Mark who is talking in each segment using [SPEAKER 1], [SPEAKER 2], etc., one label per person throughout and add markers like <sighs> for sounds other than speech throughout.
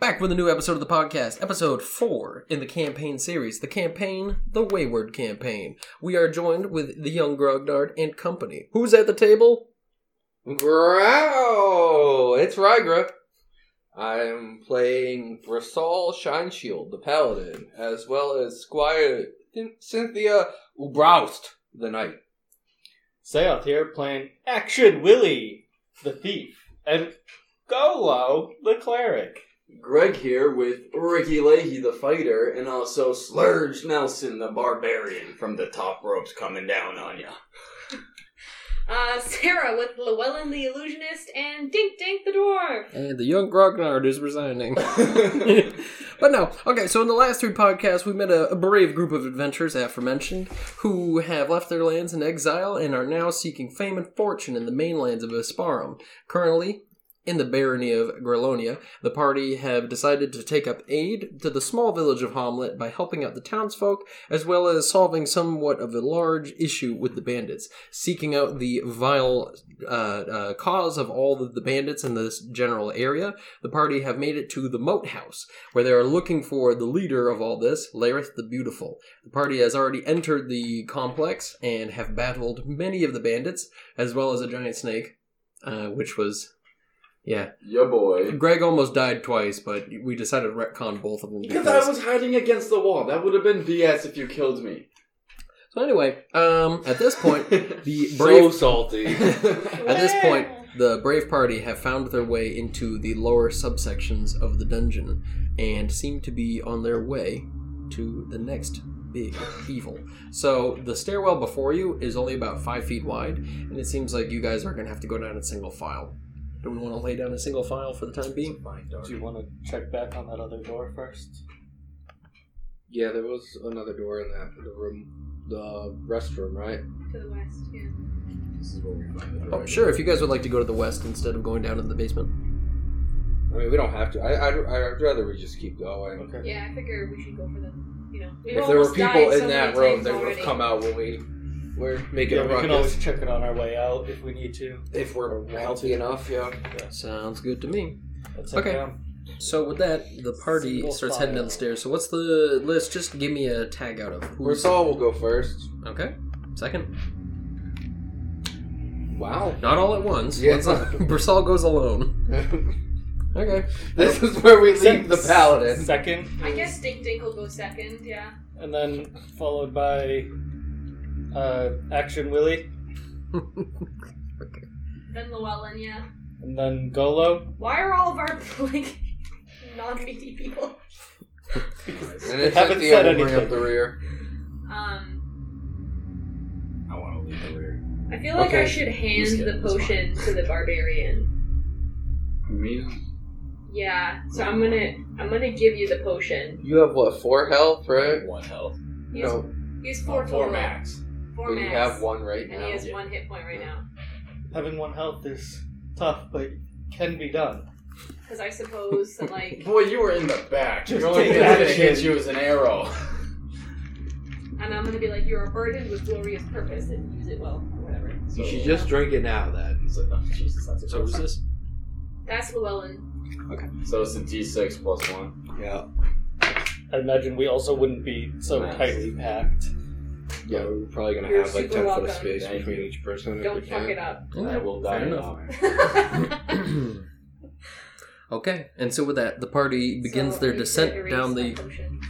[SPEAKER 1] Back with a new episode of the podcast, episode four in the campaign series, the campaign, the Wayward campaign. We are joined with the young Grognard and company. Who's at the table?
[SPEAKER 2] Grow! It's Rygra. I'm playing Rasal Shineshield, the Paladin, as well as Squire Cyn- Cynthia Ubraust, the Knight.
[SPEAKER 3] Sayoth here playing Action Willie, the thief, and Golo, the cleric.
[SPEAKER 4] Greg here with Ricky Leahy, the fighter, and also Slurge Nelson, the barbarian, from the top ropes coming down on ya.
[SPEAKER 5] Uh, Sarah with Llewellyn the Illusionist and Dink Dink the Dwarf.
[SPEAKER 1] And the young Grognard is resigning. but no, okay, so in the last three podcasts, we met a, a brave group of adventurers, aforementioned, who have left their lands in exile and are now seeking fame and fortune in the mainlands of Asparum. Currently, in the barony of Grelonia, the party have decided to take up aid to the small village of Hamlet by helping out the townsfolk, as well as solving somewhat of a large issue with the bandits, seeking out the vile uh, uh, cause of all of the bandits in this general area. The party have made it to the Moat House, where they are looking for the leader of all this, Lareth the Beautiful. The party has already entered the complex and have battled many of the bandits, as well as a giant snake, uh, which was. Yeah.
[SPEAKER 4] Ya boy.
[SPEAKER 1] Greg almost died twice, but we decided to retcon both of them.
[SPEAKER 4] Because I was hiding against the wall. That would have been BS if you killed me.
[SPEAKER 1] So, anyway, um, at this
[SPEAKER 4] <laughs>
[SPEAKER 1] point, the brave.
[SPEAKER 2] <laughs> salty.
[SPEAKER 1] At this point, the Brave Party have found their way into the lower subsections of the dungeon and seem to be on their way to the next big evil. So the stairwell before you is only about five feet wide, and it seems like you guys are going to have to go down in single file. Do we want to lay down in single file for the time being?
[SPEAKER 3] Do you want to check back on that other door first?
[SPEAKER 2] yeah, there was another door in that the room, the restroom, right?
[SPEAKER 5] To the west, yeah.
[SPEAKER 4] This is where we find the
[SPEAKER 1] Oh, sure. If you guys would like to go to the west instead of going down in the basement,
[SPEAKER 2] I mean, we don't have to. I, I'd, I'd rather we just keep going.
[SPEAKER 3] Okay.
[SPEAKER 5] Yeah, I figure we should go for the, you know. we've
[SPEAKER 2] If there were
[SPEAKER 5] almost died
[SPEAKER 2] people
[SPEAKER 5] so
[SPEAKER 2] in that
[SPEAKER 5] many
[SPEAKER 2] room,
[SPEAKER 5] times
[SPEAKER 2] they would
[SPEAKER 5] already.
[SPEAKER 2] have come out when we were making
[SPEAKER 3] Yeah,
[SPEAKER 2] a
[SPEAKER 3] we
[SPEAKER 2] ruckus.
[SPEAKER 3] can always check it on our way out if we need to.
[SPEAKER 2] if we're healthy enough, yeah.
[SPEAKER 1] sounds good to me.
[SPEAKER 3] Let's
[SPEAKER 1] Okay.
[SPEAKER 3] head down.
[SPEAKER 1] So with that, the party
[SPEAKER 3] Single
[SPEAKER 1] starts
[SPEAKER 3] file.
[SPEAKER 1] heading down the stairs. So what's the list? Just give me a tag out of who's
[SPEAKER 2] Rasal will go first.
[SPEAKER 1] okay. Second,
[SPEAKER 2] Wow. <laughs>
[SPEAKER 1] not all at once.
[SPEAKER 2] Yeah.
[SPEAKER 1] Let's <laughs> not- Brasol goes alone. Okay.
[SPEAKER 2] this is where we leave the
[SPEAKER 3] Sec-
[SPEAKER 2] paladin.
[SPEAKER 3] Second.
[SPEAKER 5] I
[SPEAKER 3] is-
[SPEAKER 5] guess Dink Dink will go second, yeah.
[SPEAKER 3] And then followed by uh, Action Willie,
[SPEAKER 5] Then Llewellyn, yeah.
[SPEAKER 3] and then Golo.
[SPEAKER 5] Why are all of our, <laughs> like, non meaty people?
[SPEAKER 2] And it's
[SPEAKER 3] Haven't
[SPEAKER 2] Cynthia
[SPEAKER 3] said
[SPEAKER 2] will bring
[SPEAKER 3] anything.
[SPEAKER 2] up the rear.
[SPEAKER 5] Um,
[SPEAKER 4] I want to leave the rear.
[SPEAKER 5] I feel like
[SPEAKER 2] Okay.
[SPEAKER 5] I should hand
[SPEAKER 4] Just
[SPEAKER 5] the
[SPEAKER 4] kidding, it's
[SPEAKER 5] potion to the barbarian.
[SPEAKER 4] Me?
[SPEAKER 5] Yeah, so I'm gonna, I'm gonna give you the potion.
[SPEAKER 2] You have what, four health, right?
[SPEAKER 4] One health.
[SPEAKER 5] He has,
[SPEAKER 2] No,
[SPEAKER 5] he has four total.
[SPEAKER 4] max.
[SPEAKER 5] Four
[SPEAKER 2] we
[SPEAKER 5] max.
[SPEAKER 2] have one right
[SPEAKER 5] And he
[SPEAKER 2] now.
[SPEAKER 5] has one hit point right now.
[SPEAKER 3] Having one health is tough, but can be done.
[SPEAKER 5] Because I suppose
[SPEAKER 2] <laughs>
[SPEAKER 5] that, like,
[SPEAKER 4] Boy, you were in the back.
[SPEAKER 3] Just
[SPEAKER 4] Your only
[SPEAKER 3] take
[SPEAKER 4] thing that
[SPEAKER 3] action.
[SPEAKER 4] hit you was an arrow.
[SPEAKER 5] and I'm gonna be like, you are burdened with glorious purpose and use it well, or whatever.
[SPEAKER 4] So,
[SPEAKER 2] should just drink it now, then.
[SPEAKER 4] so, oh, Jesus, that's a
[SPEAKER 1] So who's this?
[SPEAKER 5] That's Llewellyn.
[SPEAKER 4] So it's a D6 plus one.
[SPEAKER 2] Yeah.
[SPEAKER 3] I imagine we also wouldn't be so
[SPEAKER 4] Nice.
[SPEAKER 3] tightly packed.
[SPEAKER 2] Yeah, we're probably gonna
[SPEAKER 5] You're
[SPEAKER 2] have like
[SPEAKER 5] super
[SPEAKER 2] 10 foot
[SPEAKER 5] welcome.
[SPEAKER 2] of space
[SPEAKER 4] Thank
[SPEAKER 2] between
[SPEAKER 4] you.
[SPEAKER 2] each person. if we
[SPEAKER 5] Don't
[SPEAKER 2] can.
[SPEAKER 5] fuck it
[SPEAKER 2] <laughs>
[SPEAKER 5] up. <laughs>
[SPEAKER 4] I will
[SPEAKER 1] Fair
[SPEAKER 4] die
[SPEAKER 1] enough.
[SPEAKER 4] now.
[SPEAKER 1] <clears throat> okay. And so with that, the party begins
[SPEAKER 5] So
[SPEAKER 1] their
[SPEAKER 5] I need
[SPEAKER 1] descent
[SPEAKER 5] to
[SPEAKER 1] down the
[SPEAKER 5] erase that potion.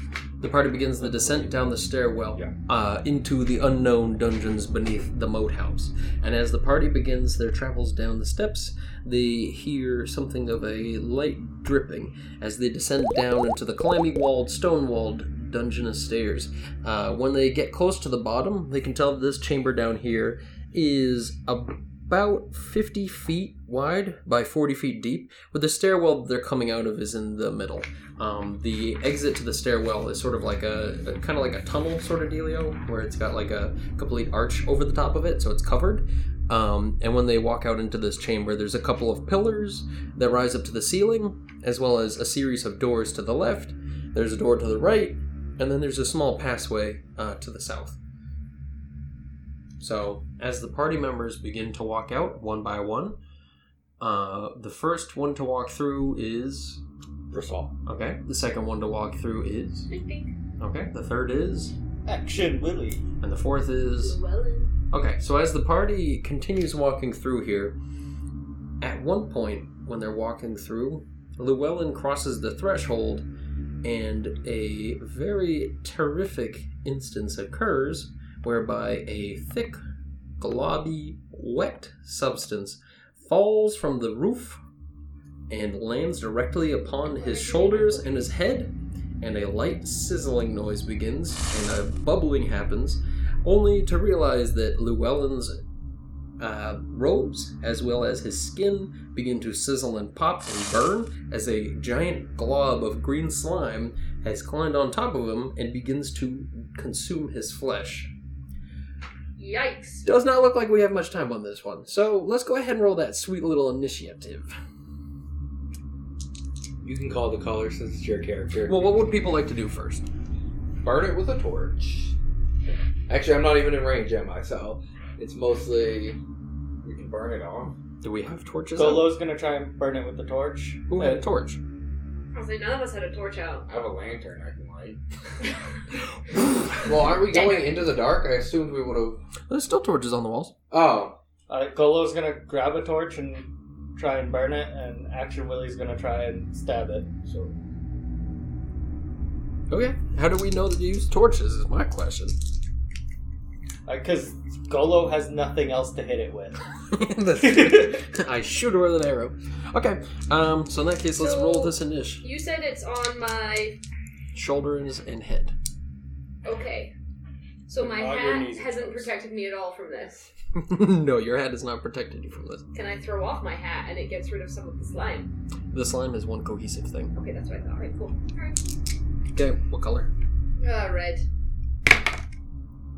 [SPEAKER 1] the party begins the descent down the stairwell
[SPEAKER 2] Yeah.
[SPEAKER 1] uh, into the unknown dungeons beneath the moat house. And as the party begins their travels down the steps, they hear something of a light dripping as they descend down into the clammy walled, stone walled dungeonous stairs. Uh, when they get close to the bottom, they can tell that this chamber down here is about 50 feet wide by 40 feet deep, but the stairwell that they're coming out of is in the middle. Um, the exit to the stairwell is sort of like a, kind of like a tunnel sort of dealio, where it's got like a complete arch over the top of it, so it's covered. Um, and when they walk out into this chamber, there's a couple of pillars that rise up to the ceiling, as well as a series of doors to the left. There's a door to the right, and then there's a small passway uh, to the south. So, as the party members begin to walk out one by one, uh, the first one to walk through is
[SPEAKER 2] Brissol.
[SPEAKER 1] Okay. The second one to walk through is.
[SPEAKER 5] I think.
[SPEAKER 1] Okay. The third is.
[SPEAKER 3] Action Willie.
[SPEAKER 1] And the fourth is.
[SPEAKER 5] Llewellyn.
[SPEAKER 1] Okay, so as the party continues walking through here, at one point when they're walking through, Llewellyn crosses the threshold and a very terrific instance occurs whereby a thick, globby, wet substance falls from the roof and lands directly upon his shoulders and his head, and a light sizzling noise begins and a bubbling happens only to realize that Llewellyn's uh, robes, as well as his skin, begin to sizzle and pop and burn as a giant glob of green slime has climbed on top of him and begins to consume his flesh.
[SPEAKER 5] Yikes.
[SPEAKER 1] Does not look like we have much time on this one, so let's go ahead and roll that sweet little initiative.
[SPEAKER 2] You can call the color since it's your character.
[SPEAKER 1] Well, what would people like to do first?
[SPEAKER 2] burn it with a torch. Actually, I'm not even in range, am I? So it's mostly
[SPEAKER 4] We can burn it off.
[SPEAKER 1] Do we have torches? out?
[SPEAKER 3] Solo's gonna try and burn it with the torch.
[SPEAKER 1] Who had a
[SPEAKER 3] Uh,
[SPEAKER 1] torch? <laughs>
[SPEAKER 5] I was like, none of us had a torch out.
[SPEAKER 4] I have a lantern I can light.
[SPEAKER 2] well. Aren't we going into the dark? I assumed we would have.
[SPEAKER 1] There's still torches on the walls.
[SPEAKER 2] Oh,
[SPEAKER 3] Alright, Uh, Golo's gonna grab a torch and try and burn it, and Action Willie's gonna try and stab it.
[SPEAKER 4] So
[SPEAKER 1] Okay. How do we know that you use torches? Is my <laughs> question.
[SPEAKER 3] Because uh, Golo has nothing else to hit it
[SPEAKER 1] <laughs>
[SPEAKER 3] with.
[SPEAKER 1] I shoot her with an arrow. Okay, um, so in that case, let's
[SPEAKER 5] So-
[SPEAKER 1] roll this initial.
[SPEAKER 5] You said it's on my.
[SPEAKER 1] Shoulders and head. <laughs>
[SPEAKER 5] Okay. So my
[SPEAKER 3] Not your
[SPEAKER 5] hat
[SPEAKER 3] knees,
[SPEAKER 5] hasn't
[SPEAKER 3] folks.
[SPEAKER 5] protected me at all from this.
[SPEAKER 1] no, your hat has not protected you from this.
[SPEAKER 5] Can I throw off my hat and it gets rid of some of the slime?
[SPEAKER 1] The slime is one cohesive thing.
[SPEAKER 5] Okay, that's what I thought. Alright, cool. Alright.
[SPEAKER 1] Okay, what color?
[SPEAKER 5] Uh, red.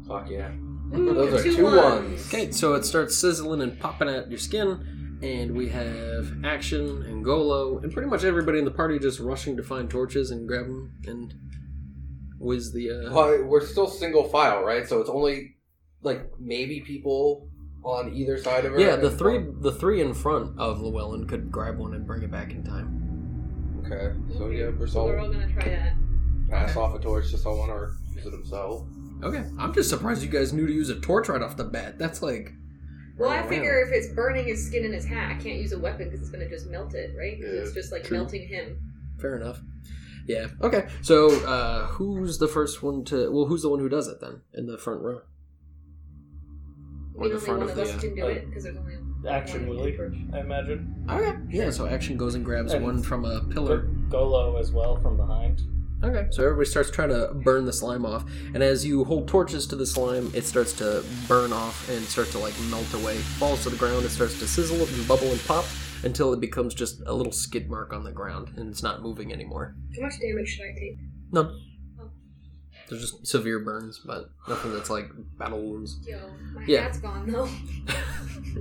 [SPEAKER 2] fuck yeah!
[SPEAKER 5] Ooh,
[SPEAKER 2] Those are two ones.
[SPEAKER 1] Okay, so it starts sizzling and popping at your skin, and we have Action and Golo, and pretty much everybody in the party just rushing to find torches and grab them and whiz the. Uh,
[SPEAKER 2] Well, we're still single file, right? So it's only like maybe people on either side of her.
[SPEAKER 1] Yeah, the three, the three in front of Llewellyn could grab one and bring it back in time.
[SPEAKER 2] Okay, so yeah,
[SPEAKER 5] We're
[SPEAKER 2] Brissol
[SPEAKER 5] all gonna try that.
[SPEAKER 2] pass off a torch to someone or use it himself.
[SPEAKER 1] Okay, I'm just surprised you guys knew to use a torch right off the bat. That's like
[SPEAKER 5] Well, I
[SPEAKER 1] Wow.
[SPEAKER 5] figure if it's burning his skin and his hat, I can't use a weapon because it's gonna just melt it, right? 'Cause
[SPEAKER 2] Yeah,
[SPEAKER 5] it's just like
[SPEAKER 1] true.
[SPEAKER 5] melting him.
[SPEAKER 1] fair enough. Yeah. Okay. So uh, who's the first one to? Well, who's the one who does it then in the front row? Or
[SPEAKER 5] I
[SPEAKER 1] the
[SPEAKER 5] mean, only
[SPEAKER 1] front
[SPEAKER 5] one
[SPEAKER 1] of
[SPEAKER 5] of
[SPEAKER 1] the.
[SPEAKER 5] us
[SPEAKER 1] Uh,
[SPEAKER 5] can do
[SPEAKER 3] uh,
[SPEAKER 5] it because there's only
[SPEAKER 3] Action
[SPEAKER 5] one
[SPEAKER 3] Willie,
[SPEAKER 5] approach.
[SPEAKER 3] I imagine.
[SPEAKER 1] okay. Yeah. So action goes and grabs
[SPEAKER 3] And-
[SPEAKER 1] one from a pillar.
[SPEAKER 3] But Golo as well from behind.
[SPEAKER 1] Okay. So everybody starts trying to burn the slime off, and as you hold torches to the slime, it starts to burn off and starts to like melt away. Falls to the ground. It starts to sizzle and bubble and pop until it becomes just a little skid mark on the ground, and it's not moving anymore.
[SPEAKER 5] How much damage should I take?
[SPEAKER 1] None. They're just severe burns, but nothing that's like battle wounds.
[SPEAKER 5] Yo, my
[SPEAKER 1] Yeah.
[SPEAKER 5] hat's gone though. <laughs>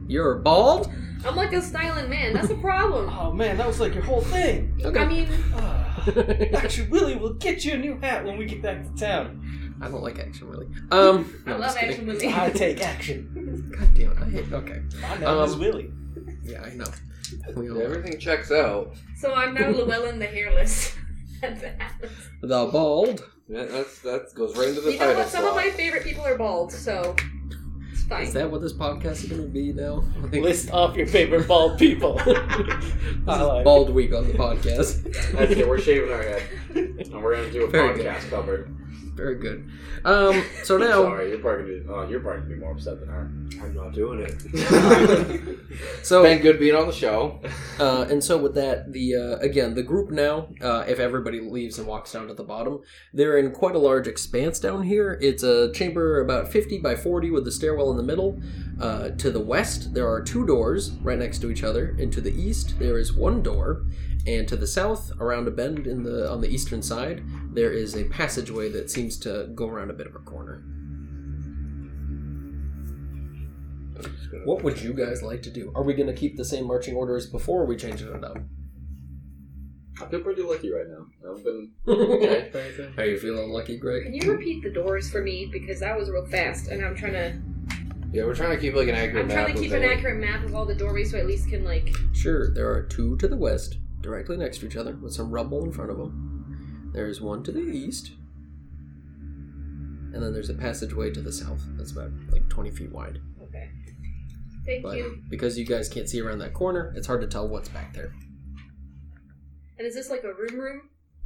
[SPEAKER 1] You're bald?
[SPEAKER 5] I'm like a styling man. That's a problem.
[SPEAKER 3] Oh man, that was like your whole <sighs> thing.
[SPEAKER 1] <laughs>
[SPEAKER 5] I
[SPEAKER 1] Okay.
[SPEAKER 5] mean,
[SPEAKER 3] Ah.
[SPEAKER 1] I
[SPEAKER 3] Action Willie will get you a new hat when we get back to town.
[SPEAKER 1] don't like action really. Um
[SPEAKER 5] I
[SPEAKER 1] no, I'm
[SPEAKER 5] love
[SPEAKER 1] just kidding.
[SPEAKER 5] action movies.
[SPEAKER 1] <laughs>
[SPEAKER 3] I take action.
[SPEAKER 1] God damn it, I hate okay.
[SPEAKER 3] My name is
[SPEAKER 1] Um,
[SPEAKER 3] Willie.
[SPEAKER 1] Yeah, I know. We all
[SPEAKER 2] Everything checks out.
[SPEAKER 5] So I'm now Llewellyn the hairless. <laughs> That's it.
[SPEAKER 1] The bald.
[SPEAKER 2] That that's, that goes right into the
[SPEAKER 5] you know
[SPEAKER 2] title.
[SPEAKER 5] what? Some of
[SPEAKER 2] slot.
[SPEAKER 5] my favorite people are bald, so it's fine.
[SPEAKER 1] Is that what this podcast is gonna be now? Like, this
[SPEAKER 3] List off your favorite <laughs> bald people.
[SPEAKER 1] is
[SPEAKER 3] like-
[SPEAKER 1] bald week on the podcast. <laughs>
[SPEAKER 4] that's it. We're shaving our head, and we're gonna do a
[SPEAKER 1] Very good.
[SPEAKER 4] podcast covered.
[SPEAKER 1] Very good. Um
[SPEAKER 5] <laughs>
[SPEAKER 1] so
[SPEAKER 4] I'm
[SPEAKER 1] now
[SPEAKER 4] sorry, you're probably gonna be, oh, you're probably gonna be more upset than
[SPEAKER 2] I'm not doing it.
[SPEAKER 4] I.
[SPEAKER 1] so
[SPEAKER 2] Been good being on the show.
[SPEAKER 1] Uh, and so with that, the uh, again the group now, uh, if everybody leaves and walks down to the bottom, they're in quite a large expanse down here. It's a chamber about fifty by forty with the stairwell in the middle. Uh, to the west, there are two doors right next to each other, and to the east, there is one door. And to the south, around a bend in the on the eastern side, there is a passageway that seems to go around a bit of a corner. What would you guys like to do? Are we going to keep the same marching order as before? Or are we changing it up? <laughs>
[SPEAKER 4] I feel pretty lucky right now. I've been
[SPEAKER 1] Are you feeling lucky, Greg?
[SPEAKER 5] Can you repeat the doors for me because that was real fast, and I'm trying to
[SPEAKER 2] Yeah, we're trying to keep like an accurate
[SPEAKER 5] I'm
[SPEAKER 2] map.
[SPEAKER 5] trying to
[SPEAKER 2] of
[SPEAKER 5] keep an
[SPEAKER 2] it.
[SPEAKER 5] accurate map of all the doorways so I at least can like
[SPEAKER 1] Sure, there are two to the west directly next to each other with some rubble in front of them. There's one to the east, and then there's a passageway to the south that's about like 20 feet wide.
[SPEAKER 5] Okay. Thank
[SPEAKER 1] But
[SPEAKER 5] you.
[SPEAKER 1] because you guys can't see around that corner, it's hard to tell what's back there.
[SPEAKER 5] And is this like a room room?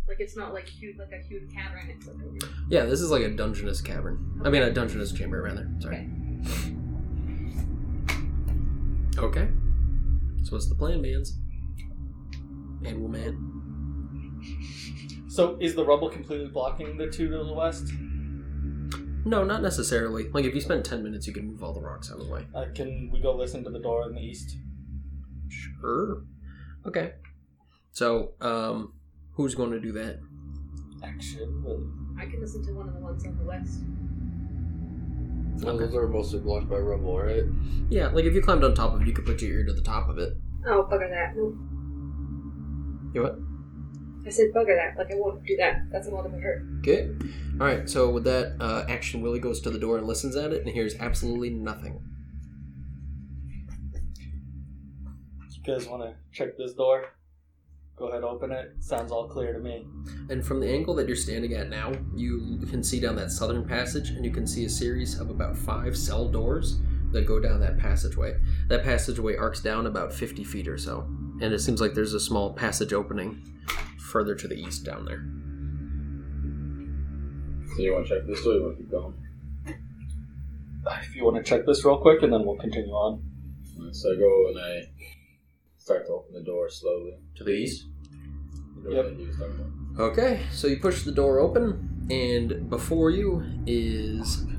[SPEAKER 5] Like it's not like huge, like a huge cavern. It's like a room.
[SPEAKER 1] Yeah, this is like a dungeness cavern. I mean, a dungeness chamber, rather. Sorry. Okay. So what's the plan, mans? Animal man.
[SPEAKER 3] So is the rubble completely blocking the two to the west?
[SPEAKER 1] No, not necessarily. Like, if you spend 10 minutes, you can move all the rocks out of the way.
[SPEAKER 3] Uh, can we go listen to the door in the east?
[SPEAKER 1] Sure. Okay. So, um, who's going to do that?
[SPEAKER 3] Action, Willie.
[SPEAKER 5] I can listen to one of the ones on the west.
[SPEAKER 2] Well, Those are mostly blocked by rubble, right?
[SPEAKER 1] Yeah, like if you climbed on top of it, you could put your ear to the top of it.
[SPEAKER 5] Oh, bugger that. No.
[SPEAKER 1] You what?
[SPEAKER 5] I said bugger that. Like I won't do that. That's a lot of a hurt.
[SPEAKER 1] Okay. All right. So with that, uh, action Willie goes to the door and listens at it and hears absolutely nothing.
[SPEAKER 3] You guys want to check this door? Go ahead, open it. Sounds all clear to me.
[SPEAKER 1] And from the angle that you're standing at now, you can see down that southern passage, and you can see a series of about five cell doors that go down that passageway. That passageway arcs down about 50 feet or so, and it seems like there's a small passage opening further to the east down there.
[SPEAKER 4] So you want to check this way? You want to keep going?
[SPEAKER 3] If you want to check this real quick, and then we'll continue <laughs> on.
[SPEAKER 4] Alright, So I go and I start to open the door slowly.
[SPEAKER 1] To the east?
[SPEAKER 4] The door
[SPEAKER 3] Yep.
[SPEAKER 4] that he was talking about.
[SPEAKER 1] Okay, so you push the door open, and before you is.
[SPEAKER 4] <laughs>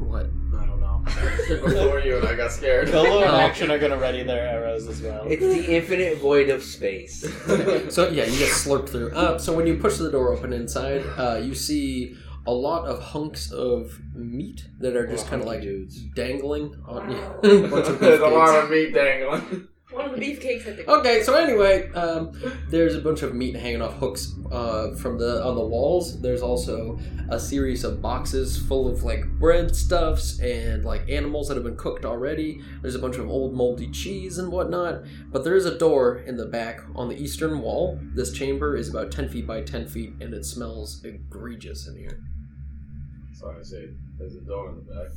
[SPEAKER 1] What?
[SPEAKER 4] I don't know. Before you and I got scared. <laughs>
[SPEAKER 3] Billow and
[SPEAKER 1] Oh.
[SPEAKER 3] Action are gonna ready their arrows as well.
[SPEAKER 6] It's the infinite void of
[SPEAKER 2] <laughs>
[SPEAKER 6] space.
[SPEAKER 1] So yeah, you get slurped through. Uh, so when you push the door open inside, uh, you see a lot of hunks of meat that are just kind of like
[SPEAKER 6] dudes.
[SPEAKER 1] dangling on
[SPEAKER 5] Wow.
[SPEAKER 1] a <laughs>
[SPEAKER 4] <laughs>
[SPEAKER 1] bunch of
[SPEAKER 4] There's a lot
[SPEAKER 1] beefcakes.
[SPEAKER 4] of meat dangling.
[SPEAKER 5] One of the beefcakes had the.
[SPEAKER 1] Okay, so anyway, um, there's a bunch of meat hanging off hooks uh, from the on the walls. There's also a series of boxes full of like bread stuffs and like animals that have been cooked already. There's a bunch of old moldy cheese and whatnot. But there is a door in the back on the eastern wall. This chamber is about ten feet by ten feet, and it smells egregious in here.
[SPEAKER 4] So I say, there's a door in the back.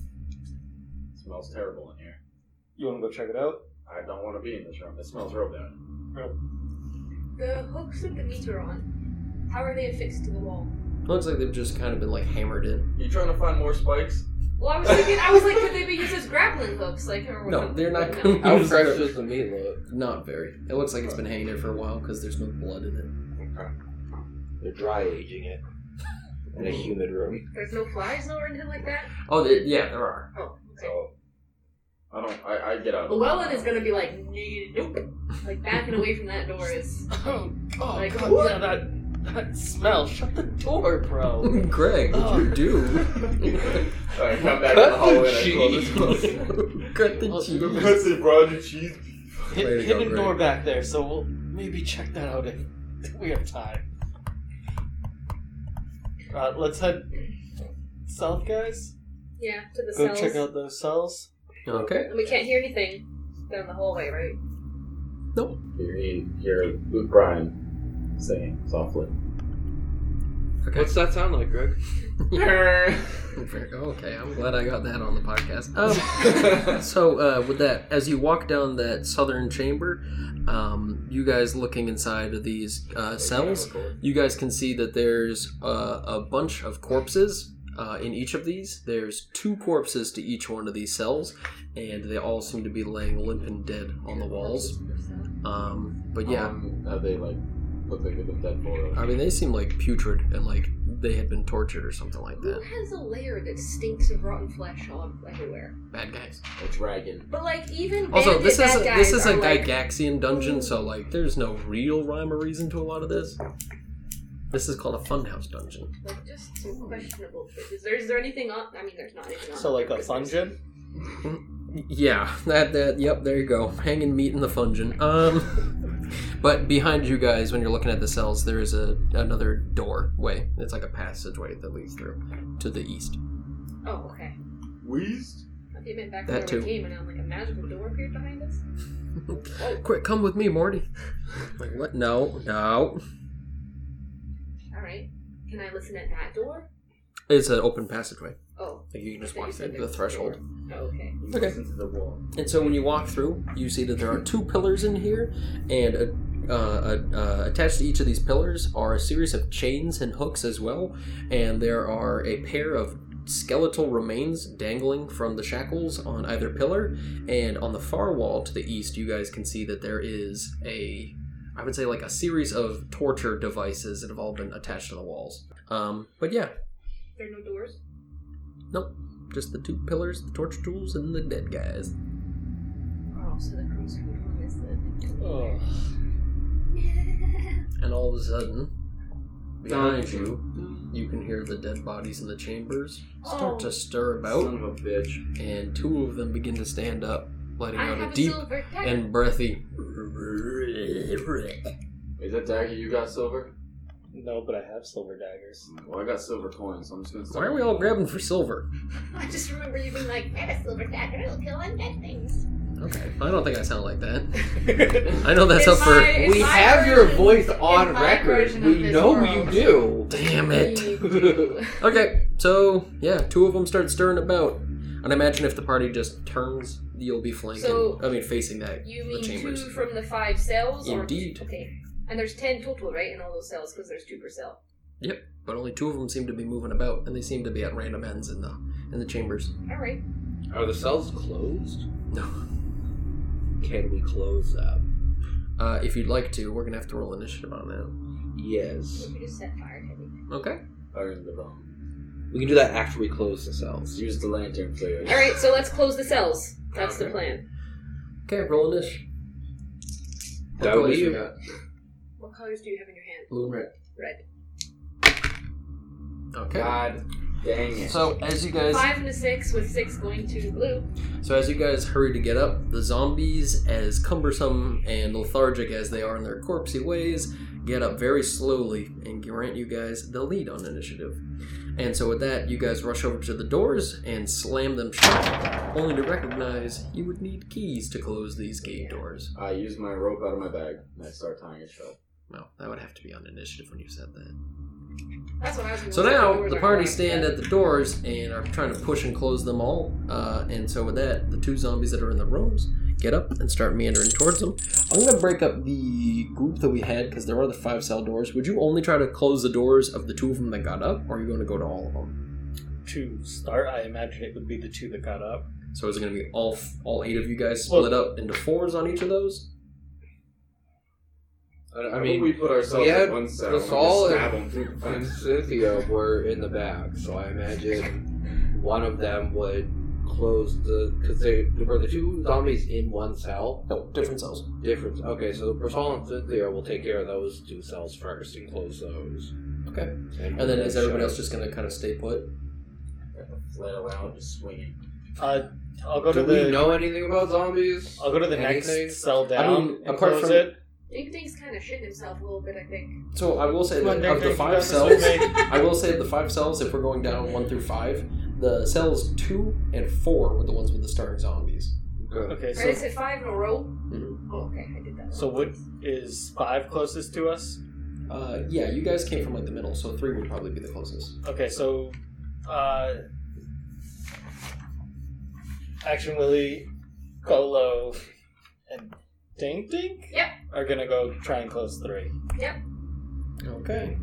[SPEAKER 4] It smells terrible in here.
[SPEAKER 3] You want to go check it out?
[SPEAKER 4] I don't want to be in this room. It smells real bad.
[SPEAKER 5] The hooks that the meat are on. How are they affixed to the wall?
[SPEAKER 1] Looks like they've just kind of been like hammered in.
[SPEAKER 4] You trying to find more spikes?
[SPEAKER 5] Well, I was thinking. I was like, could they be used as grappling hooks? Like or
[SPEAKER 1] No, they're not.
[SPEAKER 5] No.
[SPEAKER 1] gonna
[SPEAKER 2] How
[SPEAKER 1] use <laughs>
[SPEAKER 2] fresh
[SPEAKER 1] it.
[SPEAKER 2] does the meat look?
[SPEAKER 1] Not very. It looks like it's been hanging there for a while because there's no blood in it.
[SPEAKER 6] They're dry aging it in a humid room.
[SPEAKER 5] There's no flies or anything like that.
[SPEAKER 1] Oh, there- yeah, there are.
[SPEAKER 5] Oh, okay.
[SPEAKER 4] So I don't. I, I get out.
[SPEAKER 5] Llewellyn is gonna be like, nope. Like backing away from that door is.
[SPEAKER 3] <coughs> Oh, oh
[SPEAKER 5] Like,
[SPEAKER 3] god,
[SPEAKER 5] what?
[SPEAKER 3] yeah, that, that smell. Shut the door,
[SPEAKER 1] <laughs>
[SPEAKER 3] bro.
[SPEAKER 1] Greg, what'd you do?
[SPEAKER 4] Alright, come back in the hallway. and I
[SPEAKER 1] <laughs>
[SPEAKER 4] close this door.
[SPEAKER 1] Cut the
[SPEAKER 3] Oh,
[SPEAKER 1] cheese.
[SPEAKER 4] This is broad and cheese.
[SPEAKER 3] Hid-
[SPEAKER 1] Way to go,
[SPEAKER 3] hidden
[SPEAKER 1] Greg.
[SPEAKER 3] door back there, so we'll maybe check that out if we have time. Uh, let's head south, guys.
[SPEAKER 5] Yeah, to the
[SPEAKER 3] Go
[SPEAKER 5] cells.
[SPEAKER 3] check out those cells.
[SPEAKER 1] Okay.
[SPEAKER 5] And we can't hear anything down the hallway, right?
[SPEAKER 4] You hear Luke Bryan singing softly.
[SPEAKER 1] Okay.
[SPEAKER 2] What's that sound like, <laughs> Greg?
[SPEAKER 1] Okay. I'm glad I got that on the podcast. Um, so uh, with that, as you walk down that southern chamber, um, you guys looking inside of these uh, cells, you guys can see that there's uh, a bunch of corpses. Uh, in each of these, there's two corpses to each one of these cells, and they all seem to be laying limp and dead on the walls. Um, but yeah, Uh,
[SPEAKER 4] Um, are they like look like they've been dead for?
[SPEAKER 1] I mean, they seem like putrid and like they had been tortured or something like
[SPEAKER 5] Who
[SPEAKER 1] that.
[SPEAKER 5] has a layer that stinks of rotten flesh on everywhere?
[SPEAKER 1] Bad guys.
[SPEAKER 4] a dragon.
[SPEAKER 5] But like even
[SPEAKER 1] Also,
[SPEAKER 5] bandit
[SPEAKER 1] this is
[SPEAKER 5] bad
[SPEAKER 1] a,
[SPEAKER 5] guys
[SPEAKER 1] this is a
[SPEAKER 5] are, like,
[SPEAKER 1] Gygaxian dungeon, so like, there's no real rhyme or reason to a lot of this. This is called a funhouse dungeon.
[SPEAKER 5] like, just some questionable. things. Is there is there anything on? I mean, there's not anything on.
[SPEAKER 3] So, like a
[SPEAKER 5] Is
[SPEAKER 3] fun
[SPEAKER 5] there-
[SPEAKER 3] gym?
[SPEAKER 1] Yeah, that that. Yep, there you go. Hanging meat in the fungin. Um, <laughs> but behind you guys, when you're looking at the cells, there is a another doorway. It's like a passageway that leads through to the east.
[SPEAKER 5] Oh, okay.
[SPEAKER 4] Wheezed?
[SPEAKER 5] I think it meant back
[SPEAKER 1] That
[SPEAKER 5] that where
[SPEAKER 1] too.
[SPEAKER 5] we came, and I'm like a magical door appeared behind us.
[SPEAKER 1] Quick, come with me, Morty. <laughs> Like, what? No, no.
[SPEAKER 5] All right. Can I listen at that door?
[SPEAKER 1] It's an open passageway.
[SPEAKER 5] Oh.
[SPEAKER 1] Like, you can just
[SPEAKER 5] I thought
[SPEAKER 1] walk
[SPEAKER 5] you said
[SPEAKER 1] through
[SPEAKER 5] there
[SPEAKER 1] the
[SPEAKER 5] was a
[SPEAKER 1] threshold.
[SPEAKER 5] door. Oh, okay.
[SPEAKER 4] You
[SPEAKER 1] Okay.
[SPEAKER 4] listen to the wall.
[SPEAKER 1] And so when you walk through, you see that there are two pillars in here, and uh, uh, uh, attached to each of these pillars are a series of chains and hooks as well, and there are a pair of skeletal remains dangling from the shackles on either pillar, and on the far wall to the east, you guys can see that there is a, I would say like a series of torture devices that have all been attached to the walls. Um, but yeah,
[SPEAKER 5] There are no doors.
[SPEAKER 1] just the two pillars, the torture tools, and the dead guys.
[SPEAKER 5] Oh, so the cruiser door is the. <laughs>
[SPEAKER 3] Oh.
[SPEAKER 1] and all of a sudden, behind you, you can hear the dead bodies in the chambers start
[SPEAKER 5] Oh.
[SPEAKER 1] to stir
[SPEAKER 4] Son
[SPEAKER 1] about,
[SPEAKER 4] of a bitch.
[SPEAKER 1] and two of them begin to stand up, letting
[SPEAKER 5] I
[SPEAKER 1] out
[SPEAKER 5] have
[SPEAKER 1] a
[SPEAKER 5] a
[SPEAKER 1] deep
[SPEAKER 5] silver dagger.
[SPEAKER 1] and breathy.
[SPEAKER 4] Is that dagger you got silver?
[SPEAKER 3] No, but I have silver daggers.
[SPEAKER 4] Well, I got silver coins, so I'm just gonna.
[SPEAKER 1] Why are we all grabbing for silver?
[SPEAKER 5] I just remember you being like, I have a silver dagger. It'll kill undead things.
[SPEAKER 1] Okay, I don't think I sound like that.
[SPEAKER 5] <laughs>
[SPEAKER 3] Damn
[SPEAKER 1] I know that's
[SPEAKER 5] It's
[SPEAKER 1] up for.
[SPEAKER 5] my- it's
[SPEAKER 2] we
[SPEAKER 5] my
[SPEAKER 2] have your
[SPEAKER 5] version-
[SPEAKER 2] voice
[SPEAKER 5] it's
[SPEAKER 2] on
[SPEAKER 5] my
[SPEAKER 2] record.
[SPEAKER 5] version of
[SPEAKER 2] We
[SPEAKER 5] this
[SPEAKER 2] know
[SPEAKER 5] world.
[SPEAKER 2] you do.
[SPEAKER 1] Damn it!
[SPEAKER 5] You do.
[SPEAKER 1] Okay, so yeah, two of them start stirring about, and I imagine if the party just turns, you'll be flanking.
[SPEAKER 5] So-
[SPEAKER 1] I mean, facing that.
[SPEAKER 5] You
[SPEAKER 1] The <laughs>
[SPEAKER 5] mean two
[SPEAKER 1] chambers.
[SPEAKER 5] from the five cells? or-
[SPEAKER 1] Indeed.
[SPEAKER 5] okay. And there's ten total, right, in all those cells, because there's two per cell.
[SPEAKER 1] but only two of them seem to be moving about, and they seem to be at random ends in the in the chambers.
[SPEAKER 5] All right.
[SPEAKER 2] Are the cells closed?
[SPEAKER 1] No,
[SPEAKER 2] Can we close them?
[SPEAKER 1] uh, if you'd like to, we're gonna have to roll initiative on
[SPEAKER 5] We
[SPEAKER 2] Yes.
[SPEAKER 5] could just set fire to everything.
[SPEAKER 1] that. Okay.
[SPEAKER 4] Fire in the bomb.
[SPEAKER 2] We can do that after we close the cells.
[SPEAKER 4] Use the lantern, please.
[SPEAKER 5] All right, so let's close the cells. That's the
[SPEAKER 1] Okay.
[SPEAKER 5] plan.
[SPEAKER 1] Okay, roll initiative. What
[SPEAKER 2] That would
[SPEAKER 1] colors
[SPEAKER 2] be
[SPEAKER 1] you
[SPEAKER 2] you.
[SPEAKER 1] got?
[SPEAKER 5] What colors do you have in your hand?
[SPEAKER 1] Blue and red.
[SPEAKER 5] Red.
[SPEAKER 1] Okay.
[SPEAKER 4] God dang it.
[SPEAKER 1] So as you guys
[SPEAKER 5] Five and a six, with six going to blue.
[SPEAKER 1] So as you guys hurry to get up, the zombies, as cumbersome and lethargic as they are in their corpsey ways, get up very slowly and grant you guys the lead on initiative. And so with that, you guys rush over to the doors and slam them shut, only to recognize you would need keys to close these gate doors.
[SPEAKER 4] I use my rope out of my bag and I start tying a show.
[SPEAKER 1] Well, that would have to be on initiative when you said that.
[SPEAKER 5] That's what I was. gonna
[SPEAKER 1] So
[SPEAKER 5] say,
[SPEAKER 1] now
[SPEAKER 5] doors
[SPEAKER 1] the
[SPEAKER 5] aren't
[SPEAKER 1] party
[SPEAKER 5] locked,
[SPEAKER 1] stand
[SPEAKER 5] but-
[SPEAKER 1] at the doors and are trying to push and close them all. Uh, and so with that, the two zombies that are in the rooms get up and start meandering towards them. I'm gonna break up the group that we had because there are the five cell doors. Would you only try to close the doors of the two of them that got up, or are you going to go to all of them?
[SPEAKER 3] To start, I imagine it would be the two that got up.
[SPEAKER 1] So is it gonna be all f- all eight of you guys split up into fours on each of those?
[SPEAKER 2] I,
[SPEAKER 4] How
[SPEAKER 2] I
[SPEAKER 4] about
[SPEAKER 2] mean,
[SPEAKER 4] we put ourselves
[SPEAKER 2] we had
[SPEAKER 4] in one cell. and
[SPEAKER 2] Rosal
[SPEAKER 4] just
[SPEAKER 2] and-
[SPEAKER 4] stab 'em through the
[SPEAKER 2] and
[SPEAKER 4] fence.
[SPEAKER 2] Cynthia were in the back, so I imagine one of them would close the because they were the two zombies in one cell.
[SPEAKER 1] No, different cells.
[SPEAKER 2] Difference. Okay, so Brasol and Cynthia will take care of those two cells first and close those.
[SPEAKER 1] Okay. And then is everybody else just gonna kind of stay put?
[SPEAKER 4] Flail out, just swinging.
[SPEAKER 3] Uh, I'll go
[SPEAKER 2] Do
[SPEAKER 3] to the. Uh,
[SPEAKER 2] we know anything about zombies?
[SPEAKER 3] I'll go to the
[SPEAKER 2] Anything?
[SPEAKER 3] next cell down.
[SPEAKER 1] I mean,
[SPEAKER 3] and
[SPEAKER 1] apart
[SPEAKER 3] close
[SPEAKER 1] from-
[SPEAKER 3] it.
[SPEAKER 5] Dinkink's kind of shitting himself a little bit, I think.
[SPEAKER 1] So I will say
[SPEAKER 3] Come on,
[SPEAKER 1] that of
[SPEAKER 3] Dink,
[SPEAKER 1] the
[SPEAKER 3] Dink, you
[SPEAKER 1] five
[SPEAKER 3] got this
[SPEAKER 1] cells,
[SPEAKER 3] with me.
[SPEAKER 1] I will say the five cells, if we're going down one through five, the cells two and four were the ones with the starting zombies.
[SPEAKER 2] Okay.
[SPEAKER 3] Okay,
[SPEAKER 5] Right, is
[SPEAKER 3] so
[SPEAKER 5] it five in a row?
[SPEAKER 1] Mhm.
[SPEAKER 5] Oh, okay, I did that.
[SPEAKER 3] so what is five closest to us?
[SPEAKER 1] Uh, yeah, you guys came from like the middle, so three would probably be the closest.
[SPEAKER 3] Okay, so uh, Action Willie, Golo, and Dink Dink.
[SPEAKER 5] Yep.
[SPEAKER 3] Are gonna go try and close three.
[SPEAKER 1] Okay.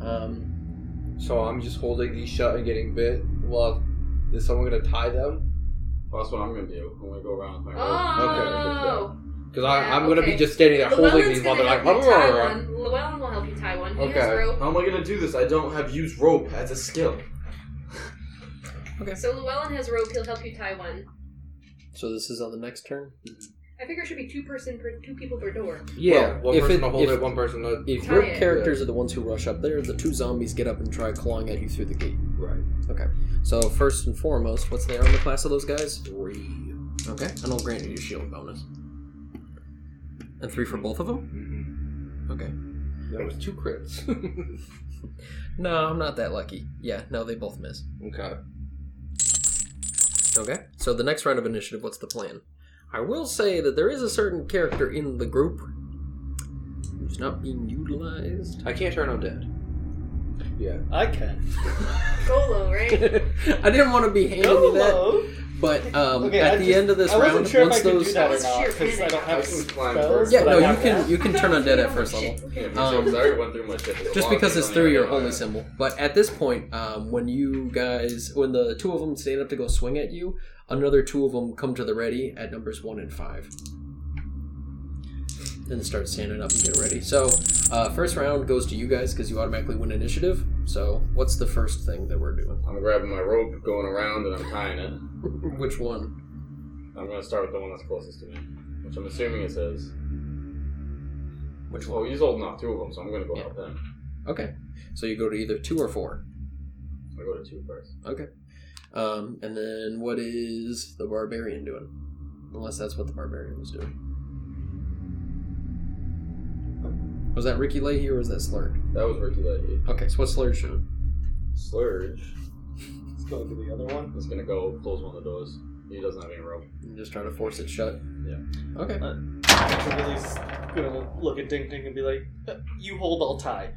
[SPEAKER 1] Um,
[SPEAKER 2] So I'm just holding these shut and getting bit. Well, is someone gonna tie them?
[SPEAKER 4] Well, that's what I'm gonna do. I'm gonna go around with my rope.
[SPEAKER 5] Oh.
[SPEAKER 2] Because I'm
[SPEAKER 5] Yeah,
[SPEAKER 2] gonna
[SPEAKER 5] okay.
[SPEAKER 2] be just standing there holding
[SPEAKER 5] Llewellyn's
[SPEAKER 2] these while
[SPEAKER 5] gonna
[SPEAKER 2] they're like,
[SPEAKER 5] help you tie
[SPEAKER 2] "Arr."
[SPEAKER 5] one. Llewellyn will help you tie one. He
[SPEAKER 2] Okay.
[SPEAKER 5] has rope.
[SPEAKER 4] How am I gonna do this? I don't have used rope as a skill.
[SPEAKER 5] So Llewellyn has rope. He'll help you tie one.
[SPEAKER 1] so this is on the next turn.
[SPEAKER 5] I figure it should be two person per two people per door.
[SPEAKER 2] Yeah,
[SPEAKER 1] Well,
[SPEAKER 2] one
[SPEAKER 1] if
[SPEAKER 2] person
[SPEAKER 1] it-
[SPEAKER 2] to hold
[SPEAKER 1] if-
[SPEAKER 2] it, one person to
[SPEAKER 1] If
[SPEAKER 5] Tie
[SPEAKER 1] your
[SPEAKER 5] it.
[SPEAKER 1] characters are the ones who rush up there, the two zombies get up and try clawing at you through the gate.
[SPEAKER 2] right.
[SPEAKER 1] So first and foremost, what's the armor class of those guys?
[SPEAKER 2] Three.
[SPEAKER 1] Okay, and I'll grant you your shield bonus. And three for both of them. Okay.
[SPEAKER 2] That was two crits. <laughs>
[SPEAKER 1] No, I'm not that lucky. Yeah, no, they both miss.
[SPEAKER 2] okay.
[SPEAKER 1] Okay. So the next round of initiative, what's the plan? I will say that there is a certain character in the group who's not being utilized.
[SPEAKER 2] I can't turn on dead.
[SPEAKER 3] I can.
[SPEAKER 5] Golo,
[SPEAKER 1] <laughs>
[SPEAKER 5] right?
[SPEAKER 1] I didn't want to be handing you that,
[SPEAKER 3] Hello.
[SPEAKER 1] but um,
[SPEAKER 3] Okay,
[SPEAKER 1] at
[SPEAKER 3] I
[SPEAKER 1] the
[SPEAKER 3] just-
[SPEAKER 1] end of this
[SPEAKER 3] I wasn't
[SPEAKER 1] round,
[SPEAKER 3] sure
[SPEAKER 1] once
[SPEAKER 3] if I could
[SPEAKER 1] those
[SPEAKER 3] do that or
[SPEAKER 5] That's
[SPEAKER 3] not
[SPEAKER 5] sheer
[SPEAKER 3] because I
[SPEAKER 5] panic.
[SPEAKER 3] don't have
[SPEAKER 4] I can climb
[SPEAKER 3] spells.
[SPEAKER 4] first.
[SPEAKER 1] yeah,
[SPEAKER 3] but I
[SPEAKER 1] no, you
[SPEAKER 3] have
[SPEAKER 1] can
[SPEAKER 3] that.
[SPEAKER 1] you can turn on dead at
[SPEAKER 3] <laughs>
[SPEAKER 1] first level.
[SPEAKER 5] Shit, okay.
[SPEAKER 1] Um,
[SPEAKER 4] I already went through my shit. There's a
[SPEAKER 1] just
[SPEAKER 4] lot
[SPEAKER 1] because it's
[SPEAKER 4] going
[SPEAKER 1] through your
[SPEAKER 4] on.
[SPEAKER 1] holy symbol. But at this point, um, when you guys, when the two of them stand up to go swing at you, another two of them come to the ready at numbers one and five, and start standing up and get ready. So, uh, first round goes to you guys because you automatically win initiative. So, what's the first thing that we're doing? <laughs>
[SPEAKER 4] I'm grabbing my rope, going around, and I'm tying it.
[SPEAKER 1] Which one?
[SPEAKER 4] I'm gonna start with the one that's closest to me, which I'm assuming it says.
[SPEAKER 1] Which
[SPEAKER 4] Oh, he's old enough, two of them, so I'm gonna go
[SPEAKER 1] Yeah.
[SPEAKER 4] help him.
[SPEAKER 1] Okay, so you go to either two or four.
[SPEAKER 4] I go to two first.
[SPEAKER 1] Um, and then what is the barbarian doing? Unless that's what the barbarian was doing. Was that Ricky Leahy or was that Slurred?
[SPEAKER 4] That was Ricky Leahy.
[SPEAKER 1] Okay, so what's Slurred doing?
[SPEAKER 4] Slurge
[SPEAKER 3] Let's go to the other one.
[SPEAKER 4] is gonna go close one of the doors. He doesn't have any rope.
[SPEAKER 1] I'm just trying to force it shut.
[SPEAKER 4] Yeah.
[SPEAKER 1] Okay.
[SPEAKER 3] Kimberly's gonna look at Ding Ding and be like, "Uh, "You hold, I'll tie."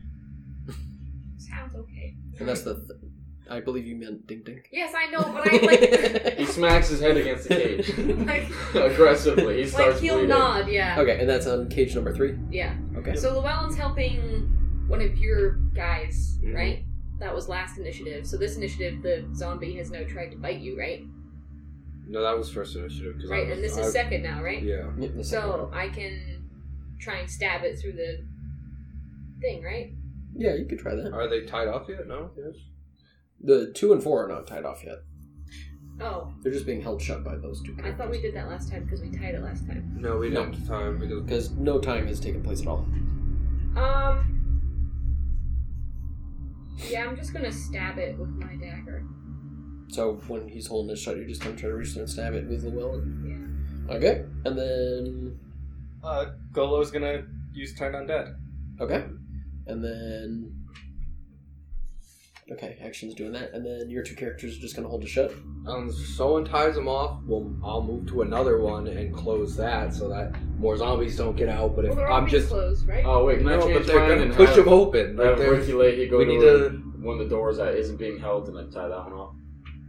[SPEAKER 5] Sounds okay.
[SPEAKER 1] And that's the. Th- I believe you meant Ding Ding.
[SPEAKER 5] Yes, I know, but I
[SPEAKER 1] <laughs>
[SPEAKER 5] like <laughs>
[SPEAKER 4] He smacks his head against the cage
[SPEAKER 2] <laughs>
[SPEAKER 4] <laughs>
[SPEAKER 5] like
[SPEAKER 4] aggressively. He
[SPEAKER 5] like
[SPEAKER 4] starts
[SPEAKER 5] he'll
[SPEAKER 4] bleeding.
[SPEAKER 5] nod, yeah,
[SPEAKER 1] okay, and that's on cage number three.
[SPEAKER 5] yeah.
[SPEAKER 1] Okay.
[SPEAKER 5] So Llewellyn's helping one of your guys,
[SPEAKER 2] Mm-hmm.
[SPEAKER 4] Mhm.
[SPEAKER 5] right? That was last initiative. So this initiative, the zombie has now tried to bite you, right?
[SPEAKER 2] No, that was first initiative. 'cause I
[SPEAKER 5] Right,
[SPEAKER 2] was-
[SPEAKER 5] and this
[SPEAKER 2] I-
[SPEAKER 5] is second now, right?
[SPEAKER 2] Yeah.
[SPEAKER 1] Yep, the second
[SPEAKER 5] So
[SPEAKER 1] round.
[SPEAKER 5] I can try and stab it through the thing, right?
[SPEAKER 1] Yeah, you could try that.
[SPEAKER 2] Are they tied off yet? No. Yes.
[SPEAKER 1] The two and four are not tied off yet.
[SPEAKER 5] Oh,
[SPEAKER 1] They're just being held shut by those two
[SPEAKER 5] I
[SPEAKER 1] characters.
[SPEAKER 5] thought we did that last time because we tied it last time.
[SPEAKER 2] No, we
[SPEAKER 1] No.
[SPEAKER 2] don't have time because
[SPEAKER 1] Because no tying has taken place at all.
[SPEAKER 5] Um. Yeah, I'm just gonna stab it with my dagger.
[SPEAKER 1] So when he's holding his shut, you're just gonna try to reach there and stab it with Llewellyn.
[SPEAKER 5] Yeah.
[SPEAKER 1] Okay, and then
[SPEAKER 3] Uh, Golo's gonna use Turn Undead.
[SPEAKER 1] okay, and then okay, action's doing that, and then your two characters are just gonna hold it shut.
[SPEAKER 2] um, someone ties them off, well, I'll move to another one and close that so that more zombies don't get out. But if
[SPEAKER 5] Well, they're
[SPEAKER 2] I'm
[SPEAKER 5] already
[SPEAKER 2] just
[SPEAKER 5] closed, right?
[SPEAKER 4] Oh wait, can I
[SPEAKER 2] no,
[SPEAKER 4] change
[SPEAKER 2] but they're
[SPEAKER 4] mine
[SPEAKER 2] gonna
[SPEAKER 4] and
[SPEAKER 2] push
[SPEAKER 4] have-
[SPEAKER 2] them open. Like
[SPEAKER 4] Have
[SPEAKER 2] they're-
[SPEAKER 4] Ricky Leahy go
[SPEAKER 2] we
[SPEAKER 4] to
[SPEAKER 2] need
[SPEAKER 4] a-
[SPEAKER 2] to.
[SPEAKER 4] one of the doors that isn't being held, and I tie that one off.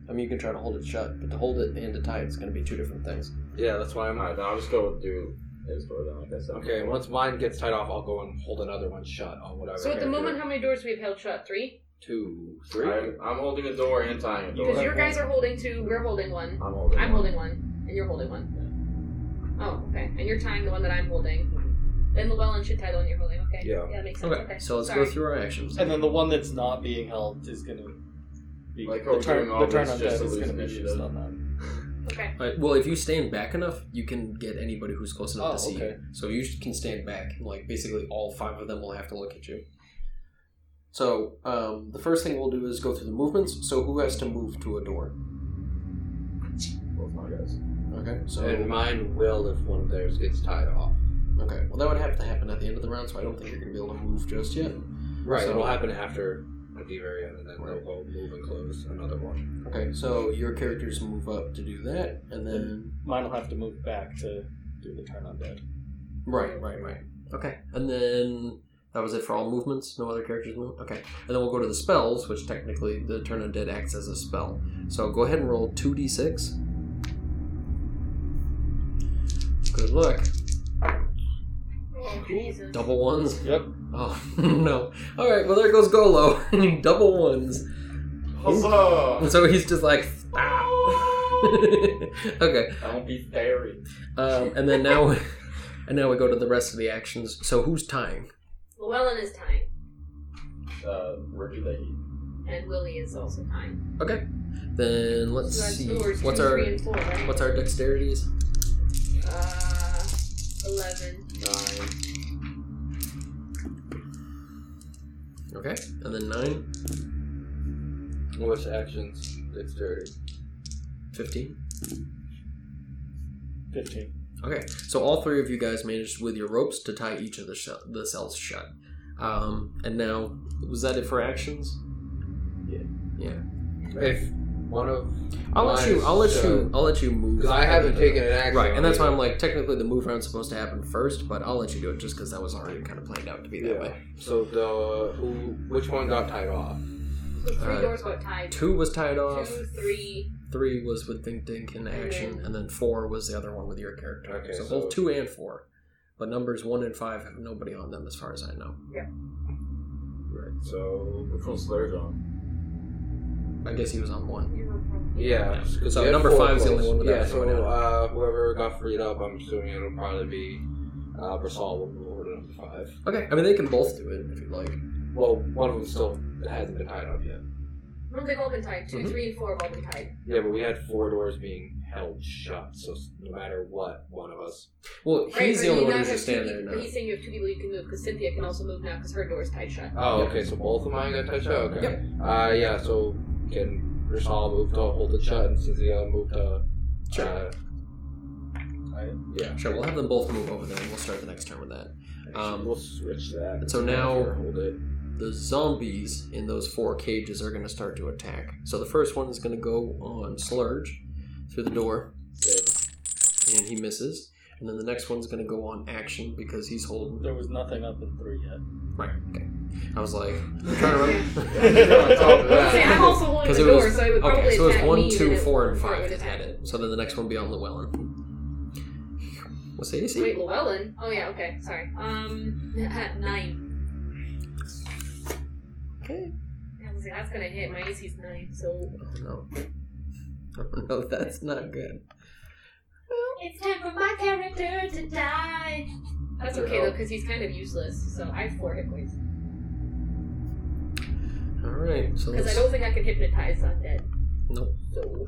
[SPEAKER 1] I mean, you can try to hold it shut, but to hold it and to tie it's gonna be two different things.
[SPEAKER 2] Yeah, that's why I'm.
[SPEAKER 4] Alright, then I'll just go with do his door then, like I said.
[SPEAKER 2] Okay, once mine gets tied off, I'll go and hold another one shut on whatever.
[SPEAKER 5] so at the
[SPEAKER 2] character.
[SPEAKER 5] moment, how many doors do we have held shut? Three.
[SPEAKER 2] two, three.
[SPEAKER 4] I'm, I'm holding a door and tying a door.
[SPEAKER 5] Because
[SPEAKER 3] have
[SPEAKER 5] your
[SPEAKER 3] one.
[SPEAKER 5] guys are holding two, we're holding one,
[SPEAKER 4] I'm holding.
[SPEAKER 5] I'm
[SPEAKER 4] one.
[SPEAKER 5] holding one, and you're holding one. Oh, okay. And you're tying the one that I'm holding. Then Llewellyn should tie the one you're holding. Okay.
[SPEAKER 2] Yeah.
[SPEAKER 5] that makes sense.
[SPEAKER 1] Okay,
[SPEAKER 5] Okay.
[SPEAKER 1] so let's
[SPEAKER 5] Sorry.
[SPEAKER 1] go through our actions.
[SPEAKER 3] And then the one that's not being held is gonna be
[SPEAKER 4] Like, are
[SPEAKER 3] the
[SPEAKER 4] we
[SPEAKER 3] turn.
[SPEAKER 4] doing all
[SPEAKER 3] The turn
[SPEAKER 4] this
[SPEAKER 3] undead
[SPEAKER 4] just to
[SPEAKER 3] is
[SPEAKER 4] lose
[SPEAKER 3] gonna be
[SPEAKER 4] initiative?
[SPEAKER 3] used on that.
[SPEAKER 5] Okay.
[SPEAKER 1] All right, well, if you stand back enough, you can get anybody who's close enough
[SPEAKER 3] Oh,
[SPEAKER 1] to see
[SPEAKER 3] okay.
[SPEAKER 1] you. So you sh- can stand back, and like basically all five of them will have to look at you. So um, the first thing we'll do is go through the movements. So who has to move to a door?
[SPEAKER 4] Both my guys.
[SPEAKER 1] Okay, so
[SPEAKER 2] And mine will if one of theirs gets tied off.
[SPEAKER 1] Okay, well that would have to happen at the end of the round, so I don't think you're gonna be able to move just yet.
[SPEAKER 2] Right.
[SPEAKER 1] So-
[SPEAKER 2] it'll happen after at the very end, and then
[SPEAKER 1] Right.
[SPEAKER 2] they'll go move and close another one.
[SPEAKER 1] Okay, so your characters move up to do that, and then
[SPEAKER 3] Mine'll have to move back to do the turn undead.
[SPEAKER 1] right, right, right. Okay, and then that was it for all movements. No other characters move. Okay, and then we'll go to the spells, which technically the turn undead acts as a spell. So go ahead and roll two d six. Good luck.
[SPEAKER 5] Oh, Jesus.
[SPEAKER 1] Double ones.
[SPEAKER 3] Yep.
[SPEAKER 1] Oh <laughs> no. All right. Well, there goes Golo. <laughs> Double ones.
[SPEAKER 4] Huzzah!
[SPEAKER 1] So he's just like, ah. <laughs> okay.
[SPEAKER 4] I'll be buried.
[SPEAKER 1] Um, and then now, <laughs> and now we go to the rest of the actions. So who's tying?
[SPEAKER 5] Llewellyn is tying,
[SPEAKER 4] Uh, Ricky Leahy.
[SPEAKER 5] and Willie is also tying.
[SPEAKER 1] Okay. Then let's
[SPEAKER 5] So that's
[SPEAKER 1] see.
[SPEAKER 5] doors
[SPEAKER 1] What's
[SPEAKER 5] two,
[SPEAKER 1] our
[SPEAKER 5] three, and four, right?
[SPEAKER 1] what's our dexterities?
[SPEAKER 5] Uh, eleven.
[SPEAKER 4] Nine.
[SPEAKER 1] Okay. And then 9,
[SPEAKER 2] What's actions? Dexterity.
[SPEAKER 1] 15.
[SPEAKER 3] Fifteen.
[SPEAKER 1] Okay. So all three of you guys managed with your ropes to tie each of the shut the cells shut. Um, and now was that it for actions?
[SPEAKER 2] If one of
[SPEAKER 1] I'll let you. I'll let you. I'll let you move.
[SPEAKER 2] because I haven't taken an action.
[SPEAKER 1] Right, and that's why
[SPEAKER 2] on it.
[SPEAKER 1] I'm like technically the move round's supposed to happen first, but I'll let you do it just because that was already kind of planned out to be that
[SPEAKER 2] Yeah.
[SPEAKER 1] way.
[SPEAKER 2] So the who, which one got tied off?
[SPEAKER 5] So three
[SPEAKER 1] Uh,
[SPEAKER 5] doors got tied. Two,
[SPEAKER 1] Two was tied off,
[SPEAKER 5] three.
[SPEAKER 1] three was with Think Dink in
[SPEAKER 5] Mm-hmm.
[SPEAKER 1] action, and then four was the other one with your character.
[SPEAKER 2] Okay,
[SPEAKER 1] so,
[SPEAKER 2] so-
[SPEAKER 1] both two and four, but numbers one and five have nobody on them as far as I know.
[SPEAKER 2] So
[SPEAKER 4] Which one's Slurge on?
[SPEAKER 1] I guess he was on one.
[SPEAKER 5] You were probably-
[SPEAKER 2] yeah,
[SPEAKER 1] Yeah.
[SPEAKER 2] 'cause
[SPEAKER 1] So
[SPEAKER 2] we had
[SPEAKER 1] number
[SPEAKER 2] four
[SPEAKER 1] five's the
[SPEAKER 2] votes.
[SPEAKER 1] only one without
[SPEAKER 2] Yeah, so
[SPEAKER 1] anyone on it.
[SPEAKER 2] uh, whoever got freed up, I'm assuming it'll probably be uh, Brasol will move over to number five.
[SPEAKER 1] Okay, I mean they can both do it if you'd like.
[SPEAKER 2] Well, one of them still hasn't been tied up yet.
[SPEAKER 5] No, they've all been tied. 2
[SPEAKER 1] Mhm.
[SPEAKER 5] three, and four have all been tied.
[SPEAKER 2] Yeah, but we had four doors being held shut, so no matter what, one of us.
[SPEAKER 1] Well, he's
[SPEAKER 5] Right, but
[SPEAKER 1] the only
[SPEAKER 5] you
[SPEAKER 1] one
[SPEAKER 5] now
[SPEAKER 1] who's
[SPEAKER 5] have
[SPEAKER 1] just
[SPEAKER 5] two
[SPEAKER 1] standing there
[SPEAKER 5] people-
[SPEAKER 1] now.
[SPEAKER 5] But he's saying you have two people you can move because Cynthia can also move now because her door is tied shut.
[SPEAKER 2] Oh,
[SPEAKER 1] Yeah.
[SPEAKER 2] okay, so both of mine got tied shut. Okay. Uh, yeah. So can Brasol move to hold it shut, and Cynthia move to
[SPEAKER 1] Sure.
[SPEAKER 2] Uh, yeah.
[SPEAKER 1] Sure, we'll have them both move over there, and we'll start the next turn with that. Um,
[SPEAKER 2] we'll switch that.
[SPEAKER 1] so now-
[SPEAKER 2] hold it.
[SPEAKER 1] the zombies in those four cages are going to start to attack. So the first one is going to go on Slurge through the door, and he misses. And then the next one's going to go on Action because he's holding.
[SPEAKER 3] There was nothing up in three yet.
[SPEAKER 4] <laughs>
[SPEAKER 1] Right. Okay. I was like, I'm trying to remember.
[SPEAKER 5] I was gonna say, I'm also holding
[SPEAKER 1] 'Cause
[SPEAKER 5] the
[SPEAKER 1] it was-
[SPEAKER 5] door, so it would probably
[SPEAKER 1] Okay, so it's
[SPEAKER 5] attack
[SPEAKER 1] one,
[SPEAKER 5] me, then
[SPEAKER 1] two,
[SPEAKER 5] it
[SPEAKER 1] four, and
[SPEAKER 5] would-
[SPEAKER 1] five
[SPEAKER 5] would
[SPEAKER 1] that
[SPEAKER 5] attack.
[SPEAKER 1] had it. So then the next one will be on Llewellyn. What's the AC?
[SPEAKER 5] Wait, Llewellyn? Oh yeah, okay, sorry. Um, nine.
[SPEAKER 1] Okay.
[SPEAKER 5] I was like, that's gonna hit. My AC's nine, so
[SPEAKER 1] Oh, <laughs> no. Oh, no, that's not good.
[SPEAKER 5] it's time for my character to die. That's okay though, because he's kind of useless. So I have four hit points
[SPEAKER 1] All right. So
[SPEAKER 5] because I
[SPEAKER 1] let's.
[SPEAKER 5] don't think I can hypnotize undead.
[SPEAKER 1] Nope.
[SPEAKER 5] So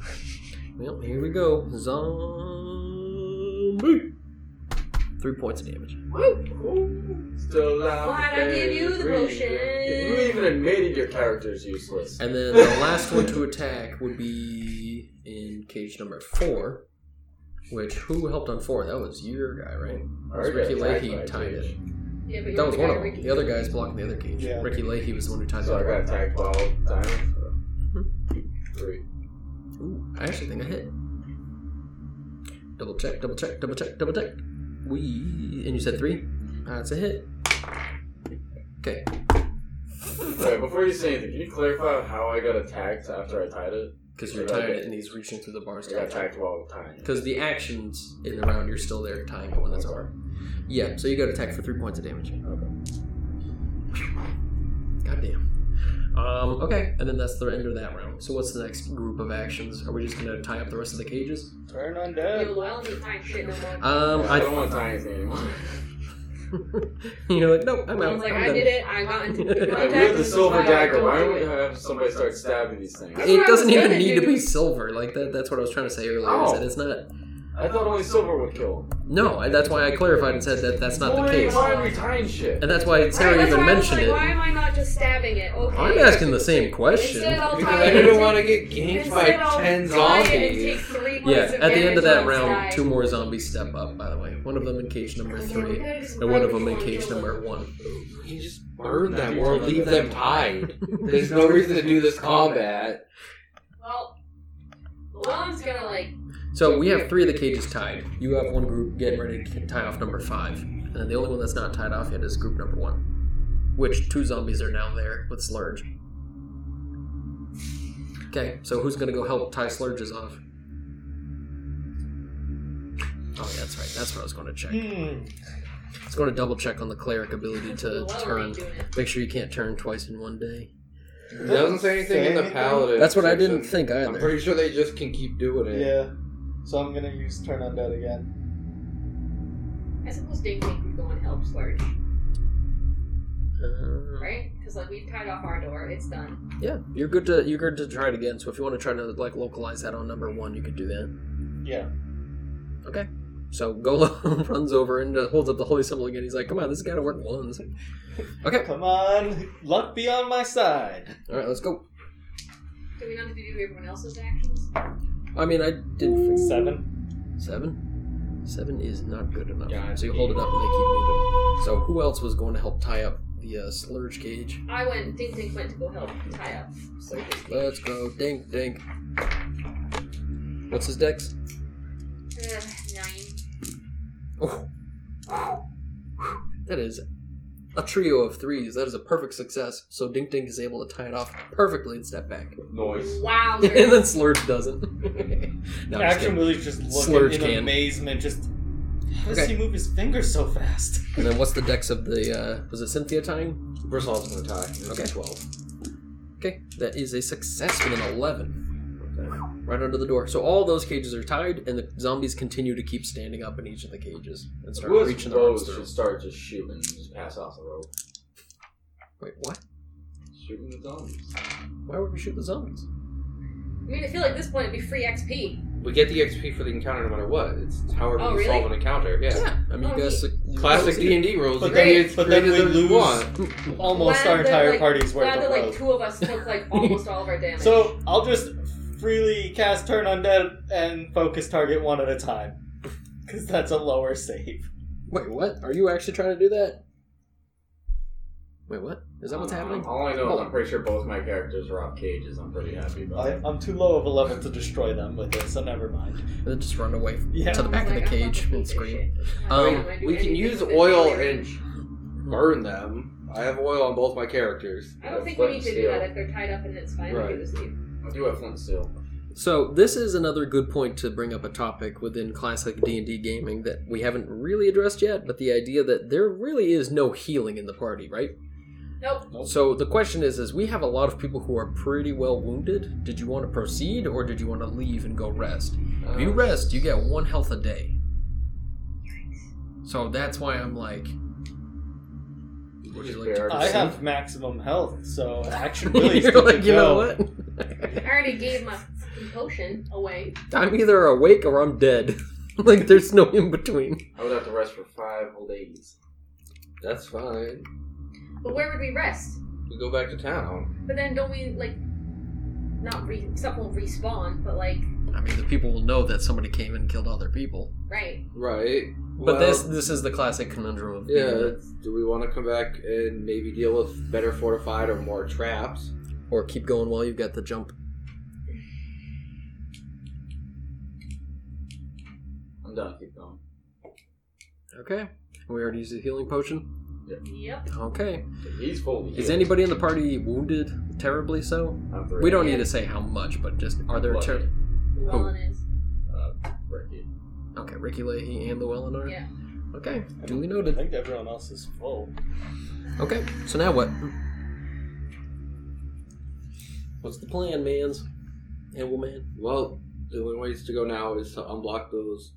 [SPEAKER 1] Well, here we go. Zombie. Three points of damage.
[SPEAKER 4] Still loud.
[SPEAKER 5] Why'd I give you the motion?
[SPEAKER 4] You even admitted your character's useless.
[SPEAKER 1] And then the
[SPEAKER 5] <laughs>
[SPEAKER 1] last one to attack would be in cage number four. Which who helped on four? That was your guy, right?
[SPEAKER 4] Alright,
[SPEAKER 1] Ricky
[SPEAKER 4] guys,
[SPEAKER 1] Leahy
[SPEAKER 4] attack by
[SPEAKER 1] tied
[SPEAKER 4] a
[SPEAKER 1] it.
[SPEAKER 4] cage.
[SPEAKER 5] yeah, but you're
[SPEAKER 1] That was
[SPEAKER 5] the
[SPEAKER 1] one
[SPEAKER 5] guy
[SPEAKER 1] of them.
[SPEAKER 5] Ricky-
[SPEAKER 1] The other guy's blocking the other cage.
[SPEAKER 3] Yeah.
[SPEAKER 1] Ricky Leahy was the one who tied the
[SPEAKER 4] So I
[SPEAKER 1] other
[SPEAKER 4] got
[SPEAKER 1] one.
[SPEAKER 4] attacked all the time. Three.
[SPEAKER 1] Ooh, I actually think I hit. Double check, double check, double check, double check. We and you said three. That's a hit. Okay.
[SPEAKER 4] Alright, before you say anything, can you clarify how I got attacked after I tied it?
[SPEAKER 1] Because you're tied and he's reaching through the bars
[SPEAKER 4] I
[SPEAKER 1] to
[SPEAKER 4] got
[SPEAKER 1] catch you.
[SPEAKER 4] attacked all the time.
[SPEAKER 1] Because the actions in the round, you're still there tying it when that's over. Yeah, so you got attack for three points of damage.
[SPEAKER 4] Okay.
[SPEAKER 1] Goddamn. Um, okay, and then that's the end of that round. So what's the next group of actions? Are we just gonna tie up the rest of the cages?
[SPEAKER 3] Turn
[SPEAKER 5] Yo,
[SPEAKER 3] undead.
[SPEAKER 5] Llewellyn ain't fine shit no more.
[SPEAKER 1] Um,
[SPEAKER 4] I
[SPEAKER 1] <laughs>
[SPEAKER 4] don't
[SPEAKER 1] I.
[SPEAKER 4] want to tie anything anymore.
[SPEAKER 1] you're like, nope, I'm out.
[SPEAKER 5] I was like,
[SPEAKER 1] I'm
[SPEAKER 5] I
[SPEAKER 1] done."
[SPEAKER 5] did it. I got into
[SPEAKER 1] I
[SPEAKER 4] <laughs> I
[SPEAKER 5] contact
[SPEAKER 4] wield the
[SPEAKER 5] with
[SPEAKER 4] silver
[SPEAKER 5] fire, I
[SPEAKER 4] dagger. Why
[SPEAKER 5] don't
[SPEAKER 4] don't
[SPEAKER 5] do
[SPEAKER 4] we
[SPEAKER 5] it.
[SPEAKER 4] have somebody start stabbing these things?
[SPEAKER 5] That's what
[SPEAKER 1] It
[SPEAKER 5] I
[SPEAKER 1] doesn't
[SPEAKER 5] was Oh.
[SPEAKER 1] even
[SPEAKER 5] gonna
[SPEAKER 1] need to
[SPEAKER 5] do.
[SPEAKER 1] be silver. Like that. That's what I was trying to say earlier. Is that it's not.
[SPEAKER 4] I thought only silver would kill him.
[SPEAKER 1] No, and that's why I clarified and said that that's not the
[SPEAKER 4] Why-
[SPEAKER 1] case.
[SPEAKER 4] Why are we tying shit?
[SPEAKER 1] And that's why Sarah
[SPEAKER 5] right, that's
[SPEAKER 1] even
[SPEAKER 5] why I was
[SPEAKER 1] mentioned
[SPEAKER 5] like,
[SPEAKER 1] it.
[SPEAKER 5] Why am I not just stabbing it? Okay.
[SPEAKER 1] I'm asking the same question.
[SPEAKER 5] Instead, I'll
[SPEAKER 2] Because
[SPEAKER 5] tie
[SPEAKER 2] I
[SPEAKER 5] it
[SPEAKER 2] didn't
[SPEAKER 5] into-
[SPEAKER 2] want to get ganked by
[SPEAKER 5] Instead, I'll
[SPEAKER 2] ten
[SPEAKER 5] tie it and take
[SPEAKER 2] zombies.
[SPEAKER 5] three points
[SPEAKER 1] Yeah,
[SPEAKER 5] of
[SPEAKER 1] at the end of
[SPEAKER 5] damage
[SPEAKER 1] that
[SPEAKER 5] on
[SPEAKER 1] round,
[SPEAKER 5] die.
[SPEAKER 1] two more zombies step up, by the way. One of them in cage number
[SPEAKER 5] Okay,
[SPEAKER 1] three,
[SPEAKER 5] okay, just
[SPEAKER 1] and one of
[SPEAKER 5] why
[SPEAKER 1] them in
[SPEAKER 5] would you
[SPEAKER 1] cage
[SPEAKER 5] kill
[SPEAKER 1] number
[SPEAKER 5] them?
[SPEAKER 1] one.
[SPEAKER 2] You just burn them or leave them tied.
[SPEAKER 1] <laughs>
[SPEAKER 2] There's no reason to do this combat.
[SPEAKER 5] Well, Llewellyn's gonna like.
[SPEAKER 1] So we have three of the cages tied. You have one group getting ready to tie off number five, and then the only one that's not tied off yet is group number one, which two zombies are now there with Slurge. Okay, so who's gonna go help tie Slurges off? Oh, yeah, that's right. That's what I was going to check. I
[SPEAKER 3] Hmm.
[SPEAKER 1] was going to double check on the cleric ability to
[SPEAKER 5] Llewellyn
[SPEAKER 1] turn.
[SPEAKER 5] ain't doing it.
[SPEAKER 1] Make sure you can't turn twice in one day.
[SPEAKER 2] It doesn't say anything in the paladin.
[SPEAKER 1] That's what I
[SPEAKER 2] section.
[SPEAKER 1] didn't think
[SPEAKER 2] I'm
[SPEAKER 1] either.
[SPEAKER 2] pretty sure they just can keep doing it.
[SPEAKER 3] Yeah. So I'm gonna use turn undead again.
[SPEAKER 5] I suppose Dink Dink would go and help Slurge,
[SPEAKER 1] Uh,
[SPEAKER 5] right? Because like we've tied off our door, it's done.
[SPEAKER 1] yeah, you're good to you're good to try it again. So if you want to try to like localize that on number one, you could do that.
[SPEAKER 3] Yeah.
[SPEAKER 1] So Golo <laughs> runs over and uh, holds up the holy symbol again. He's like, "Come on, this has got to work once." Okay,
[SPEAKER 3] Come on, luck be on my side.
[SPEAKER 1] all right, let's go.
[SPEAKER 5] Do we not have to do everyone else's actions?
[SPEAKER 1] I mean, I did fix
[SPEAKER 3] Seven.
[SPEAKER 1] seven. Seven is not good enough.
[SPEAKER 2] Yeah,
[SPEAKER 1] so you hold it up and they keep moving. So who else was going to help tie up the the uh, slurge cage.
[SPEAKER 5] I went, Dink Dink went to go help tie up. So just-
[SPEAKER 1] Let's go. Dink, dink. What's his dex?
[SPEAKER 5] Uh, nine.
[SPEAKER 1] That is a trio of threes. That is a perfect success. So Dink Dink is able to tie it off perfectly and step back.
[SPEAKER 4] Noise.
[SPEAKER 5] Wow.
[SPEAKER 1] <laughs> and then Slurge doesn't. <laughs> no, I'm just
[SPEAKER 3] Action
[SPEAKER 1] kidding.
[SPEAKER 3] Willie's just looking
[SPEAKER 1] Slurge
[SPEAKER 3] in
[SPEAKER 1] can.
[SPEAKER 3] amazement. Just how does
[SPEAKER 1] Okay.
[SPEAKER 3] he move his fingers so fast? <laughs>
[SPEAKER 1] and then what's the dex of the, uh, was it Cynthia tying?
[SPEAKER 6] Brisall's gonna tie. It's
[SPEAKER 1] Okay.
[SPEAKER 6] a 12.
[SPEAKER 1] Okay, that is a success with an 11. Right under the door. So all those cages are tied, and the zombies continue to keep standing up in each of the cages and start
[SPEAKER 4] Who has
[SPEAKER 1] reaching their arms
[SPEAKER 4] bows
[SPEAKER 1] through.
[SPEAKER 4] should start just shooting and just pass off the rope?
[SPEAKER 1] Wait, what?
[SPEAKER 4] Shooting the zombies.
[SPEAKER 1] Why would we shoot the zombies?
[SPEAKER 5] I mean, I feel like this point would be free XP.
[SPEAKER 2] We get the XP for the encounter no matter what. It's however
[SPEAKER 5] Oh,
[SPEAKER 2] we
[SPEAKER 5] really?
[SPEAKER 2] solve an encounter. Yeah.
[SPEAKER 1] I mean,
[SPEAKER 5] Oh,
[SPEAKER 1] you guys. you
[SPEAKER 2] Classic
[SPEAKER 1] guys-
[SPEAKER 2] D and D rules.
[SPEAKER 3] But
[SPEAKER 2] You
[SPEAKER 3] then-
[SPEAKER 2] create-
[SPEAKER 3] but then
[SPEAKER 2] create
[SPEAKER 3] we
[SPEAKER 2] as you
[SPEAKER 3] lose.
[SPEAKER 2] want.
[SPEAKER 3] Almost
[SPEAKER 5] Glad
[SPEAKER 3] our
[SPEAKER 5] that,
[SPEAKER 3] entire
[SPEAKER 5] like-
[SPEAKER 3] party's worth
[SPEAKER 5] Glad
[SPEAKER 3] of
[SPEAKER 5] that like
[SPEAKER 3] rope.
[SPEAKER 5] two of us took
[SPEAKER 2] <laughs>
[SPEAKER 5] like almost all of our damage.
[SPEAKER 3] So I'll just freely cast Turn Undead and focus target one at a time. Because that's a lower save.
[SPEAKER 1] Wait, what? Are you actually trying to do that? Wait, what? Is that what's
[SPEAKER 4] Um,
[SPEAKER 1] happening?
[SPEAKER 4] All I know
[SPEAKER 1] Hold
[SPEAKER 4] is
[SPEAKER 1] on.
[SPEAKER 4] I'm pretty sure both my characters are off cages. I'm pretty happy about
[SPEAKER 3] I,
[SPEAKER 4] it.
[SPEAKER 3] I'm too low of a level to destroy them with it, so never mind.
[SPEAKER 1] And then just run away
[SPEAKER 3] Yeah.
[SPEAKER 1] to the back of the
[SPEAKER 5] Like, I'm not
[SPEAKER 1] cage
[SPEAKER 5] a
[SPEAKER 1] and
[SPEAKER 5] piece of
[SPEAKER 1] scream.
[SPEAKER 5] shit.
[SPEAKER 1] Um,
[SPEAKER 5] I'm not gonna do
[SPEAKER 2] we can
[SPEAKER 5] anything
[SPEAKER 2] use
[SPEAKER 5] with it.
[SPEAKER 2] oil and burn them. I have oil on both my characters.
[SPEAKER 5] I don't think we need to do that if they're tied up and it's fine to
[SPEAKER 2] Right.
[SPEAKER 5] do this to you.
[SPEAKER 4] I do have flint and steel.
[SPEAKER 1] So this is another good point to bring up a topic within classic D and D gaming that we haven't really addressed yet, but the idea that there really is no healing in the party, right?
[SPEAKER 5] Nope.
[SPEAKER 1] So the question is: is we have a lot of people who are pretty well wounded. Did you want to proceed, or did you want to leave and go rest? If you rest, you get one health a day. So that's why I'm like, would you like to
[SPEAKER 3] I have maximum health, so
[SPEAKER 1] <laughs>
[SPEAKER 3] action really
[SPEAKER 1] You're like, you know what? <laughs>
[SPEAKER 5] I already gave my fucking potion away.
[SPEAKER 1] I'm either awake or I'm dead. <laughs> like, there's no in between.
[SPEAKER 4] I would have to rest for five whole days.
[SPEAKER 2] That's fine.
[SPEAKER 5] But where would we rest?
[SPEAKER 2] We go back to town.
[SPEAKER 5] But then don't we like not re some will respawn, but like
[SPEAKER 1] I mean, the people will know that somebody came and killed other people.
[SPEAKER 5] right.
[SPEAKER 2] Right.
[SPEAKER 1] But this this is the classic conundrum of
[SPEAKER 2] Yeah. Do we want to come back and maybe deal with better fortified or more traps?
[SPEAKER 1] or keep going while you've got the jump.
[SPEAKER 4] I'm done. Keep going.
[SPEAKER 1] Okay, we already used the healing potion.
[SPEAKER 5] Yep.
[SPEAKER 1] Okay,
[SPEAKER 4] He's fully.
[SPEAKER 1] is
[SPEAKER 4] healed.
[SPEAKER 1] anybody in the party wounded terribly? So
[SPEAKER 4] I'm three.
[SPEAKER 1] we don't need to say how much, but just are there? Ter-
[SPEAKER 2] Oh.
[SPEAKER 5] Llewellyn is.
[SPEAKER 4] Ricky.
[SPEAKER 1] okay, Ricky Leahy and Llewellyn are.
[SPEAKER 5] Yeah.
[SPEAKER 1] Okay, duly
[SPEAKER 3] I
[SPEAKER 1] noted.
[SPEAKER 3] think everyone else is full.
[SPEAKER 1] Okay, so now what? What's the plan, man's and woman?
[SPEAKER 2] Well, the only ways to go now is to unblock those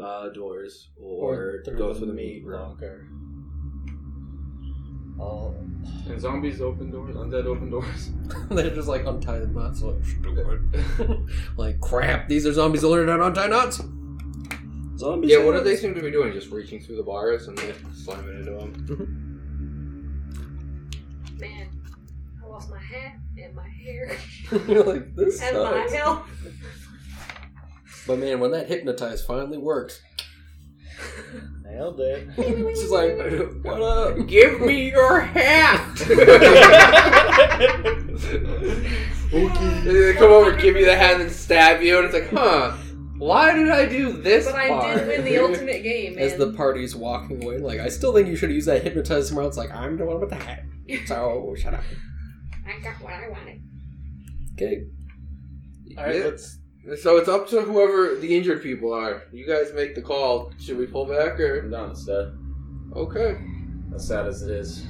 [SPEAKER 2] uh, doors or, go through the meat room.
[SPEAKER 3] locker. Oh.
[SPEAKER 4] And zombies open doors. Undead open doors.
[SPEAKER 1] <laughs>
[SPEAKER 4] <laughs>
[SPEAKER 1] They're just like untie the knots, <laughs> like stupid. like crap, these are zombies that learn how to untie knots. <laughs> Zombies.
[SPEAKER 2] Yeah, what do they seem to be doing? Just reaching through the bars and then slamming into them.
[SPEAKER 5] Man, I lost my hat and my hair <laughs>
[SPEAKER 1] You're like this.
[SPEAKER 5] and my
[SPEAKER 1] sucks.
[SPEAKER 2] <laughs>
[SPEAKER 5] health.
[SPEAKER 1] But man, when that hypnotize finally works, <laughs>
[SPEAKER 3] Nailed it. <laughs>
[SPEAKER 1] she's like,
[SPEAKER 5] <laughs>
[SPEAKER 2] <laughs>
[SPEAKER 1] "What up?"
[SPEAKER 2] Give me your hat!
[SPEAKER 3] <laughs>
[SPEAKER 2] And then they come over, give you the hat, and stab you, and it's like, huh, why did I do this
[SPEAKER 5] But I
[SPEAKER 2] part?
[SPEAKER 5] did win the ultimate game, man.
[SPEAKER 1] As the party's walking away, like I still think you should have used that hypnotize somewhere else. Like I'm the one with the hat, so shut up.
[SPEAKER 5] I got what I wanted.
[SPEAKER 1] Okay, <laughs>
[SPEAKER 3] Alright, let's.
[SPEAKER 2] So it's up to whoever the injured people are. You guys make the call. Should we pull back or
[SPEAKER 4] I'm done. It's dead.
[SPEAKER 2] okay?
[SPEAKER 4] As sad as it is.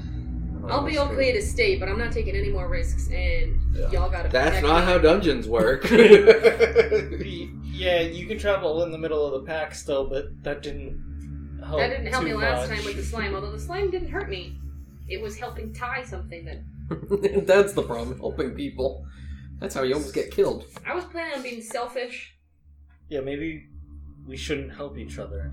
[SPEAKER 2] Oh,
[SPEAKER 4] I
[SPEAKER 5] I'll be
[SPEAKER 4] almost
[SPEAKER 5] okay
[SPEAKER 4] did.
[SPEAKER 5] to stay, but I'm not taking any more risks, and
[SPEAKER 4] Yeah.
[SPEAKER 5] y'all gotta.
[SPEAKER 2] That's
[SPEAKER 5] protect
[SPEAKER 2] not
[SPEAKER 5] me.
[SPEAKER 2] how dungeons
[SPEAKER 5] <laughs>
[SPEAKER 2] work. <laughs>
[SPEAKER 3] Yeah, you can travel in the middle of the pack still, but that didn't help.
[SPEAKER 5] That didn't help
[SPEAKER 3] too
[SPEAKER 5] me last
[SPEAKER 3] much.
[SPEAKER 5] time with the slime, although the slime didn't hurt me. It was helping tie something that
[SPEAKER 1] that's the problem. Helping people. That's how you almost get killed.
[SPEAKER 5] I was planning on being selfish.
[SPEAKER 3] Yeah, maybe we shouldn't help each other.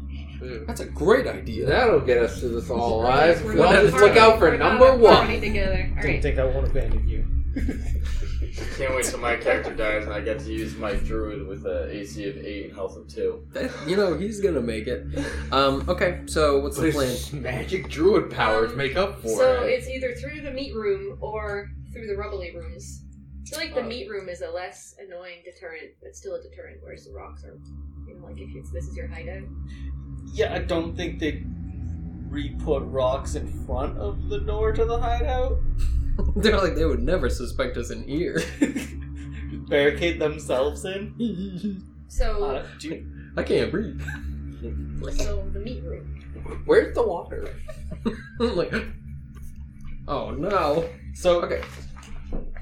[SPEAKER 1] That's a great idea.
[SPEAKER 2] That'll get us to this all alive.
[SPEAKER 5] We're
[SPEAKER 2] We'll
[SPEAKER 5] not
[SPEAKER 2] just
[SPEAKER 5] party-
[SPEAKER 2] look out for
[SPEAKER 5] we're not
[SPEAKER 2] number
[SPEAKER 5] a party
[SPEAKER 2] one.
[SPEAKER 5] Together. All
[SPEAKER 3] Didn't
[SPEAKER 5] right.
[SPEAKER 3] think I won't abandon you.
[SPEAKER 4] Can't wait till my character dies and I get to use my druid with a AC of eight and health of two.
[SPEAKER 1] That, you know, he's gonna make it. Um, okay, so what's the
[SPEAKER 3] <laughs>
[SPEAKER 1] plan?
[SPEAKER 2] His magic druid powers make up for
[SPEAKER 5] So
[SPEAKER 2] it.
[SPEAKER 5] it's either through the meat room or through the rubbly rooms. I feel like the
[SPEAKER 4] Uh,
[SPEAKER 5] meat room is a less annoying deterrent, but still a deterrent, whereas the rocks are, you know, like if it's, this is your hideout.
[SPEAKER 3] Yeah, I don't think they re-put rocks in front of the door to the hideout.
[SPEAKER 1] They're like they would never suspect us in here.
[SPEAKER 3] Barricade themselves in.
[SPEAKER 5] So,
[SPEAKER 3] Uh, do you-
[SPEAKER 1] I can't breathe. <laughs>
[SPEAKER 5] so the meat room.
[SPEAKER 2] Where's the water?
[SPEAKER 1] like, oh no.
[SPEAKER 3] so
[SPEAKER 1] Okay,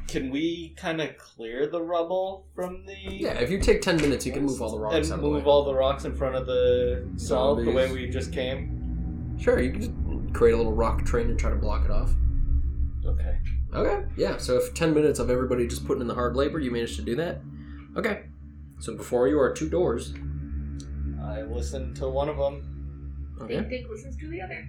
[SPEAKER 3] can we kind of clear the rubble from the
[SPEAKER 1] yeah. If you take ten minutes, you can move all the rocks out
[SPEAKER 3] and
[SPEAKER 1] of the way.
[SPEAKER 3] move all the rocks in front of the cell the
[SPEAKER 2] Zombies.
[SPEAKER 3] way we just came?
[SPEAKER 1] Sure, you can just create a little rock train and try to block it off.
[SPEAKER 3] Okay.
[SPEAKER 1] Okay, yeah. So if ten minutes of everybody just putting in the hard labor, you managed to do that. Okay. So before you are two doors.
[SPEAKER 3] I listened to one of them.
[SPEAKER 1] Okay.
[SPEAKER 5] Think Pink listens to the other.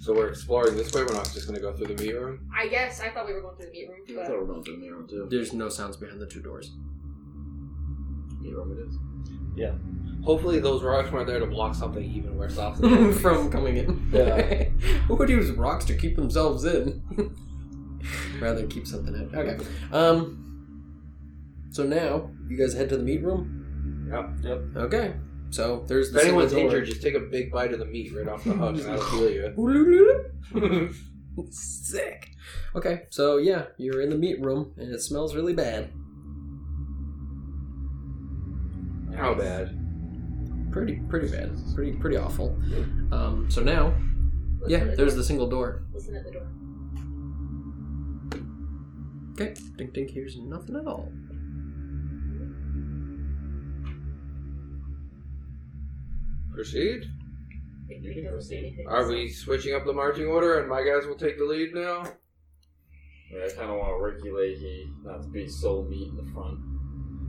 [SPEAKER 2] So we're exploring this way. We're not just gonna go through the meat room.
[SPEAKER 5] I guess I thought we were going through the meat room,
[SPEAKER 4] I
[SPEAKER 5] but
[SPEAKER 4] thought we were going through Miro too.
[SPEAKER 1] There's no sounds behind the two doors. <laughs>
[SPEAKER 4] Miro it is.
[SPEAKER 2] Hopefully, those rocks weren't there to block something even worse off.
[SPEAKER 5] <laughs>
[SPEAKER 2] than-
[SPEAKER 1] From coming in.
[SPEAKER 2] Yeah.
[SPEAKER 1] <laughs> Who would use rocks to keep themselves in? <laughs> Rather than keep something in. Okay. Um. So now you guys head to the meat room.
[SPEAKER 2] Yep.
[SPEAKER 3] Yep.
[SPEAKER 1] Okay. So there's
[SPEAKER 2] If
[SPEAKER 1] the
[SPEAKER 2] anyone's
[SPEAKER 1] single door.
[SPEAKER 2] injured, just take a big bite of the meat right off the
[SPEAKER 4] <laughs>
[SPEAKER 2] hook, and that'll heal you.
[SPEAKER 1] <laughs> Sick. Okay, so yeah, you're in the meat room and it smells really bad.
[SPEAKER 2] How bad?
[SPEAKER 1] Pretty, pretty bad. Pretty, pretty awful. Um, so now,
[SPEAKER 5] listen
[SPEAKER 1] yeah,
[SPEAKER 5] at the
[SPEAKER 1] there's
[SPEAKER 5] door.
[SPEAKER 1] the single door.
[SPEAKER 5] listen at the door.
[SPEAKER 1] Okay, dink dink. Here's nothing at all.
[SPEAKER 2] Proceed.
[SPEAKER 5] Pink, Pink doesn't say anything.
[SPEAKER 2] Are we switching up the marching order, and my guys will take the lead now?
[SPEAKER 4] Yeah, I kind of want Ricky Leahy not to be soul meat in the front.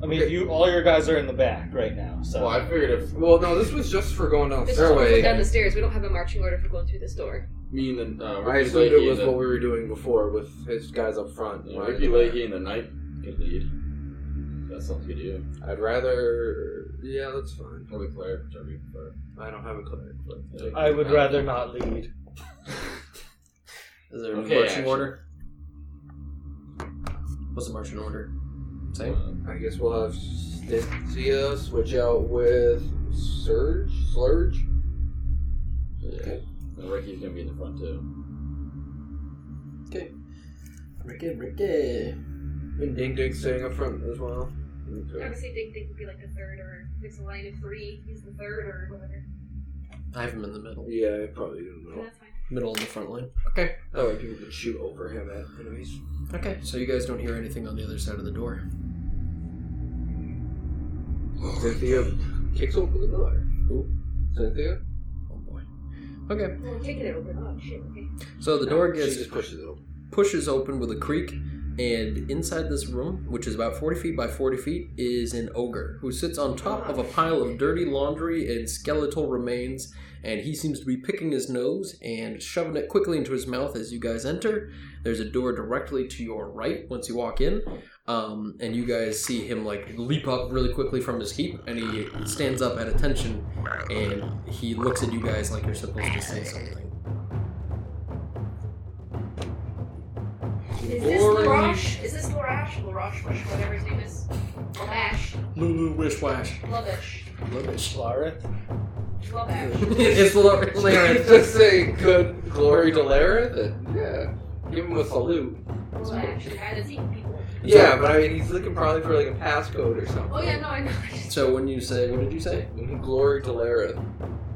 [SPEAKER 3] I mean, you all your guys are in the back right now. So
[SPEAKER 4] Well, I figured if
[SPEAKER 2] Well, no, this was just for going down the
[SPEAKER 5] This is what we go
[SPEAKER 2] stairway.
[SPEAKER 5] down the stairs. We don't have a marching order for going through this door.
[SPEAKER 4] me and the uh,
[SPEAKER 2] I
[SPEAKER 4] Ricky
[SPEAKER 2] assumed it
[SPEAKER 4] Leahy
[SPEAKER 2] was
[SPEAKER 4] and the,
[SPEAKER 2] what we were doing before with his guys up front.
[SPEAKER 4] yeah, Ricky Leahy and the knight could lead. That sounds good to you.
[SPEAKER 2] I'd rather. Yeah, that's fine.
[SPEAKER 4] Or the cleric, whichever you prefer.
[SPEAKER 2] I don't have a cleric.
[SPEAKER 4] But-
[SPEAKER 3] I would rather not lead.
[SPEAKER 1] Is there a
[SPEAKER 4] Okay,
[SPEAKER 1] marching
[SPEAKER 4] action.
[SPEAKER 1] order? What's the marching order? Same.
[SPEAKER 4] Uh,
[SPEAKER 2] I guess we'll have Cynthia switch out with Surge? Slurge?
[SPEAKER 4] yeah. And Ricky's gonna be in the front too.
[SPEAKER 1] Ricky, Ricky.
[SPEAKER 2] And Ding Ding staying up front as well. Okay.
[SPEAKER 5] Obviously, Dink Dink would be like the third, or there's a line of three. He's the third, or whatever.
[SPEAKER 1] I have him in the middle,
[SPEAKER 2] Yeah, I probably didn't
[SPEAKER 5] No,
[SPEAKER 2] know.
[SPEAKER 5] that's fine.
[SPEAKER 1] middle of the front line.
[SPEAKER 2] That way people can shoot over him at enemies.
[SPEAKER 1] Okay, so you guys don't hear anything on the other side of the door.
[SPEAKER 2] Cynthia kicks open the door.
[SPEAKER 1] Who?
[SPEAKER 2] Cynthia?
[SPEAKER 1] Oh boy. Okay,
[SPEAKER 5] Well, I'm taking it over. Oh shit. Okay.
[SPEAKER 1] so the door
[SPEAKER 2] She
[SPEAKER 1] gets
[SPEAKER 2] just pushes
[SPEAKER 1] <laughs>
[SPEAKER 2] it open.
[SPEAKER 1] pushes open with a creak, and inside this room, which is about 40 feet by 40 feet, is an ogre who sits on top of a pile of dirty laundry and skeletal remains, and he seems to be picking his nose and shoving it quickly into his mouth as you guys enter. There's a door directly to your right once you walk in. Um, and you guys see him like leap up really quickly from his heap, and he stands up at attention, and he looks at you guys like you're supposed to say something.
[SPEAKER 5] Is this
[SPEAKER 1] Or-
[SPEAKER 5] Larash? Is this Larash? Larash, whatever his name is. Lavash.
[SPEAKER 1] Lulu, wish, flash,
[SPEAKER 5] Lovish.
[SPEAKER 1] Lulash.
[SPEAKER 3] Lareth?
[SPEAKER 5] <laughs> Lavash.
[SPEAKER 1] it's Lar- Lareth.
[SPEAKER 2] just say good glory to Lareth? Yeah. Give him a salute.
[SPEAKER 5] Lavash. The guy that's eating people.
[SPEAKER 2] Yeah, but I mean, he's looking probably for like a passcode or something.
[SPEAKER 5] Oh yeah, no, I know. I just-
[SPEAKER 1] So when you say, what did you say?
[SPEAKER 2] Mm-hmm. Glory to Lareth.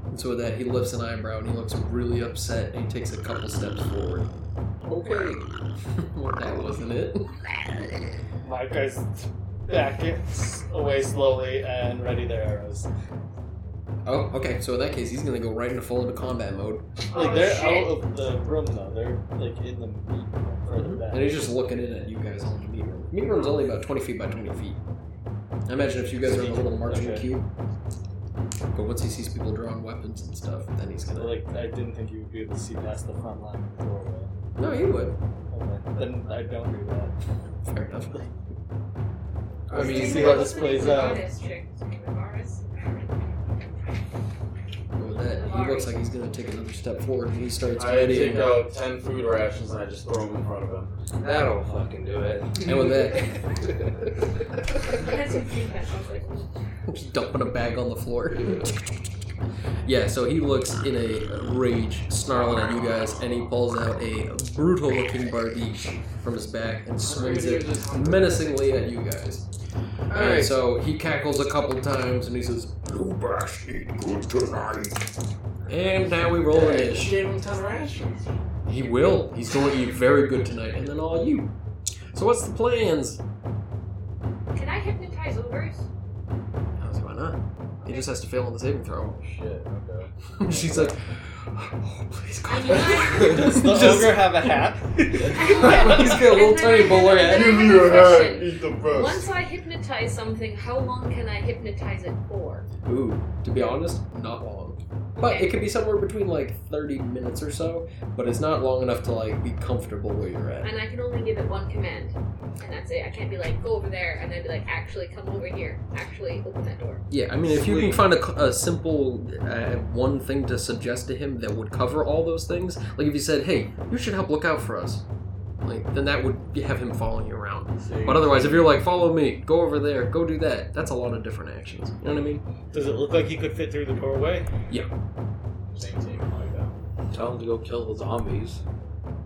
[SPEAKER 1] And so with that, he lifts an eyebrow and he looks really upset and he takes a couple steps forward. <laughs>
[SPEAKER 2] Okay.
[SPEAKER 1] well, that wasn't it.
[SPEAKER 3] My guys back it s- away slowly and ready their arrows.
[SPEAKER 1] Oh, okay. So in that case, he's gonna go right into full into combat mode,
[SPEAKER 3] Like
[SPEAKER 5] Oh,
[SPEAKER 3] they're
[SPEAKER 5] shit.
[SPEAKER 3] out of the room though. They're like in the meat room further back.
[SPEAKER 1] and he's just looking in at you guys all in the meat room. Meat room's only about twenty feet by twenty feet. I imagine if you guys are in a little marching
[SPEAKER 3] Okay.
[SPEAKER 1] queue. But once he sees people drawing weapons and stuff, then he's gonna.
[SPEAKER 3] Like I didn't think you would be able to see past the front line of the doorway.
[SPEAKER 1] No, you would.
[SPEAKER 3] Then I don't do that.
[SPEAKER 1] Fair enough.
[SPEAKER 2] I mean,
[SPEAKER 3] see
[SPEAKER 2] but-
[SPEAKER 3] how this plays out.
[SPEAKER 5] Honest trick. Honest.
[SPEAKER 1] Well, that, he looks like he's going to take another step forward. He starts
[SPEAKER 4] I take
[SPEAKER 1] readying.
[SPEAKER 4] out ten food rations and I just throw them in front of him.
[SPEAKER 2] That'll fucking do it.
[SPEAKER 1] And with that,
[SPEAKER 2] <laughs>
[SPEAKER 5] That's what you think, I was like,
[SPEAKER 1] just dumping a bag on the floor. <laughs> yeah, so he looks in a rage, snarling at you guys, and he pulls out a brutal looking barbiche from his back and swings it menacingly at you guys. And
[SPEAKER 2] Alright,
[SPEAKER 1] so he cackles a couple times and he says, You best eat good tonight. And now we roll an ish.
[SPEAKER 4] gave him ten rations.
[SPEAKER 1] He will. He's going to eat very good tonight, and then all you. So what's the plans?
[SPEAKER 5] Can I hypnotize ogres?
[SPEAKER 1] How's why not? He just has to fail on the saving throw.
[SPEAKER 4] Shit. Okay.
[SPEAKER 1] She's like, oh, please
[SPEAKER 5] I
[SPEAKER 1] God.
[SPEAKER 5] mean, I-
[SPEAKER 1] <laughs>
[SPEAKER 3] Does the
[SPEAKER 1] Just-
[SPEAKER 3] ogre have a hat?
[SPEAKER 1] <laughs> He's
[SPEAKER 5] <laughs>
[SPEAKER 1] got a little tiny bowler
[SPEAKER 5] Then
[SPEAKER 1] hat.
[SPEAKER 5] I have a question.
[SPEAKER 4] Eat the
[SPEAKER 5] Once I hypnotize something, how long can I hypnotize it for?
[SPEAKER 1] Ooh, to be honest, not long. But it could be somewhere between like 30 minutes or so, but it's not long enough to like be comfortable where you're at.
[SPEAKER 5] And I can only give it one command, and that's it. I can't be like, go over there, and then be like, actually, come over here. Actually, open that door.
[SPEAKER 1] Yeah, I mean, if you can find a, c- a simple uh, one thing to suggest to him that would cover all those things, like if you said, "Hey, you should help look out for us," like then that would have him following you around. But otherwise, if you're like, "Follow me, go over there, go do that," that's a lot of different actions. You know what I mean?
[SPEAKER 3] <laughs> Does it look like he could fit through the doorway?
[SPEAKER 4] Same team. Like that.
[SPEAKER 2] tell him to go kill the zombies.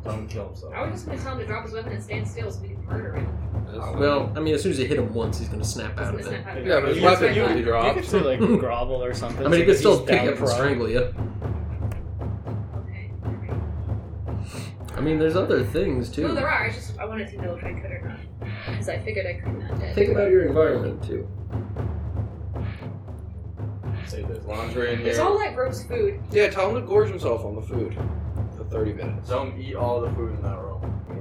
[SPEAKER 4] Don't kill himself.
[SPEAKER 5] I was just gonna tell him to drop his weapon and stand still so we can murder him.
[SPEAKER 1] Well, I mean, as soon as you hit him once, he's gonna snap out of
[SPEAKER 5] Isn't
[SPEAKER 1] it.
[SPEAKER 5] that how-
[SPEAKER 2] Yeah, but his
[SPEAKER 3] You
[SPEAKER 2] weapon
[SPEAKER 3] could- you
[SPEAKER 2] usually
[SPEAKER 3] could-
[SPEAKER 2] drops.
[SPEAKER 3] You could still, like grovel or something.
[SPEAKER 1] I mean, he
[SPEAKER 3] so
[SPEAKER 1] could still
[SPEAKER 3] he's
[SPEAKER 1] pick up
[SPEAKER 3] down
[SPEAKER 1] and
[SPEAKER 3] prone.
[SPEAKER 1] strangle you.
[SPEAKER 5] Okay.
[SPEAKER 1] I mean, there's other things
[SPEAKER 5] No,
[SPEAKER 1] too.
[SPEAKER 5] there are. It's just I wanted to know if I could or not, because I figured I could not. Dead.
[SPEAKER 1] Think about your environment too.
[SPEAKER 4] Say there's laundry in
[SPEAKER 5] It's
[SPEAKER 4] here.
[SPEAKER 5] all that gross food.
[SPEAKER 2] Yeah, tell him to gorge himself on the food for 30 minutes.
[SPEAKER 4] Don't eat all the food in that room.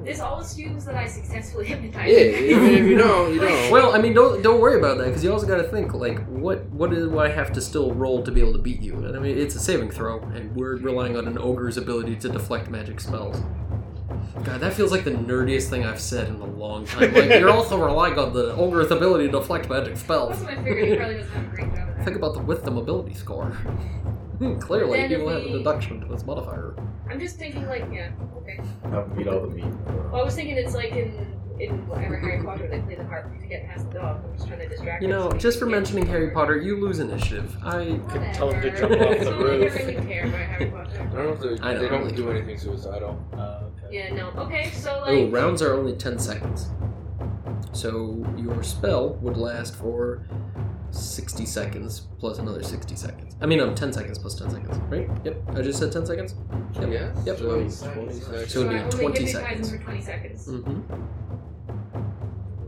[SPEAKER 5] This all assumes that I successfully <laughs> hypnotized.
[SPEAKER 2] Yeah,
[SPEAKER 5] him. <laughs>
[SPEAKER 2] even if you don't, you don't.
[SPEAKER 1] Well, I mean, don't don't worry about that because you also got to think like what what do I have to still roll to be able to beat you? And I mean, it's a saving throw, and we're relying on an ogre's ability to deflect magic spells. God, that feels like the nerdiest thing I've said in a long time. Like you're also relying on the ogre's ability to deflect magic
[SPEAKER 5] That's
[SPEAKER 1] spells.
[SPEAKER 5] what I figured. He probably doesn't have a great job at that.
[SPEAKER 1] Think about the wisdom ability score. <laughs> Clearly,
[SPEAKER 5] Then
[SPEAKER 1] you will
[SPEAKER 5] if
[SPEAKER 1] have a
[SPEAKER 5] we-
[SPEAKER 1] deduction to this modifier.
[SPEAKER 5] I'm just thinking like, yeah, okay.
[SPEAKER 4] Have to eat all the meat. in the room.
[SPEAKER 5] Well, I was thinking it's like in in whatever Harry Potter they play the harp to get past the dog. I'm just trying to distract.
[SPEAKER 1] You
[SPEAKER 5] him
[SPEAKER 1] know,
[SPEAKER 5] so he
[SPEAKER 1] just for
[SPEAKER 5] can get-
[SPEAKER 1] mentioning Harry Potter, you lose initiative. I
[SPEAKER 5] Whatever.
[SPEAKER 3] Tell him to jump off the
[SPEAKER 5] <laughs> It's only
[SPEAKER 2] roof.
[SPEAKER 5] different you care about Harry Potter.
[SPEAKER 2] I don't know if they,
[SPEAKER 1] I don't
[SPEAKER 2] they don't
[SPEAKER 1] really-
[SPEAKER 2] do anything suicidal.
[SPEAKER 3] Uh, okay.
[SPEAKER 5] Yeah, no. Okay, so like.
[SPEAKER 1] Oh, rounds are only 10 seconds. So your spell would last for 60 seconds plus another 60 seconds. I mean, um, 10 seconds plus 10 seconds, right? Yep. I just said 10 seconds? Yep.
[SPEAKER 2] Yeah?
[SPEAKER 1] Yep.
[SPEAKER 2] So, 20 seconds.
[SPEAKER 1] So-
[SPEAKER 5] so
[SPEAKER 1] it'd be
[SPEAKER 5] I only
[SPEAKER 1] 20
[SPEAKER 5] hypnotize
[SPEAKER 1] seconds.
[SPEAKER 5] Him for 20 seconds.
[SPEAKER 1] Mm-hmm.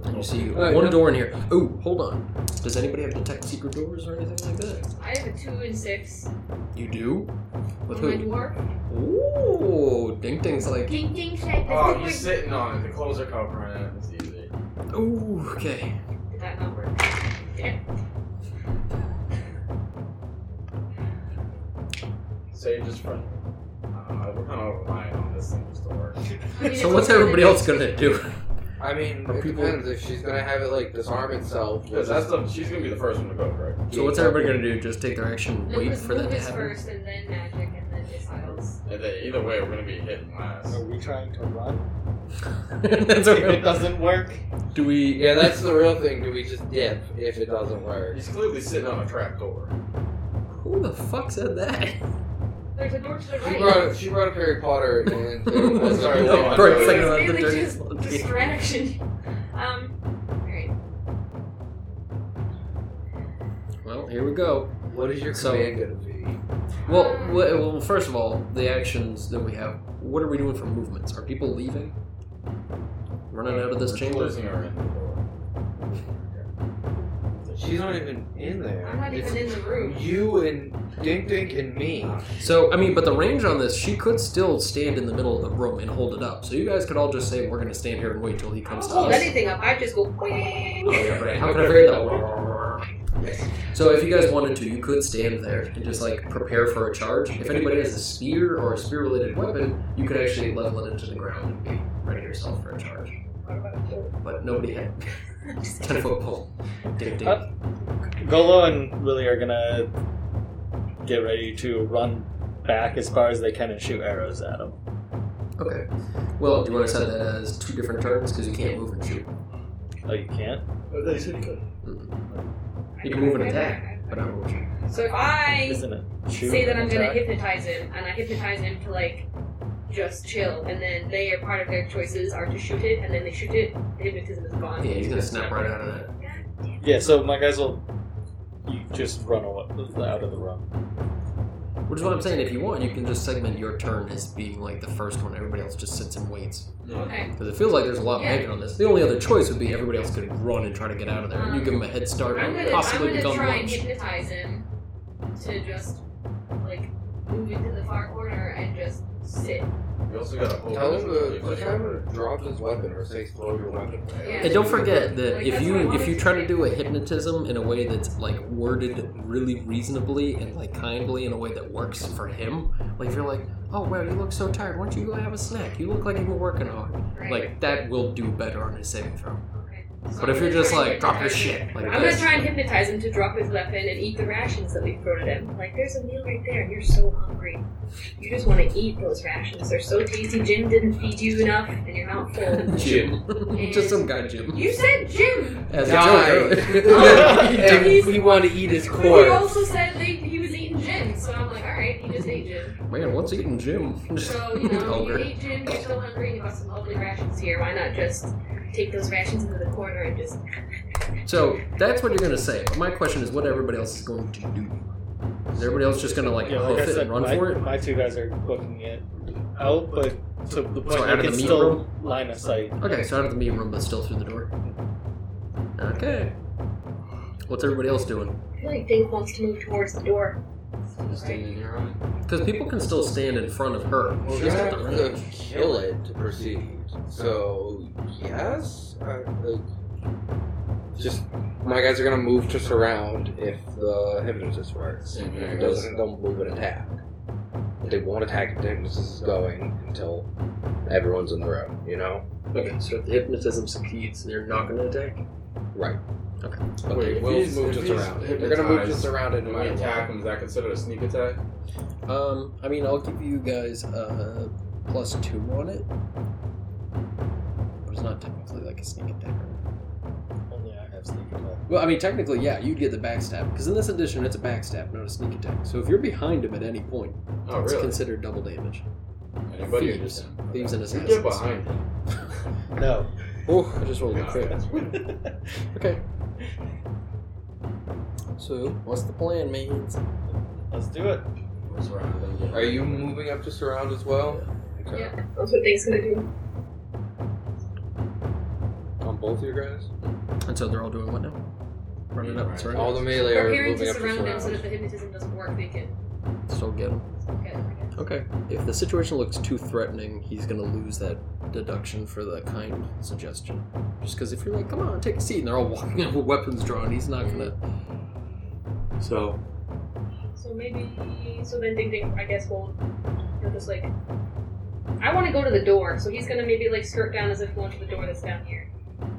[SPEAKER 1] And you see
[SPEAKER 2] Alright,
[SPEAKER 1] one
[SPEAKER 2] yeah.
[SPEAKER 1] door in here. Oh, hold on. Does anybody have detect secret doors or anything like that?
[SPEAKER 5] I have a two and six.
[SPEAKER 1] You do? Hmm. With
[SPEAKER 5] on my
[SPEAKER 1] who?
[SPEAKER 5] dwarf.
[SPEAKER 1] Ooh, Ding Ding's like,
[SPEAKER 5] Ding ding shake.
[SPEAKER 4] Oh, he's sitting on it. The clothes are covering it. It's easy.
[SPEAKER 1] ooh, okay.
[SPEAKER 5] Did that not work? Damn.
[SPEAKER 4] Say just front. Uh, we're kind of relying on this thing just to work.
[SPEAKER 5] I mean,
[SPEAKER 1] So
[SPEAKER 5] it's
[SPEAKER 1] what's
[SPEAKER 5] okay.
[SPEAKER 1] everybody else gonna do?
[SPEAKER 2] I mean,
[SPEAKER 1] Are
[SPEAKER 2] it
[SPEAKER 1] people-
[SPEAKER 2] depends if she's gonna have it like disarm itself.
[SPEAKER 4] Because that's the she's gonna be the first one to go, correct?
[SPEAKER 1] So what's everybody gonna do? Just take their action,
[SPEAKER 5] No,
[SPEAKER 1] wait
[SPEAKER 5] because
[SPEAKER 1] for that
[SPEAKER 5] move
[SPEAKER 1] to
[SPEAKER 5] is
[SPEAKER 1] happen?
[SPEAKER 5] first and then magic and then missiles.
[SPEAKER 4] And then either way, we're gonna be hitting last.
[SPEAKER 3] Are we trying to run?
[SPEAKER 1] <laughs> That's
[SPEAKER 3] If it
[SPEAKER 1] okay.
[SPEAKER 3] doesn't work,
[SPEAKER 1] Do we?
[SPEAKER 2] Yeah, that's the real thing. Do we just dip if it doesn't work?
[SPEAKER 4] He's clearly sitting on a trap door.
[SPEAKER 1] Who the fuck said <laughs> that?
[SPEAKER 5] There's a door to the
[SPEAKER 2] She
[SPEAKER 5] right.
[SPEAKER 2] brought up, she brought up Harry Potter <laughs> and.
[SPEAKER 1] Oh,
[SPEAKER 4] sorry,
[SPEAKER 2] no,
[SPEAKER 4] no,
[SPEAKER 2] I'm
[SPEAKER 4] Brooks,
[SPEAKER 2] sorry.
[SPEAKER 5] like-
[SPEAKER 1] about
[SPEAKER 5] Really
[SPEAKER 1] dirty
[SPEAKER 5] just
[SPEAKER 1] little kid.
[SPEAKER 5] Distraction. Um. Alright.
[SPEAKER 1] Well, here we go.
[SPEAKER 2] What is your
[SPEAKER 1] So-
[SPEAKER 2] command gonna be?
[SPEAKER 1] Well,
[SPEAKER 5] Um,
[SPEAKER 1] wh- well, first of all, the actions that we have. What are we doing for movements? Are people leaving? Running out of this
[SPEAKER 4] We're
[SPEAKER 1] chamber?
[SPEAKER 4] Closing her in the door.
[SPEAKER 2] She's not even in there.
[SPEAKER 5] I'm not even in the room.
[SPEAKER 2] It's You and Dink Dink and me.
[SPEAKER 1] So, I mean, but the range on this, she could still stand in the middle of the room and hold it up. So you guys could all just say, we're going to stand here and wait till he
[SPEAKER 5] I
[SPEAKER 1] comes
[SPEAKER 5] don't
[SPEAKER 1] to
[SPEAKER 5] hold
[SPEAKER 1] us.
[SPEAKER 5] anything up. I just go. <laughs> "Wing."
[SPEAKER 1] Oh, yeah, right. How could I
[SPEAKER 2] Okay.
[SPEAKER 1] forget that one? fine. So if you guys wanted to, you could stand there and just like prepare for a charge. If anybody has a spear or a spear-related weapon, you could actually level it into the ground and be ready yourself for a charge. But nobody had <laughs> ten foot pole. Ding ding.
[SPEAKER 3] Uh, Golo and Willie are gonna get ready to run back as far as they can and shoot arrows at him.
[SPEAKER 1] Okay. Well, do you want to set that as two different turns because you can't move and shoot?
[SPEAKER 3] Oh, you can't?
[SPEAKER 4] They said good.
[SPEAKER 1] You can move and attack, but not move. and shoot.
[SPEAKER 5] So if I
[SPEAKER 3] Isn't it? Shoot
[SPEAKER 5] say that I'm gonna
[SPEAKER 3] attack?
[SPEAKER 5] hypnotize him, and I hypnotize him to like just chill, and then they are part of their choices are to shoot it, and then they shoot it, the hypnotism is gone.
[SPEAKER 1] Yeah, he's gonna snap right out of that.
[SPEAKER 3] Yeah, so my guys will. You just run away, out of the room.
[SPEAKER 1] Which is what I'm saying. If you want, you can just segment your turn as being like the first one. Everybody else just sits and waits.
[SPEAKER 5] Okay.
[SPEAKER 1] Because it feels like there's a lot
[SPEAKER 5] Yeah.
[SPEAKER 1] banking on this. The only other choice would be everybody else could run and try to get out of there. You give them a head start
[SPEAKER 5] I'm
[SPEAKER 1] and
[SPEAKER 5] gonna I'm
[SPEAKER 1] possibly
[SPEAKER 5] gonna
[SPEAKER 1] become
[SPEAKER 5] try and
[SPEAKER 1] lunch.
[SPEAKER 5] hypnotize him to just like move into the far corner and just sit.
[SPEAKER 4] You also got a whole
[SPEAKER 2] Tell
[SPEAKER 4] bunch
[SPEAKER 2] him
[SPEAKER 4] of
[SPEAKER 2] to,
[SPEAKER 4] people.
[SPEAKER 2] tell him to drop his weapon or say throw your weapon.
[SPEAKER 5] Yeah.
[SPEAKER 1] And don't forget that
[SPEAKER 5] Like,
[SPEAKER 1] if
[SPEAKER 5] that's what I
[SPEAKER 1] you
[SPEAKER 5] wanted
[SPEAKER 1] if you
[SPEAKER 5] to
[SPEAKER 1] try
[SPEAKER 5] say.
[SPEAKER 1] to do a hypnotism in a way that's like worded really reasonably and like kindly in a way that works for him, like if you're like, oh wow, you look so tired. Why don't you go have a snack? You look like you were working hard.
[SPEAKER 5] Right.
[SPEAKER 1] Like that will do better on his saving throw.
[SPEAKER 5] Okay. So
[SPEAKER 1] But
[SPEAKER 5] I'm
[SPEAKER 1] if you're
[SPEAKER 5] gonna
[SPEAKER 1] just
[SPEAKER 5] try and
[SPEAKER 1] like drop your
[SPEAKER 5] hypnotize him.
[SPEAKER 1] shit, like
[SPEAKER 5] I'm
[SPEAKER 1] this,
[SPEAKER 5] gonna
[SPEAKER 1] <laughs>
[SPEAKER 5] try and hypnotize him to drop his weapon and eat the rations that we thrown at him. Like, there's a meal right there, and you're so hungry. You just want to eat those rations. They're so tasty. Jim didn't feed you enough, and you're
[SPEAKER 1] <laughs>
[SPEAKER 5] not full.
[SPEAKER 1] Jim, just some guy Jim.
[SPEAKER 5] You said Jim!
[SPEAKER 1] As a
[SPEAKER 2] <laughs> Die.
[SPEAKER 1] joke. <laughs>
[SPEAKER 2] <laughs> and we want to eat his
[SPEAKER 5] But he
[SPEAKER 2] corpse.
[SPEAKER 5] also said they, he was eating Jim, so I'm like, alright, he just ate Jim.
[SPEAKER 1] Man, what's eating <laughs> Jim?
[SPEAKER 5] So, you know, you
[SPEAKER 1] Ogre.
[SPEAKER 5] eat Jim, you're so hungry, and you got some lovely rations here. Why not just take those rations into the corner and just.
[SPEAKER 1] So that's what you're gonna say. But my question is, what everybody else is going to do? Is everybody else just gonna like
[SPEAKER 3] Yeah,
[SPEAKER 1] hoof
[SPEAKER 3] like I
[SPEAKER 1] it
[SPEAKER 3] said,
[SPEAKER 1] and run
[SPEAKER 3] my,
[SPEAKER 1] for it?
[SPEAKER 3] my two guys are booking it out, but to the point
[SPEAKER 1] So out
[SPEAKER 3] I
[SPEAKER 1] of
[SPEAKER 3] can
[SPEAKER 1] the meat
[SPEAKER 3] still
[SPEAKER 1] room?
[SPEAKER 3] line of sight.
[SPEAKER 1] Okay, so out of the meeting room, but still through the door. Okay. What's everybody else doing?
[SPEAKER 5] I feel like Dink wants to move towards the door.
[SPEAKER 4] Standing here on
[SPEAKER 1] Because people can still stand in front of her.
[SPEAKER 2] Well,
[SPEAKER 1] She's
[SPEAKER 2] She's
[SPEAKER 1] got
[SPEAKER 2] have
[SPEAKER 1] the
[SPEAKER 2] to
[SPEAKER 1] range.
[SPEAKER 2] kill it to proceed. So yes, I, like, just my guys are gonna move to surround if the hypnosis works.
[SPEAKER 4] Same
[SPEAKER 2] If
[SPEAKER 4] here,
[SPEAKER 2] it
[SPEAKER 4] guys.
[SPEAKER 2] doesn't, they'll move and attack. But they won't attack if the hypnosis is going until everyone's in the room. You know,
[SPEAKER 1] Okay, so if the hypnotism succeeds, they're not gonna attack.
[SPEAKER 2] right?
[SPEAKER 1] Okay.
[SPEAKER 2] But
[SPEAKER 4] Wait,
[SPEAKER 2] they
[SPEAKER 4] if
[SPEAKER 2] will
[SPEAKER 4] he's-
[SPEAKER 2] move
[SPEAKER 4] if
[SPEAKER 2] to
[SPEAKER 4] he's
[SPEAKER 2] surround it. They're gonna move to
[SPEAKER 4] hypnotized,
[SPEAKER 2] surround it no
[SPEAKER 4] When we
[SPEAKER 2] matter
[SPEAKER 4] attack
[SPEAKER 2] what.
[SPEAKER 4] him, is that considered a sneak attack?
[SPEAKER 1] Um, I mean, I'll give you guys uh, plus two on it. But it's not technically like a sneak attack.
[SPEAKER 3] Only I have sneak attack.
[SPEAKER 1] Well, I mean, technically, yeah, you'd get the backstab because in this edition, it's a backstab, not a sneak attack. So if you're behind him at any point,
[SPEAKER 4] Oh,
[SPEAKER 1] it's
[SPEAKER 4] really?
[SPEAKER 1] considered double damage.
[SPEAKER 4] Anybody or
[SPEAKER 1] thieves.
[SPEAKER 4] just him?
[SPEAKER 1] Thieves and
[SPEAKER 4] You
[SPEAKER 1] assassins.
[SPEAKER 4] get behind him.
[SPEAKER 3] No. <laughs>
[SPEAKER 1] Oh, I just rolled a crit.
[SPEAKER 4] That's weird.
[SPEAKER 1] Okay. So what's the plan, man?
[SPEAKER 3] Let's do it.
[SPEAKER 4] What's wrong with him? Get
[SPEAKER 2] Are you moving up to surround as well? Okay.
[SPEAKER 5] Yeah. That's what Dink's gonna do.
[SPEAKER 2] On both your guys.
[SPEAKER 1] And so they're all doing what now? Running up, sorry.
[SPEAKER 2] All the melee are
[SPEAKER 5] Preparing
[SPEAKER 2] moving
[SPEAKER 5] to
[SPEAKER 2] up to
[SPEAKER 5] surround him so that
[SPEAKER 2] surround.
[SPEAKER 5] the hypnotism doesn't work, they can.
[SPEAKER 1] Still get him.
[SPEAKER 5] Okay, okay.
[SPEAKER 1] Okay. If the situation looks too threatening, he's gonna lose that deduction for the kind suggestion. Just because if you're like, come on, take a seat, and they're all <laughs> walking up with weapons drawn, he's not gonna.
[SPEAKER 4] So,
[SPEAKER 5] So maybe so then Ding Ding I guess will he'll just like I wanna go to the door, so he's gonna maybe like skirt down as if going to the door that's down here.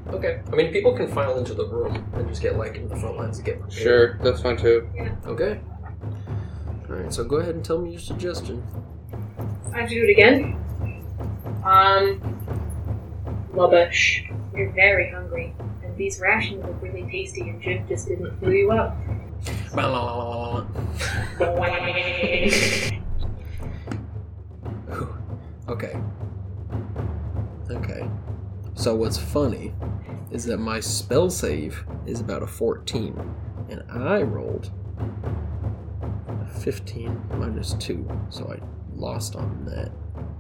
[SPEAKER 1] Okay. I mean, people can file into the room and just get like into the front lines and get prepared.
[SPEAKER 2] Sure, that's fine too.
[SPEAKER 1] Okay. All right. So go ahead and tell me your suggestion.
[SPEAKER 5] I have to do it again. Um Lubbish. You're very hungry. And these rations look really tasty and Jim just didn't fill you up.
[SPEAKER 1] Ooh, okay. Okay. So what's funny is that my spell save is about a 14, and I rolled a 15 minus 2, so I lost on that.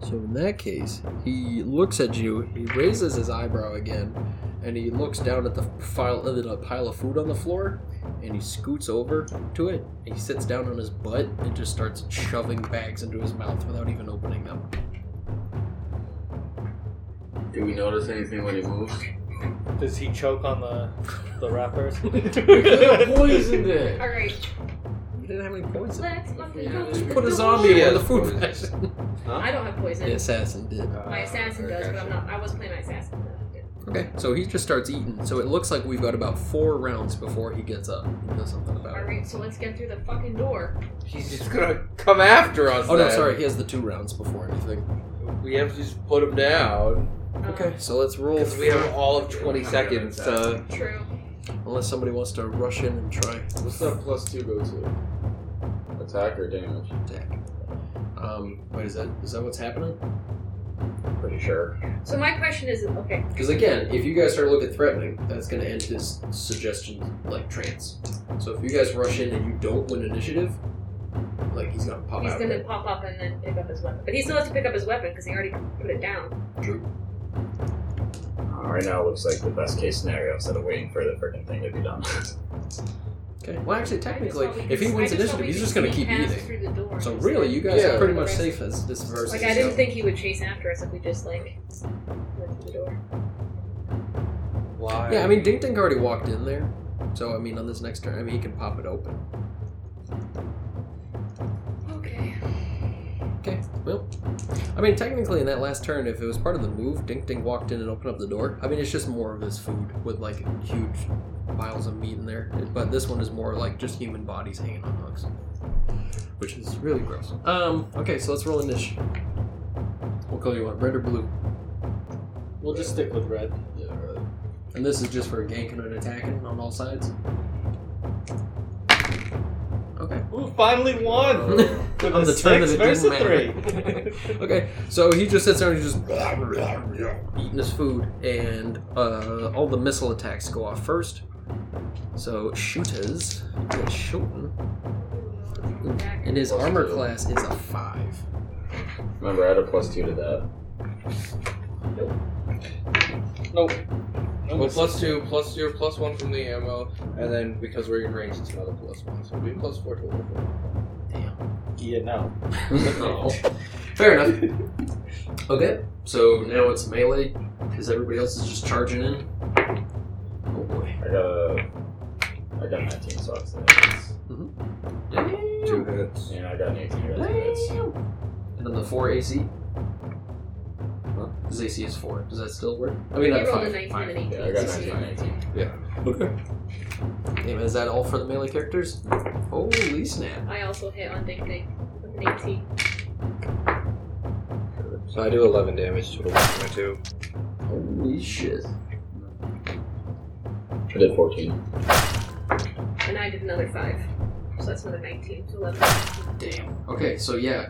[SPEAKER 1] So in that case, he looks at you, he raises his eyebrow again, and he looks down at the file, uh, the pile of food on the floor, and he scoots over to it. and He sits down on his butt and just starts shoving bags into his mouth without even opening <laughs> them.
[SPEAKER 4] do we notice anything when he moves?
[SPEAKER 3] Does he choke on the the wrappers?
[SPEAKER 1] <laughs>
[SPEAKER 4] You could
[SPEAKER 3] <laughs>
[SPEAKER 4] have poisoned it.
[SPEAKER 5] Alright,
[SPEAKER 1] You didn't have any points. in it.
[SPEAKER 5] let's fucking
[SPEAKER 4] Yeah,
[SPEAKER 5] go.
[SPEAKER 4] just
[SPEAKER 5] to the
[SPEAKER 1] Put a
[SPEAKER 5] door.
[SPEAKER 1] zombie
[SPEAKER 2] Yeah.
[SPEAKER 1] in the food fashion.
[SPEAKER 5] I don't have poison.
[SPEAKER 1] <laughs> The assassin did.
[SPEAKER 5] My assassin does, but I'm not. I was playing my assassin.
[SPEAKER 1] Okay, so he just starts eating. So it looks like we've got about four rounds before he gets up and does something about it.
[SPEAKER 5] Alright, so let's get through the fucking door.
[SPEAKER 2] He's just gonna come after us.
[SPEAKER 1] Oh no,
[SPEAKER 2] then.
[SPEAKER 1] sorry, he has the two rounds before anything.
[SPEAKER 2] We have to just put him down
[SPEAKER 5] Um,
[SPEAKER 1] Okay, so let's roll.
[SPEAKER 2] because we have all of 20
[SPEAKER 4] Yeah, I'm
[SPEAKER 2] seconds
[SPEAKER 4] gonna attack.
[SPEAKER 2] to.
[SPEAKER 5] True.
[SPEAKER 1] Unless somebody wants to rush in and try
[SPEAKER 4] What's that plus two go to? Attack or damage?
[SPEAKER 1] attack. Um, wait, is that is that what's happening?
[SPEAKER 6] Pretty sure.
[SPEAKER 5] So my question is, okay,
[SPEAKER 1] Because again, if you guys start looking threatening, that's going to end his suggestion like trance. So if you guys rush in and you don't win initiative, like he's going to pop
[SPEAKER 5] he's
[SPEAKER 1] out.
[SPEAKER 5] gonna pop up and then pick up his weapon, but he still has to pick up his weapon because he already put it down.
[SPEAKER 6] Uh, right now, it looks like the best case scenario instead of waiting for the freaking thing to be
[SPEAKER 4] <laughs>
[SPEAKER 6] done.
[SPEAKER 1] Okay. Well, actually,
[SPEAKER 5] I just
[SPEAKER 1] technically,
[SPEAKER 5] thought we could-
[SPEAKER 1] if he
[SPEAKER 5] I
[SPEAKER 1] wins
[SPEAKER 5] just
[SPEAKER 1] initiative,
[SPEAKER 5] thought we
[SPEAKER 1] he's
[SPEAKER 5] could
[SPEAKER 1] just going to
[SPEAKER 5] sneak
[SPEAKER 1] keep
[SPEAKER 5] past
[SPEAKER 1] eating.
[SPEAKER 5] through the door.
[SPEAKER 1] So really, you guys
[SPEAKER 2] Yeah.
[SPEAKER 1] are pretty much
[SPEAKER 5] Rest-
[SPEAKER 1] safe as this versus.
[SPEAKER 5] Like I didn't
[SPEAKER 1] so-
[SPEAKER 5] think he would chase after us if we just like went through the door.
[SPEAKER 2] Why?
[SPEAKER 1] Yeah, I mean, Dink Dink already walked in there, so I mean, on this next turn, I mean, he can pop it open.
[SPEAKER 5] Okay.
[SPEAKER 1] Okay. Well, I mean, technically, in that last turn, if it was part of the move, Dink Dink walked in and opened up the door. I mean, it's just more of his food with like huge piles of meat in there, but this one is more like just human bodies hanging on hooks, which is really gross. Um. Okay, so let's roll initiative. What color you want, red or blue?
[SPEAKER 3] we'll just stick with red.
[SPEAKER 1] Yeah, right. And this is just for ganking and attacking on all sides. Okay.
[SPEAKER 3] Ooh, finally won <laughs>
[SPEAKER 1] <laughs>
[SPEAKER 3] with
[SPEAKER 1] On
[SPEAKER 3] a
[SPEAKER 1] the turn that
[SPEAKER 3] six
[SPEAKER 1] it
[SPEAKER 3] versus
[SPEAKER 1] didn't
[SPEAKER 3] three.
[SPEAKER 1] <laughs> okay, so he just sits there and he's just eating his food, and uh, all the missile attacks go off first. So shooters get shooting,
[SPEAKER 5] Back.
[SPEAKER 1] and his
[SPEAKER 6] Plus
[SPEAKER 1] armor
[SPEAKER 6] two.
[SPEAKER 1] class is a five.
[SPEAKER 6] Remember, I had a plus two to that.
[SPEAKER 3] nope.
[SPEAKER 2] Well,
[SPEAKER 3] <laughs>
[SPEAKER 2] plus two, plus two, plus one from the ammo, and then because we're in range, it's another plus one. So it'll be plus four total.
[SPEAKER 3] Yeah, no.
[SPEAKER 1] Fair enough. Okay, so now it's melee because everybody else is just charging in. Oh boy.
[SPEAKER 6] I got a. I got 19 socks that hits.
[SPEAKER 2] Two hits.
[SPEAKER 6] And I got an 18 that hits.
[SPEAKER 1] And then the four AC. Huh? His AC is four. Does that still work? I mean,
[SPEAKER 5] You
[SPEAKER 1] not
[SPEAKER 5] rolled
[SPEAKER 1] five.
[SPEAKER 5] a 19
[SPEAKER 1] five.
[SPEAKER 5] and 18.
[SPEAKER 6] Yeah, I got 19 and 18.
[SPEAKER 1] Damn, is that all for the melee characters? Holy snap!
[SPEAKER 5] I also hit on Ding Ding with an 18.
[SPEAKER 6] So I do 11 damage to my two.
[SPEAKER 1] Holy shit!
[SPEAKER 6] I did 14.
[SPEAKER 5] And I did another 5. So that's another 19. So 11.
[SPEAKER 1] Damn. Okay, so yeah,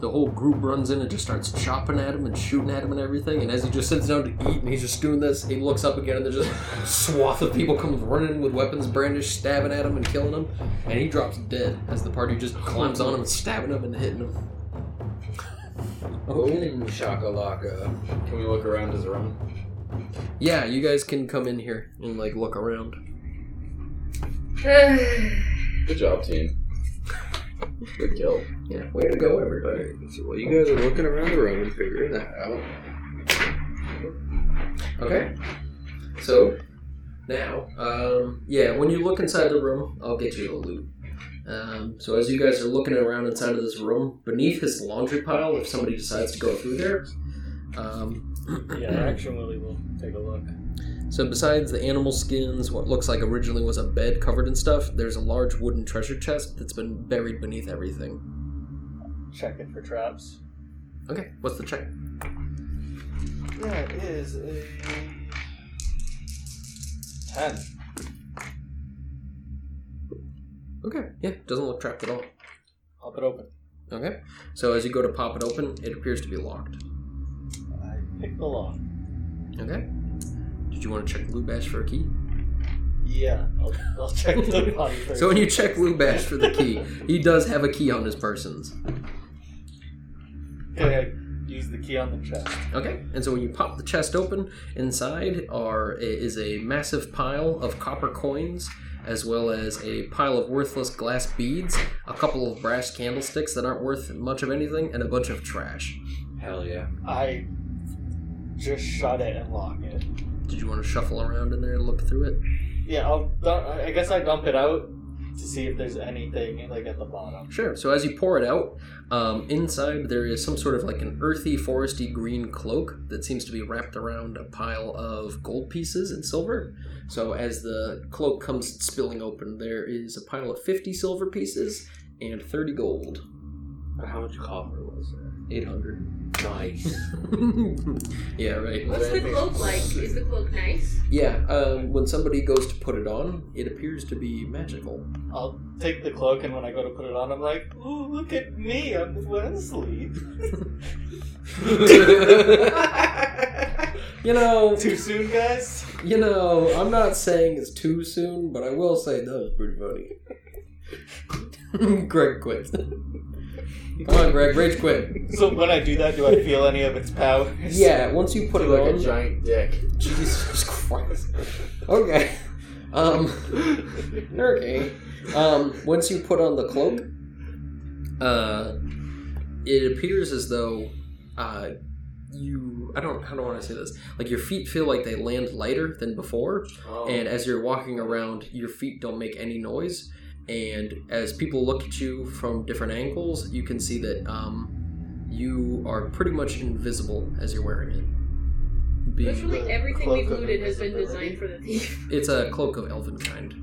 [SPEAKER 1] the whole group runs in and just starts chopping at him and shooting at him and everything. And as he just sits down to eat and he's just doing this, he looks up again and there's just <laughs> swath of people comes running with weapons brandished, stabbing at him and killing him. And he drops dead as the party just climbs on him and stabbing him and hitting him. Okay.
[SPEAKER 2] Boom, shakalaka.
[SPEAKER 4] Can we look around his room?
[SPEAKER 1] Yeah, you guys can come in here and like look around.
[SPEAKER 6] Good job, team. Good kill.
[SPEAKER 1] Yeah, way to go, everybody.
[SPEAKER 2] well, you guys are looking around the room and figuring that out.
[SPEAKER 1] Okay. So now, um, yeah, when you look inside the room, I'll get you the loot. Um, so as you guys are looking around inside of this room, beneath his laundry pile, if somebody decides to go through there, um,
[SPEAKER 3] Yeah, action Willie will take a look.
[SPEAKER 1] so besides the animal skins, what looks like originally was a bed covered in stuff, there's a large wooden treasure chest that's been buried beneath everything.
[SPEAKER 3] Check it for traps.
[SPEAKER 1] Okay, what's the check?
[SPEAKER 3] That is a ten.
[SPEAKER 1] Okay, yeah, doesn't look trapped at all.
[SPEAKER 3] Pop it open.
[SPEAKER 1] Okay, so as you go to pop it open, it appears to be locked.
[SPEAKER 3] I pick the lock.
[SPEAKER 1] Okay. Did you want to check Lubash for a key?
[SPEAKER 3] Yeah, I'll, I'll check
[SPEAKER 1] <laughs>
[SPEAKER 3] the body first.
[SPEAKER 1] So when you check Lubash for the key, he does have a key on his persons.
[SPEAKER 3] Okay, I use the key on the chest.
[SPEAKER 1] Okay, and so when you pop the chest open, inside are is a massive pile of copper coins, as well as a pile of worthless glass beads, a couple of brass candlesticks that aren't worth much of anything, and a bunch of trash.
[SPEAKER 2] Hell yeah.
[SPEAKER 3] I just shut it and lock it.
[SPEAKER 1] Did you want to shuffle around in there and look through it?
[SPEAKER 3] Yeah, I'll. Dump, I guess I dump it out to see if there's anything like at the bottom.
[SPEAKER 1] Sure. So as you pour it out, um, inside there is some sort of like an earthy, foresty green cloak that seems to be wrapped around a pile of gold pieces and silver. So as the cloak comes spilling open, there is a pile of 50 silver pieces and 30 gold.
[SPEAKER 2] How much copper was there?
[SPEAKER 1] 800.
[SPEAKER 2] Nice.
[SPEAKER 1] <laughs> yeah, right.
[SPEAKER 5] What's the cloak like? Is the cloak nice?
[SPEAKER 1] Yeah, um, when somebody goes to put it on, it appears to be magical. <laughs>
[SPEAKER 3] I'll take the cloak, and when I go to put it on, I'm like, "Ooh, look at me! I'm Wesley."
[SPEAKER 4] <laughs>
[SPEAKER 3] <laughs>
[SPEAKER 1] You know,
[SPEAKER 3] Too soon, guys.
[SPEAKER 1] you know, I'm not saying it's too soon, but I will say that was pretty funny. <laughs> Greg quit. Come on, Greg, rage quit.
[SPEAKER 3] So when I do that, do I feel any of its powers? <laughs>
[SPEAKER 1] Yeah, once you put it
[SPEAKER 4] like
[SPEAKER 1] on,
[SPEAKER 4] a giant dick.
[SPEAKER 1] Jesus Christ. Okay. Um, okay. Um, once you put on the cloak, uh, it appears as though uh, you. I don't. How do I want to say this? Like your feet feel like they land lighter than before,
[SPEAKER 4] Oh.
[SPEAKER 1] and as you're walking around, your feet don't make any noise. And as people look at you from different angles, you can see that um, you are pretty much invisible as you're wearing it. Being-
[SPEAKER 5] Literally everything
[SPEAKER 4] cloak
[SPEAKER 5] we've
[SPEAKER 4] of
[SPEAKER 5] looted has been
[SPEAKER 4] invisibility.
[SPEAKER 5] designed for the thief.
[SPEAKER 1] It's a cloak of elven kind.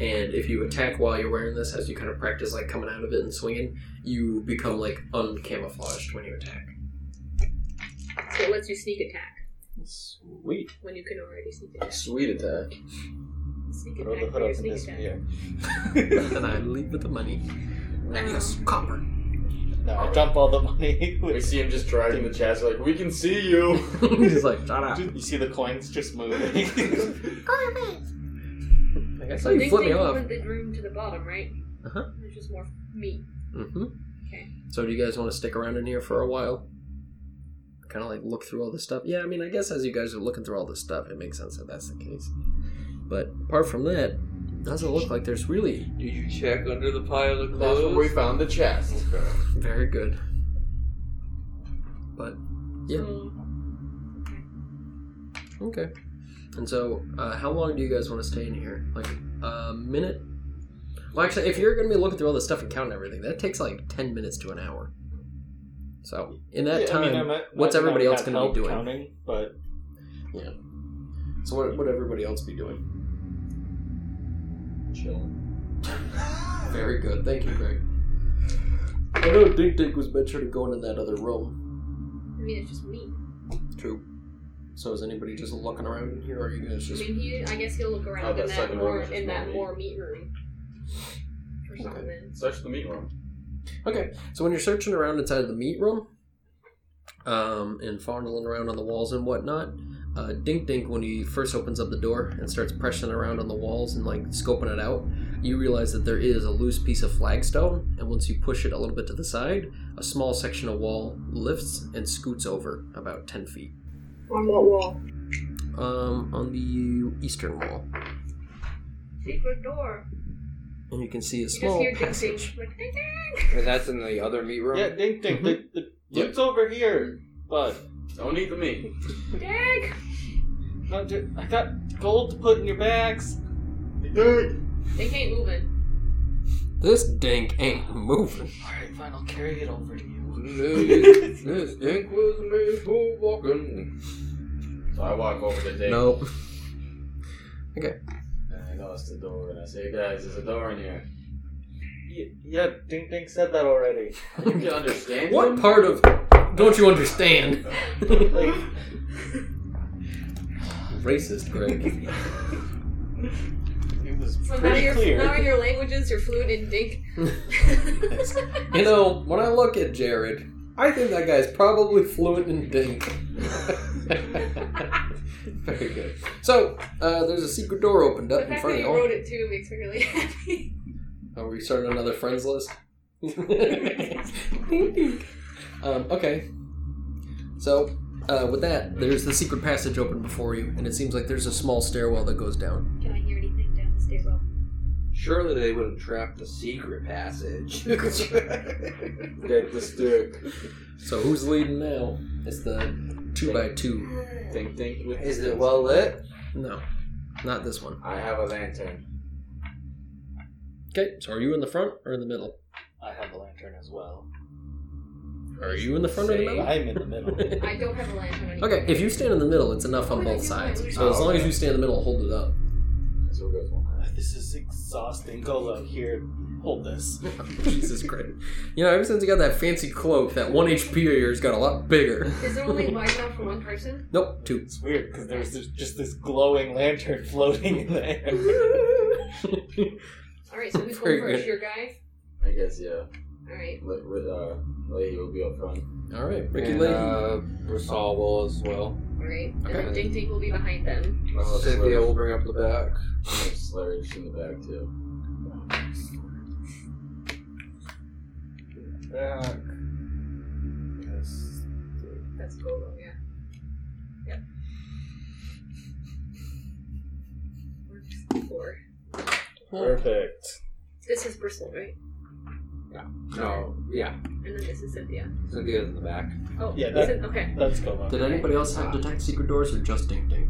[SPEAKER 1] And if you attack while you're wearing this, as you kind of practice like coming out of it and swinging, you become like uncamouflaged when you attack.
[SPEAKER 5] <laughs> So it lets you sneak attack
[SPEAKER 3] Sweet.
[SPEAKER 5] when you can already sneak attack.
[SPEAKER 4] Sweet attack.
[SPEAKER 5] Sneak
[SPEAKER 3] Throw the hood
[SPEAKER 5] attack for your
[SPEAKER 3] up in
[SPEAKER 5] sneak
[SPEAKER 3] this
[SPEAKER 5] attack.
[SPEAKER 3] year.
[SPEAKER 1] and I leave with the money. And yes, copper.
[SPEAKER 3] No, I dump all the money. <laughs>
[SPEAKER 4] We
[SPEAKER 3] With,
[SPEAKER 4] see him just driving the chest like, we can see you.
[SPEAKER 1] He's like, shut up.
[SPEAKER 3] <laughs> you see the coins just moving.
[SPEAKER 1] Like, I saw
[SPEAKER 5] So
[SPEAKER 1] you
[SPEAKER 5] things
[SPEAKER 1] flip me
[SPEAKER 5] take
[SPEAKER 1] off.
[SPEAKER 5] over the room to the bottom, right?
[SPEAKER 1] Uh-huh.
[SPEAKER 5] There's just more meat.
[SPEAKER 1] Mm-hmm.
[SPEAKER 5] Okay.
[SPEAKER 1] So do you guys want to stick around in here for a while? Kind of like look through all this stuff. Yeah, I mean, I guess as you guys are looking through all this stuff, it makes sense that that's the case. But apart from that, doesn't look like there's really
[SPEAKER 2] Did you check under the pile of
[SPEAKER 4] <laughs> That's where we
[SPEAKER 2] clothes?
[SPEAKER 4] found the chest.
[SPEAKER 1] Very good. But Yeah.
[SPEAKER 5] So,
[SPEAKER 1] okay. And so, uh, how long do you guys want to stay in here? Like a minute? Well, actually, if you're going to be looking through all this stuff and counting everything, that takes like ten minutes to an hour. So in that
[SPEAKER 3] Yeah, I
[SPEAKER 1] time,
[SPEAKER 3] mean, I might-
[SPEAKER 1] what's
[SPEAKER 3] I might
[SPEAKER 1] everybody else
[SPEAKER 3] have
[SPEAKER 1] gonna be
[SPEAKER 3] help
[SPEAKER 1] doing?
[SPEAKER 3] Counting, but
[SPEAKER 1] so what would everybody else be doing?
[SPEAKER 4] Chilling.
[SPEAKER 1] Very good, thank you, Greg. I know Dig Dig was mentioned going in that other room.
[SPEAKER 5] I mean, it's just meat.
[SPEAKER 1] True. So is anybody just looking around in here, or are you guys
[SPEAKER 5] I
[SPEAKER 1] just
[SPEAKER 5] mean, he, I guess he'll look
[SPEAKER 4] Oh,
[SPEAKER 5] around in
[SPEAKER 4] that
[SPEAKER 5] that
[SPEAKER 4] second room
[SPEAKER 5] more
[SPEAKER 4] is just
[SPEAKER 5] in that
[SPEAKER 4] more
[SPEAKER 5] more meat room or something.
[SPEAKER 4] Search the meat room.
[SPEAKER 1] Okay, so when you're searching around inside of the meat room, um, and fondling around on the walls and whatnot, uh, Dink Dink, when he first opens up the door and starts pressing around on the walls and like scoping it out, you realize that there is a loose piece of flagstone, and once you push it a little bit to the side, a small section of wall lifts and scoots over about ten feet
[SPEAKER 5] On what wall?
[SPEAKER 1] um, on the eastern wall,
[SPEAKER 5] Secret door.
[SPEAKER 1] and you can see a
[SPEAKER 5] You just
[SPEAKER 1] small
[SPEAKER 5] hear ding ding.
[SPEAKER 1] passage.
[SPEAKER 5] Like, ding, ding.
[SPEAKER 2] And that's in the other meat room?
[SPEAKER 3] yeah, dink dink.
[SPEAKER 4] Mm-hmm.
[SPEAKER 1] Mhm.
[SPEAKER 3] The, the,
[SPEAKER 1] Yep.
[SPEAKER 3] It's over here, but
[SPEAKER 4] Don't eat the meat.
[SPEAKER 5] Dig!
[SPEAKER 3] no, ju- I got gold to put in your bags.
[SPEAKER 5] They ain't moving.
[SPEAKER 1] This Dink ain't moving.
[SPEAKER 3] All right, fine. I'll carry it over to <laughs> you.
[SPEAKER 2] <laughs> This this ink was made for walking.
[SPEAKER 4] So I walk over to Dave.
[SPEAKER 1] Nope.
[SPEAKER 4] And I go, it's the door. And I say, guys, there's a door in here.
[SPEAKER 3] Y- yeah, dink dink said that already.
[SPEAKER 4] You can understand
[SPEAKER 1] What
[SPEAKER 4] him?
[SPEAKER 1] part of don't you understand? <laughs>
[SPEAKER 3] Like,
[SPEAKER 1] Racist, Greg.
[SPEAKER 3] <laughs> it was
[SPEAKER 5] So now
[SPEAKER 3] pretty
[SPEAKER 5] your,
[SPEAKER 3] clear.
[SPEAKER 5] now your languages are fluent in dig. <laughs>
[SPEAKER 1] <laughs> you know, when I look at Jared, I think that guy's probably fluent in dink. <laughs> Very good. So, uh, there's a secret door opened
[SPEAKER 5] the
[SPEAKER 1] up in
[SPEAKER 5] fact
[SPEAKER 1] front
[SPEAKER 5] that
[SPEAKER 1] of
[SPEAKER 5] you
[SPEAKER 1] y'all.
[SPEAKER 5] wrote it too makes me really <laughs> happy.
[SPEAKER 1] Are we starting another friends list? um, okay. So, uh, with that, there's the secret passage open before you, and it seems like there's a small stairwell that goes down.
[SPEAKER 5] Can I hear anything down the stairwell?
[SPEAKER 2] Surely they would have trapped the secret <laughs> passage.
[SPEAKER 4] Get the stick.
[SPEAKER 1] So who's leading now? It's the two by two.
[SPEAKER 4] Think, think. With
[SPEAKER 2] Is it well lit?
[SPEAKER 1] No, not this one.
[SPEAKER 4] I have a lantern.
[SPEAKER 1] Okay, so are you in the front or in the middle?
[SPEAKER 3] I have a lantern as well.
[SPEAKER 1] Are you in the front or the middle?
[SPEAKER 3] I'm in the middle.
[SPEAKER 5] I don't have a lantern anymore.
[SPEAKER 1] Okay, if you stand in the middle, it's enough on both sides. So as long as you stand in the middle, hold it up. <laughs>
[SPEAKER 4] So we'll go for
[SPEAKER 3] <laughs>
[SPEAKER 4] one.
[SPEAKER 3] this is exhausting. Golo, here, hold this.
[SPEAKER 1] Oh, Jesus Christ. You know, ever since you got that fancy cloak, that one HP of yours got a lot bigger.
[SPEAKER 5] Is there only wide enough for one person?
[SPEAKER 1] <laughs> Nope, two.
[SPEAKER 3] It's weird because there's this, just this glowing lantern <laughs> floating in the air.
[SPEAKER 1] <laughs>
[SPEAKER 5] Alright, so who's
[SPEAKER 1] Very
[SPEAKER 5] going first?
[SPEAKER 1] good.
[SPEAKER 5] Your guy?
[SPEAKER 4] I guess yeah.
[SPEAKER 5] Alright.
[SPEAKER 4] Li- With uh, lady will be up front.
[SPEAKER 1] <laughs> All right, Ricky
[SPEAKER 2] and,
[SPEAKER 1] Leahy.
[SPEAKER 2] uh, Brasol will as well.
[SPEAKER 5] Alright. And
[SPEAKER 1] Okay.
[SPEAKER 5] then Dink Dink will be behind them.
[SPEAKER 4] I'll
[SPEAKER 2] Cynthia will
[SPEAKER 4] slurge.
[SPEAKER 2] bring up the back.
[SPEAKER 4] I'll slurge in the back too.
[SPEAKER 3] Back. Yes.
[SPEAKER 5] That's Golo, yeah. Yep. Works. Four.
[SPEAKER 1] uh,
[SPEAKER 6] Perfect.
[SPEAKER 5] This is Bristol, right?
[SPEAKER 2] No, yeah.
[SPEAKER 5] And then this is Cynthia.
[SPEAKER 2] Cynthia's in the back.
[SPEAKER 5] Oh,
[SPEAKER 3] Yeah,
[SPEAKER 5] this
[SPEAKER 3] that-
[SPEAKER 5] is- okay.
[SPEAKER 3] That's Golo.
[SPEAKER 1] Did anybody else have detect secret doors or just Dink Dink?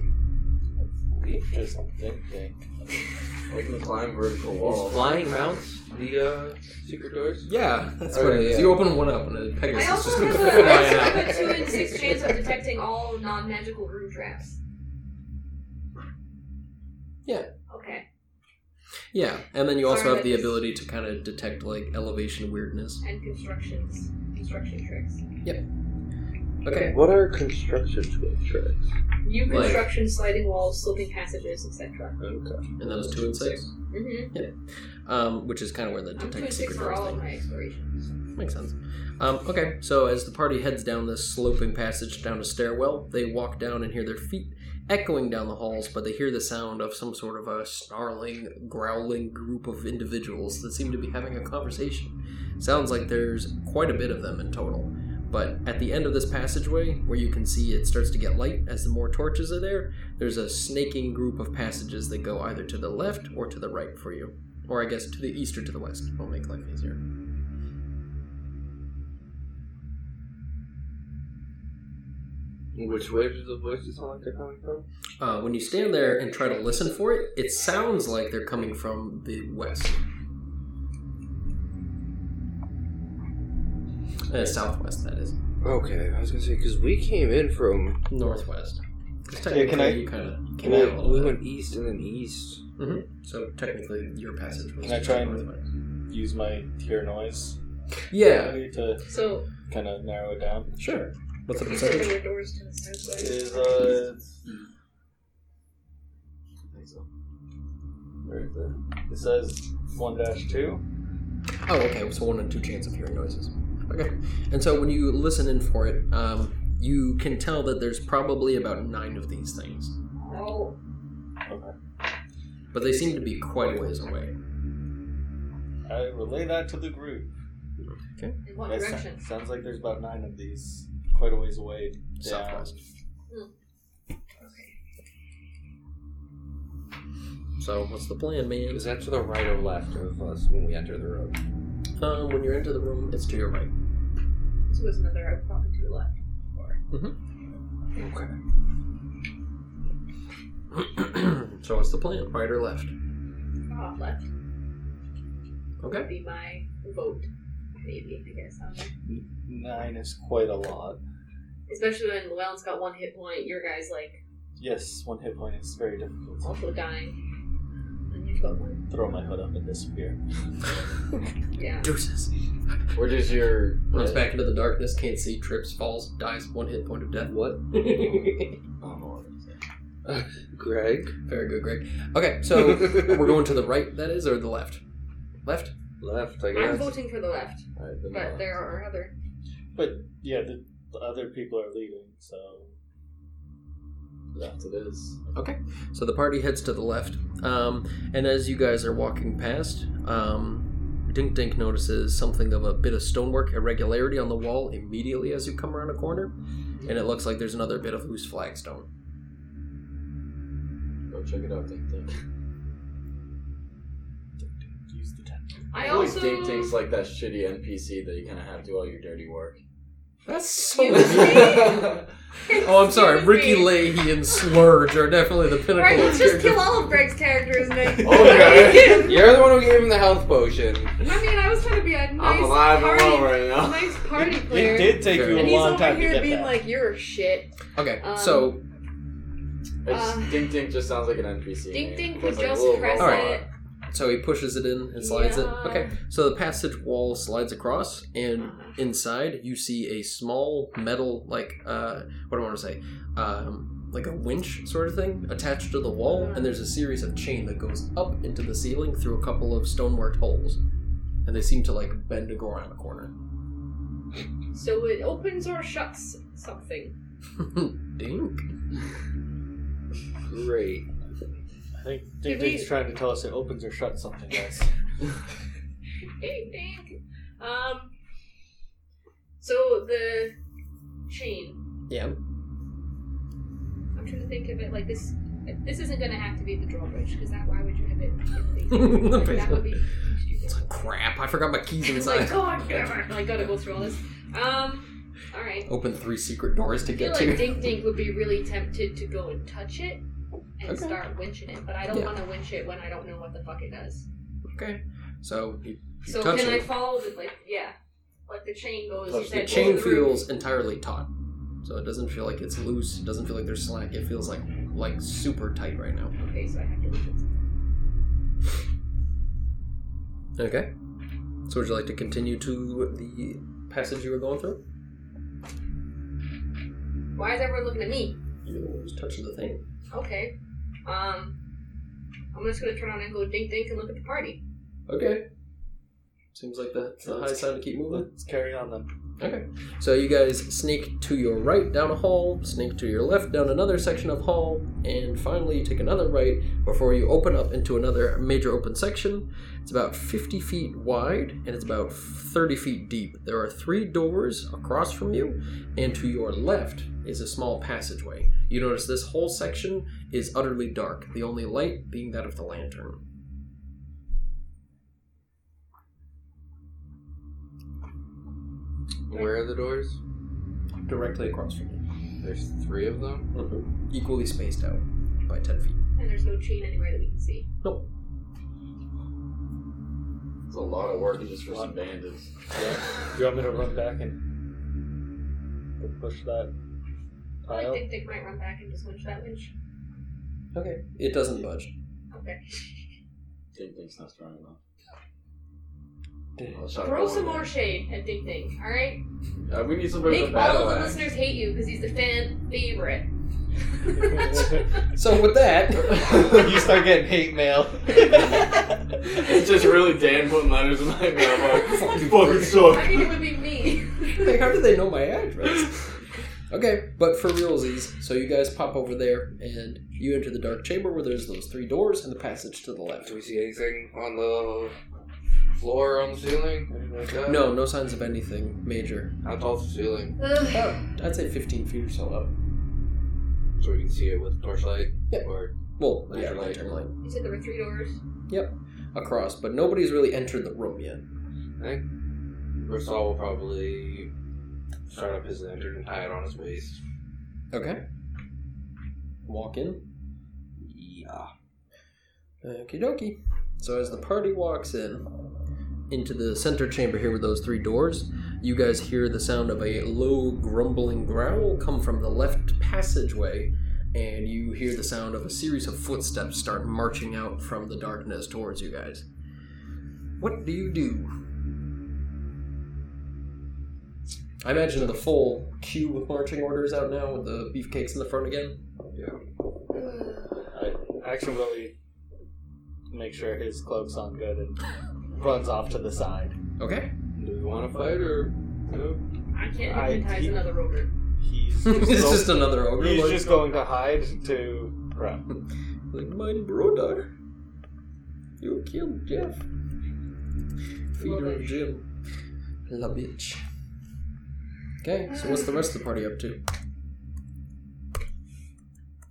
[SPEAKER 3] Just think, think.
[SPEAKER 4] I can climb vertical
[SPEAKER 2] Is
[SPEAKER 4] walls.
[SPEAKER 2] flying mounts the uh, secret doors?
[SPEAKER 1] Yeah, that's
[SPEAKER 2] All
[SPEAKER 1] what
[SPEAKER 2] right,
[SPEAKER 1] it is.
[SPEAKER 2] yeah.
[SPEAKER 1] You open one up and a Pegasus
[SPEAKER 5] I also
[SPEAKER 1] just
[SPEAKER 5] have
[SPEAKER 1] comes <laughs>
[SPEAKER 5] a,
[SPEAKER 1] flying
[SPEAKER 5] I
[SPEAKER 1] out.
[SPEAKER 5] have a two in six chance of detecting all non-magical room traps.
[SPEAKER 1] Yeah.
[SPEAKER 5] Okay.
[SPEAKER 1] Yeah, and then you also
[SPEAKER 5] Sorry,
[SPEAKER 1] have
[SPEAKER 5] but
[SPEAKER 1] the
[SPEAKER 5] this-
[SPEAKER 1] ability to kind of detect like elevation weirdness.
[SPEAKER 5] And constructions, construction tricks.
[SPEAKER 1] Okay.
[SPEAKER 2] What are construction tricks?
[SPEAKER 5] New
[SPEAKER 1] Like-
[SPEAKER 5] construction, sliding walls, sloping passages, etc.
[SPEAKER 2] Okay.
[SPEAKER 1] And that was two and six,
[SPEAKER 5] Mm-hmm.
[SPEAKER 1] um, which is kind of where the
[SPEAKER 5] I'm two
[SPEAKER 1] detect
[SPEAKER 5] and six
[SPEAKER 1] secret
[SPEAKER 5] for
[SPEAKER 1] doors
[SPEAKER 5] all
[SPEAKER 1] thing
[SPEAKER 5] of my explorations.
[SPEAKER 1] Makes sense. Um, okay, so as the party heads down this sloping passage down a stairwell, they walk down and hear their feet echoing down the halls, but they hear the sound of some sort of a snarling, growling group of individuals that seem to be having a conversation. Sounds like there's quite a bit of them in total. But at the end of this passageway, where you can see it starts to get light as the more torches are there, there's a snaking group of passages that go either to the left or to the right for you. Or I guess to the east or to the west. Will make life easier.
[SPEAKER 2] Which way does the voices sound like they're coming from?
[SPEAKER 1] Uh, when you stand there and try to listen for it, it sounds like they're coming from the west. Uh, southwest, that is.
[SPEAKER 2] Okay, I was gonna say because we came in from
[SPEAKER 1] Northwest. 'Cause
[SPEAKER 3] Yeah,
[SPEAKER 1] technically
[SPEAKER 3] can I-
[SPEAKER 1] you kind of came
[SPEAKER 2] we,
[SPEAKER 1] out a little
[SPEAKER 2] we
[SPEAKER 1] bit.
[SPEAKER 2] went east and then east.
[SPEAKER 1] So technically your passage was
[SPEAKER 3] Can I try and-
[SPEAKER 1] northwest.
[SPEAKER 3] Use my hear noise
[SPEAKER 1] Yeah,
[SPEAKER 3] ability to
[SPEAKER 5] So
[SPEAKER 3] kind of narrow it down.
[SPEAKER 1] sure. What's the
[SPEAKER 5] you said there
[SPEAKER 1] percentage?
[SPEAKER 5] were doors to the south
[SPEAKER 3] Is uh,
[SPEAKER 4] I think so.
[SPEAKER 3] where is it? It says one dash two.
[SPEAKER 1] Oh, okay. So one in two chance of hearing noises. Okay. And so when you listen in for it, um, you can tell that there's probably about nine of these things,
[SPEAKER 5] side. Oh,
[SPEAKER 1] but they seem to be quite a ways away.
[SPEAKER 3] I relay that to the group.
[SPEAKER 5] in what
[SPEAKER 3] That so-
[SPEAKER 5] direction?
[SPEAKER 3] sounds like there's about nine of these, quite a ways away. Down.
[SPEAKER 1] Southwest. Hmm. So what's the plan, man?
[SPEAKER 2] Is that to the right or left of us when we enter the road?
[SPEAKER 1] Um, when you enter the room, it's to your right.
[SPEAKER 5] This was another I probably to the left. Or
[SPEAKER 2] Okay.
[SPEAKER 1] so what's the plan? Right or left?
[SPEAKER 5] off left
[SPEAKER 1] Okay.
[SPEAKER 5] would be my vote. Maybe I guess. Um, I don't know.
[SPEAKER 3] Nine is quite a lot.
[SPEAKER 5] Especially when Llewellyn's got one hit point, your guy's like
[SPEAKER 3] Yes, one hit point is very difficult. to
[SPEAKER 5] also dying, and you've got one.
[SPEAKER 3] throw my hood up and disappear.
[SPEAKER 5] Yeah.
[SPEAKER 1] Deuces.
[SPEAKER 4] Where does your
[SPEAKER 1] Runs back into the darkness, can't see, trips, falls, dies, one hit point of death.
[SPEAKER 2] What?
[SPEAKER 1] Very
[SPEAKER 4] Oh, Lord.
[SPEAKER 2] Greg? <laughs>
[SPEAKER 1] good, Greg. Okay, so we're going to the right, that is, or the left? Left?
[SPEAKER 2] left, I
[SPEAKER 5] I'm
[SPEAKER 2] guess.
[SPEAKER 5] voting for the left,
[SPEAKER 4] Alright, then
[SPEAKER 5] but
[SPEAKER 4] uh,
[SPEAKER 5] there are other.
[SPEAKER 3] Yeah, the, the other people are leaving,
[SPEAKER 5] <laughs>
[SPEAKER 3] so
[SPEAKER 4] left it is.
[SPEAKER 1] So the party heads to the left. Um, and as you guys are walking past, um, Dink Dink notices something of a bit of stonework irregularity on the wall immediately as you come around a corner. And it looks like there's another bit of loose flagstone.
[SPEAKER 4] Go check it out, Dink Dink.
[SPEAKER 5] I
[SPEAKER 4] always
[SPEAKER 5] also
[SPEAKER 4] Dave Dink's like that shitty NPC that you kind of have to do all your dirty
[SPEAKER 5] <laughs>
[SPEAKER 4] work.
[SPEAKER 1] That's so
[SPEAKER 5] You-
[SPEAKER 1] <laughs>
[SPEAKER 4] <laughs>
[SPEAKER 5] <laughs>
[SPEAKER 1] Oh, I'm sorry.
[SPEAKER 5] Excuse
[SPEAKER 1] Ricky
[SPEAKER 5] me.
[SPEAKER 1] Leahy and Slurge are definitely the pinnacle
[SPEAKER 5] Right,
[SPEAKER 1] of
[SPEAKER 5] let's just
[SPEAKER 1] character.
[SPEAKER 5] kill all of Greg's characters and
[SPEAKER 4] Oh
[SPEAKER 5] then.
[SPEAKER 4] Okay.
[SPEAKER 2] You're the one who gave him the health potion.
[SPEAKER 5] I mean, I was trying to be a nice
[SPEAKER 4] I'm alive and
[SPEAKER 5] party,
[SPEAKER 4] well right now.
[SPEAKER 5] <laughs> nice party player.
[SPEAKER 3] It did take
[SPEAKER 1] Fair.
[SPEAKER 3] you
[SPEAKER 5] And
[SPEAKER 3] a
[SPEAKER 5] he's
[SPEAKER 3] long
[SPEAKER 5] over
[SPEAKER 3] time to
[SPEAKER 5] here
[SPEAKER 3] get
[SPEAKER 5] being
[SPEAKER 3] that.
[SPEAKER 5] like, "You're shit."
[SPEAKER 1] Okay,
[SPEAKER 5] Um,
[SPEAKER 1] so
[SPEAKER 4] It's-
[SPEAKER 5] Uh,
[SPEAKER 4] Dink Dink just sounds like an NPC.
[SPEAKER 5] Dink
[SPEAKER 4] name.
[SPEAKER 5] Dink
[SPEAKER 4] It's
[SPEAKER 5] would
[SPEAKER 4] like a
[SPEAKER 5] just
[SPEAKER 4] little
[SPEAKER 5] press
[SPEAKER 1] All
[SPEAKER 4] robot.
[SPEAKER 1] right. so he pushes it in and slides
[SPEAKER 5] Yeah.
[SPEAKER 1] it. Okay, so the passage wall slides across, and inside you see a small metal, like uh, what do I want to say, um, like a winch sort of thing attached to the wall, and there's a series of chain that goes up into the ceiling through a couple of stoneworked holes, and they seem to like bend to go around a corner. <laughs>
[SPEAKER 5] it. So it opens or shuts something.
[SPEAKER 1] Dink.
[SPEAKER 2] Great.
[SPEAKER 3] I think
[SPEAKER 5] Did
[SPEAKER 3] Ding
[SPEAKER 5] we-
[SPEAKER 3] Ding's trying to tell us it opens or shuts something,
[SPEAKER 5] <laughs>
[SPEAKER 3] guys.
[SPEAKER 5] Dink Dink. Um. So the chain.
[SPEAKER 1] Yeah.
[SPEAKER 5] I'm trying to think of it like this. This isn't going to have to be the drawbridge because that. Why would you have it? In
[SPEAKER 3] <laughs>
[SPEAKER 1] The
[SPEAKER 5] the basement? like, that would be stupid.
[SPEAKER 1] It's like crap. I forgot my keys
[SPEAKER 5] It's
[SPEAKER 1] inside.
[SPEAKER 5] <laughs> like, God damn it! I gotta go through all this. Um, alright.
[SPEAKER 1] Open three secret doors to
[SPEAKER 5] I feel
[SPEAKER 1] get
[SPEAKER 5] like
[SPEAKER 1] to. <laughs>
[SPEAKER 5] Dink Dink would be really tempted to go and touch it and
[SPEAKER 1] Okay.
[SPEAKER 5] start winching it, but I don't
[SPEAKER 1] Yeah.
[SPEAKER 5] want to winch it when I don't know what the fuck it does.
[SPEAKER 1] Okay. So you, you
[SPEAKER 5] so
[SPEAKER 1] touch
[SPEAKER 5] can I
[SPEAKER 1] it.
[SPEAKER 5] follow the like yeah, like the chain goes?
[SPEAKER 4] Touch
[SPEAKER 5] you
[SPEAKER 4] the
[SPEAKER 5] said
[SPEAKER 1] the chain
[SPEAKER 5] goes through-
[SPEAKER 1] feels entirely taut. So it doesn't feel like it's loose. It doesn't feel like there's slack. It feels like like super tight right now.
[SPEAKER 5] Okay, so I have to. look at-
[SPEAKER 1] Okay. So would you like to continue to the passage you were going through?
[SPEAKER 5] Why is everyone looking at me?
[SPEAKER 1] You was touching the thing.
[SPEAKER 5] Okay. Um, I'm just gonna turn on and go Dink Dink and look at the party.
[SPEAKER 1] Okay. Seems like that's the high sign to keep moving.
[SPEAKER 3] Let's carry on then.
[SPEAKER 1] Okay. So you guys sneak to your right down a hall, sneak to your left down another section of hall, and finally you take another right before you open up into another major open section. It's about 50 feet wide and it's about 30 feet deep. There are three doors across from you, and to your left is a small passageway. You notice this whole section is utterly dark, the only light being that of the lantern.
[SPEAKER 2] Where are the doors?
[SPEAKER 1] Directly across from you.
[SPEAKER 2] There's three of them. <laughs>
[SPEAKER 1] Equally spaced out by 10 feet.
[SPEAKER 5] And there's no chain anywhere that we can see.
[SPEAKER 4] It's a lot of work just for some bandits.
[SPEAKER 3] Do you want me to run back and push that
[SPEAKER 5] I
[SPEAKER 3] pile?
[SPEAKER 5] think Dink Dink might run back and just winch that winch.
[SPEAKER 1] Okay. It doesn't budge.
[SPEAKER 5] Okay.
[SPEAKER 4] Dink Dink's not strong enough.
[SPEAKER 3] Ding.
[SPEAKER 4] I'll shut
[SPEAKER 5] Throw
[SPEAKER 4] up.
[SPEAKER 5] some more shade at Dink Dink. All right.
[SPEAKER 4] Yeah, we need somebody with a
[SPEAKER 5] Make all
[SPEAKER 4] battle
[SPEAKER 5] of the
[SPEAKER 4] axe.
[SPEAKER 5] listeners hate you because he's the fan <laughs> favorite.
[SPEAKER 1] So with that.
[SPEAKER 3] you start getting hate
[SPEAKER 6] <laughs>
[SPEAKER 3] mail.
[SPEAKER 4] It's just really Dan putting letters in my mailbox. You fucking
[SPEAKER 5] I
[SPEAKER 4] suck.
[SPEAKER 5] mean, it would be me.
[SPEAKER 1] Like, how do they know my address? <laughs> Okay, but for realsies, so you guys pop over there and you enter the dark chamber where there's those three doors and the passage to the left.
[SPEAKER 2] Do we see anything on the floor, on the ceiling, anything like that?
[SPEAKER 1] No, no signs of anything major.
[SPEAKER 2] How tall's the ceiling?
[SPEAKER 5] Ugh.
[SPEAKER 1] About, I'd say 15 feet or so up.
[SPEAKER 2] So we can see it with torchlight.
[SPEAKER 1] Yeah.
[SPEAKER 2] Or
[SPEAKER 1] Well, yeah,
[SPEAKER 2] Lantern light.
[SPEAKER 1] lantern light
[SPEAKER 5] You said there were three doors.
[SPEAKER 1] across, but nobody's really entered the room yet.
[SPEAKER 2] Rosal will probably start up his lantern and tie it on his waist.
[SPEAKER 1] Okay. Walk in.
[SPEAKER 2] Yeah.
[SPEAKER 1] Okie dokie. So as the party walks in into the center chamber here with those three doors, you guys hear the sound of a low grumbling growl come from the left passageway, and you hear the sound of a series of footsteps start marching out from the darkness towards you guys. What do you do? I imagine the full cube of marching orders out now with the beefcakes in the front again.
[SPEAKER 3] Action Willie make sure his cloak's on good and runs off to the side.
[SPEAKER 1] Okay.
[SPEAKER 2] Do we want to
[SPEAKER 1] <laughs>
[SPEAKER 2] fight or? No.
[SPEAKER 5] I can't
[SPEAKER 3] I-
[SPEAKER 5] hypnotize
[SPEAKER 3] he-
[SPEAKER 5] another ogre.
[SPEAKER 1] <laughs>
[SPEAKER 3] He's
[SPEAKER 1] it's
[SPEAKER 3] go-
[SPEAKER 1] just another ogre.
[SPEAKER 3] he's
[SPEAKER 1] like-
[SPEAKER 3] just going to hide to crap.
[SPEAKER 1] Like my brother. You killed Jeff. Feeder and Jim. La bitch. Okay, so what's the rest of the party up to?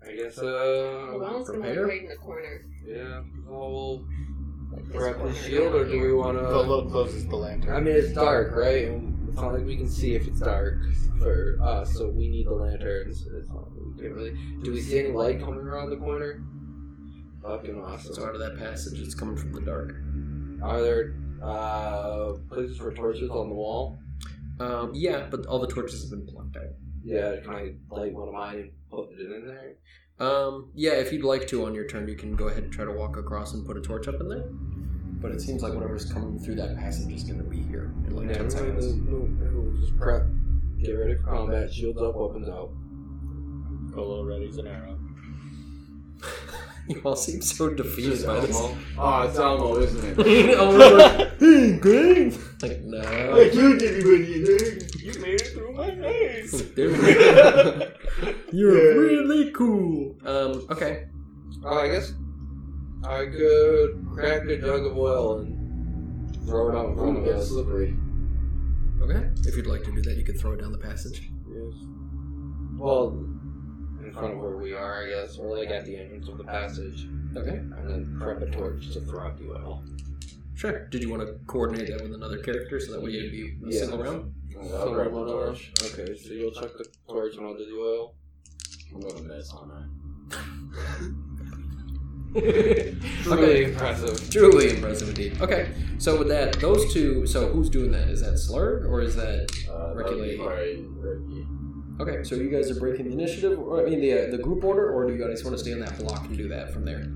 [SPEAKER 2] I guess. Uh.
[SPEAKER 5] Llewellyn's gonna
[SPEAKER 1] prepare?
[SPEAKER 5] wait in the corner.
[SPEAKER 2] Yeah. Rosal uh, will
[SPEAKER 5] Like this
[SPEAKER 2] wrap
[SPEAKER 5] corner
[SPEAKER 2] his shield,
[SPEAKER 5] down
[SPEAKER 2] or do
[SPEAKER 5] here.
[SPEAKER 2] we want to?
[SPEAKER 3] Volo closes the lantern.
[SPEAKER 2] I mean, it's dark, right? And It's not like we can see if it's dark for us, so we need the lanterns. It's not, we can't really. Do we see any light coming around the corner? Fucking
[SPEAKER 1] So
[SPEAKER 2] awesome.
[SPEAKER 1] out of that passage, it's coming from the dark.
[SPEAKER 2] Are there uh, places for torches on the wall?
[SPEAKER 1] Um, yeah, but all the torches have been plucked out.
[SPEAKER 2] Yeah, can I light one of mine and put it in there?
[SPEAKER 1] Um, yeah, if you'd like to on your turn, you can go ahead and try to walk across and put a torch up in there. But it seems like whatever's coming through that passage is going to be here in like
[SPEAKER 2] Yeah,
[SPEAKER 1] 10 seconds.
[SPEAKER 2] we'll just prep. Get ready for combat. Shields up, weapons out.
[SPEAKER 3] Volo readies an arrow.
[SPEAKER 1] <laughs> You all seem so defeated
[SPEAKER 4] Just
[SPEAKER 1] by this.
[SPEAKER 4] Elmo.
[SPEAKER 6] Ah,
[SPEAKER 4] Oh, it's Elmo,
[SPEAKER 1] <laughs>
[SPEAKER 4] isn't it?
[SPEAKER 1] Elmo's like, hey, Greg! Like, no. <laughs>
[SPEAKER 4] killed everybody, you
[SPEAKER 3] You made it through my maze.
[SPEAKER 1] You're
[SPEAKER 4] Yeah.
[SPEAKER 1] really cool. Um, okay.
[SPEAKER 2] Uh, I guess I could crack a jug of oil and throw it out in front of
[SPEAKER 4] gets
[SPEAKER 2] us.
[SPEAKER 4] slippery.
[SPEAKER 1] Okay. If you'd like to do that, you could throw it down the passage.
[SPEAKER 2] Well, in front of where we are, I guess, or like at the entrance of the passage,
[SPEAKER 1] Okay.
[SPEAKER 2] and then prep a torch to throw out the oil.
[SPEAKER 1] Sure. Did you want to coordinate that with another character so that way you'd be a
[SPEAKER 2] Yeah.
[SPEAKER 1] single <laughs> round?
[SPEAKER 2] So
[SPEAKER 6] I'll grab
[SPEAKER 2] we'll
[SPEAKER 6] the
[SPEAKER 2] do
[SPEAKER 6] torch.
[SPEAKER 2] it. Okay, so you'll check the torch and I'll do the oil.
[SPEAKER 6] I'm going to miss on that.
[SPEAKER 2] Really impressive.
[SPEAKER 1] Truly impressive indeed. Okay. So with that, those two. So who's doing that? Is that Slurg or is that?
[SPEAKER 6] Uh,
[SPEAKER 1] Ricky Lee.
[SPEAKER 6] Regulate.
[SPEAKER 1] Okay. So you guys are breaking the initiative, or I mean the uh, the group order, or do you guys want to stay in that block and do that from there?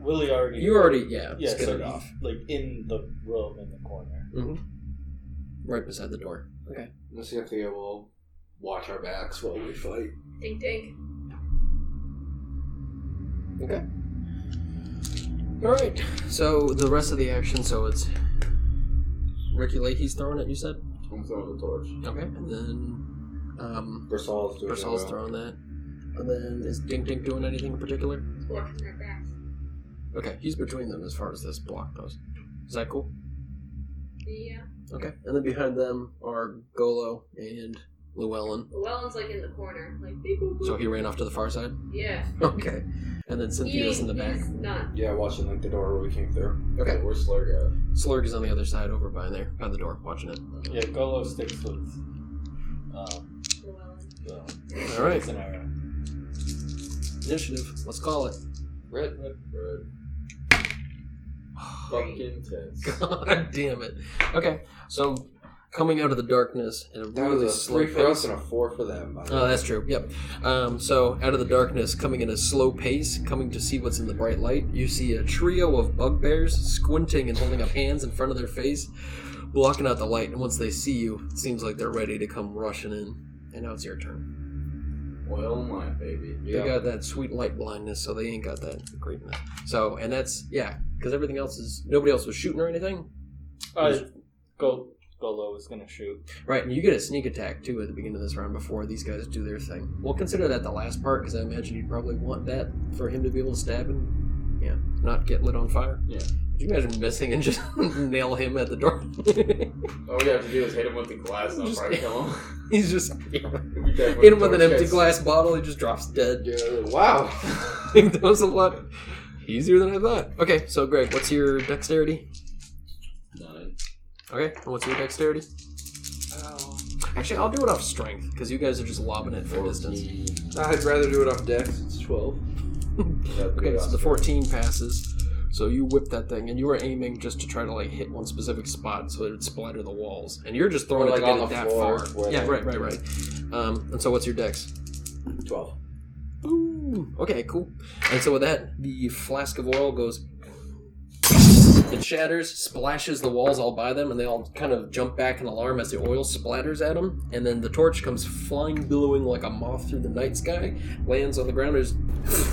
[SPEAKER 3] Willie already.
[SPEAKER 1] You already, yeah,
[SPEAKER 3] yeah,
[SPEAKER 1] skid
[SPEAKER 3] so
[SPEAKER 1] it
[SPEAKER 3] he's,
[SPEAKER 1] off
[SPEAKER 3] like in the room in the corner.
[SPEAKER 1] right beside the door.
[SPEAKER 2] Miss Cynthia will watch our backs while we fight.
[SPEAKER 5] Dink dink.
[SPEAKER 1] All right. So the rest of the action. So it's Ricky Leahy's throwing it. You said
[SPEAKER 6] I'm throwing the torch.
[SPEAKER 1] okay, and then um,
[SPEAKER 2] Brasol's doing
[SPEAKER 1] Brasol's
[SPEAKER 2] the oil.
[SPEAKER 1] throwing that, and then is Dink Dink doing anything in particular?
[SPEAKER 5] Walking their backs.
[SPEAKER 1] Okay, he's between them as far as this block goes. Is that cool?
[SPEAKER 5] Yeah.
[SPEAKER 1] Okay, and then behind them are Golo and Llewellyn.
[SPEAKER 5] Llewellyn's like in the corner. Like beep, boop, boop.
[SPEAKER 1] So he ran off to the far side.
[SPEAKER 5] Yeah.
[SPEAKER 1] <laughs> Okay, and then Cynthia's
[SPEAKER 5] He-
[SPEAKER 1] in the back.
[SPEAKER 5] He's not.
[SPEAKER 2] Yeah, watching like the door where we came through.
[SPEAKER 1] Okay,
[SPEAKER 6] Where's Slurg at?
[SPEAKER 1] Slurg is on the other side, over by there, by the door, watching it.
[SPEAKER 3] Yeah, Golo sticks with. Um,
[SPEAKER 5] Llewellyn.
[SPEAKER 3] so
[SPEAKER 1] All right,
[SPEAKER 3] it's an arrow.
[SPEAKER 1] initiative. Let's call it.
[SPEAKER 2] Red.
[SPEAKER 6] Red. Fucking tense.
[SPEAKER 1] God damn it. Okay, so coming out of the darkness in a
[SPEAKER 2] That
[SPEAKER 1] really
[SPEAKER 2] was a
[SPEAKER 1] slow
[SPEAKER 2] three for us
[SPEAKER 1] pace.
[SPEAKER 2] and a four for them. by the way.
[SPEAKER 1] Oh, that's true. Yep. Um, so out of the darkness, coming in a slow pace, coming to see what's in the bright light, you see a trio of bugbears squinting and holding up hands in front of their face, blocking out the light. And once they see you, it seems like they're ready to come rushing in. And now it's your turn.
[SPEAKER 6] Oil and light, baby.
[SPEAKER 2] Yeah.
[SPEAKER 1] They got that sweet light blindness, so they ain't got that greatness. So, and that's yeah, because everything else is nobody else was shooting or anything,
[SPEAKER 3] Uh, Go Golo is gonna shoot.
[SPEAKER 1] right? And you get a sneak attack too at the beginning of this round before these guys do their thing. We'll consider that the last part because I imagine you'd probably want that for him to be able to stab and yeah, not get lit on fire.
[SPEAKER 6] Yeah.
[SPEAKER 1] Could you imagine missing and just <laughs> nail him at the door? <laughs>
[SPEAKER 6] All we have to do is hit him with the glass and I'll
[SPEAKER 1] Just-
[SPEAKER 6] probably kill <laughs> him.
[SPEAKER 1] He's just
[SPEAKER 6] We definitely
[SPEAKER 1] hit him with an
[SPEAKER 6] torch
[SPEAKER 1] empty
[SPEAKER 6] guys.
[SPEAKER 1] glass bottle. He just drops dead. <laughs>
[SPEAKER 2] Yeah, wow.
[SPEAKER 1] that was a lot easier than I thought. Okay, so Greg, what's your dexterity?
[SPEAKER 6] Nine.
[SPEAKER 1] Okay, and what's your dexterity?
[SPEAKER 2] Oh.
[SPEAKER 1] Actually, I'll do it off strength because you guys are just lobbing it for distance.
[SPEAKER 2] <laughs> I'd rather do it off dex. It's <laughs> 12.
[SPEAKER 1] Okay, so the 14 passes. So you whip that thing, and you were aiming just to try to like hit one specific spot so it would splatter the walls, and you're just throwing
[SPEAKER 2] Or,
[SPEAKER 1] it
[SPEAKER 2] like,
[SPEAKER 1] to
[SPEAKER 2] on
[SPEAKER 1] get it that
[SPEAKER 2] the floor
[SPEAKER 1] far.
[SPEAKER 2] where
[SPEAKER 1] Yeah,
[SPEAKER 2] they-
[SPEAKER 1] right, right, right. Um, and so what's your dex?
[SPEAKER 2] 12.
[SPEAKER 1] Ooh, okay, cool. And so with that, the flask of oil goes. It shatters, splashes the walls all by them, and they all kind of jump back in alarm as the oil splatters at them. And then the torch comes flying, billowing like a moth through the night sky, lands on the ground, and just,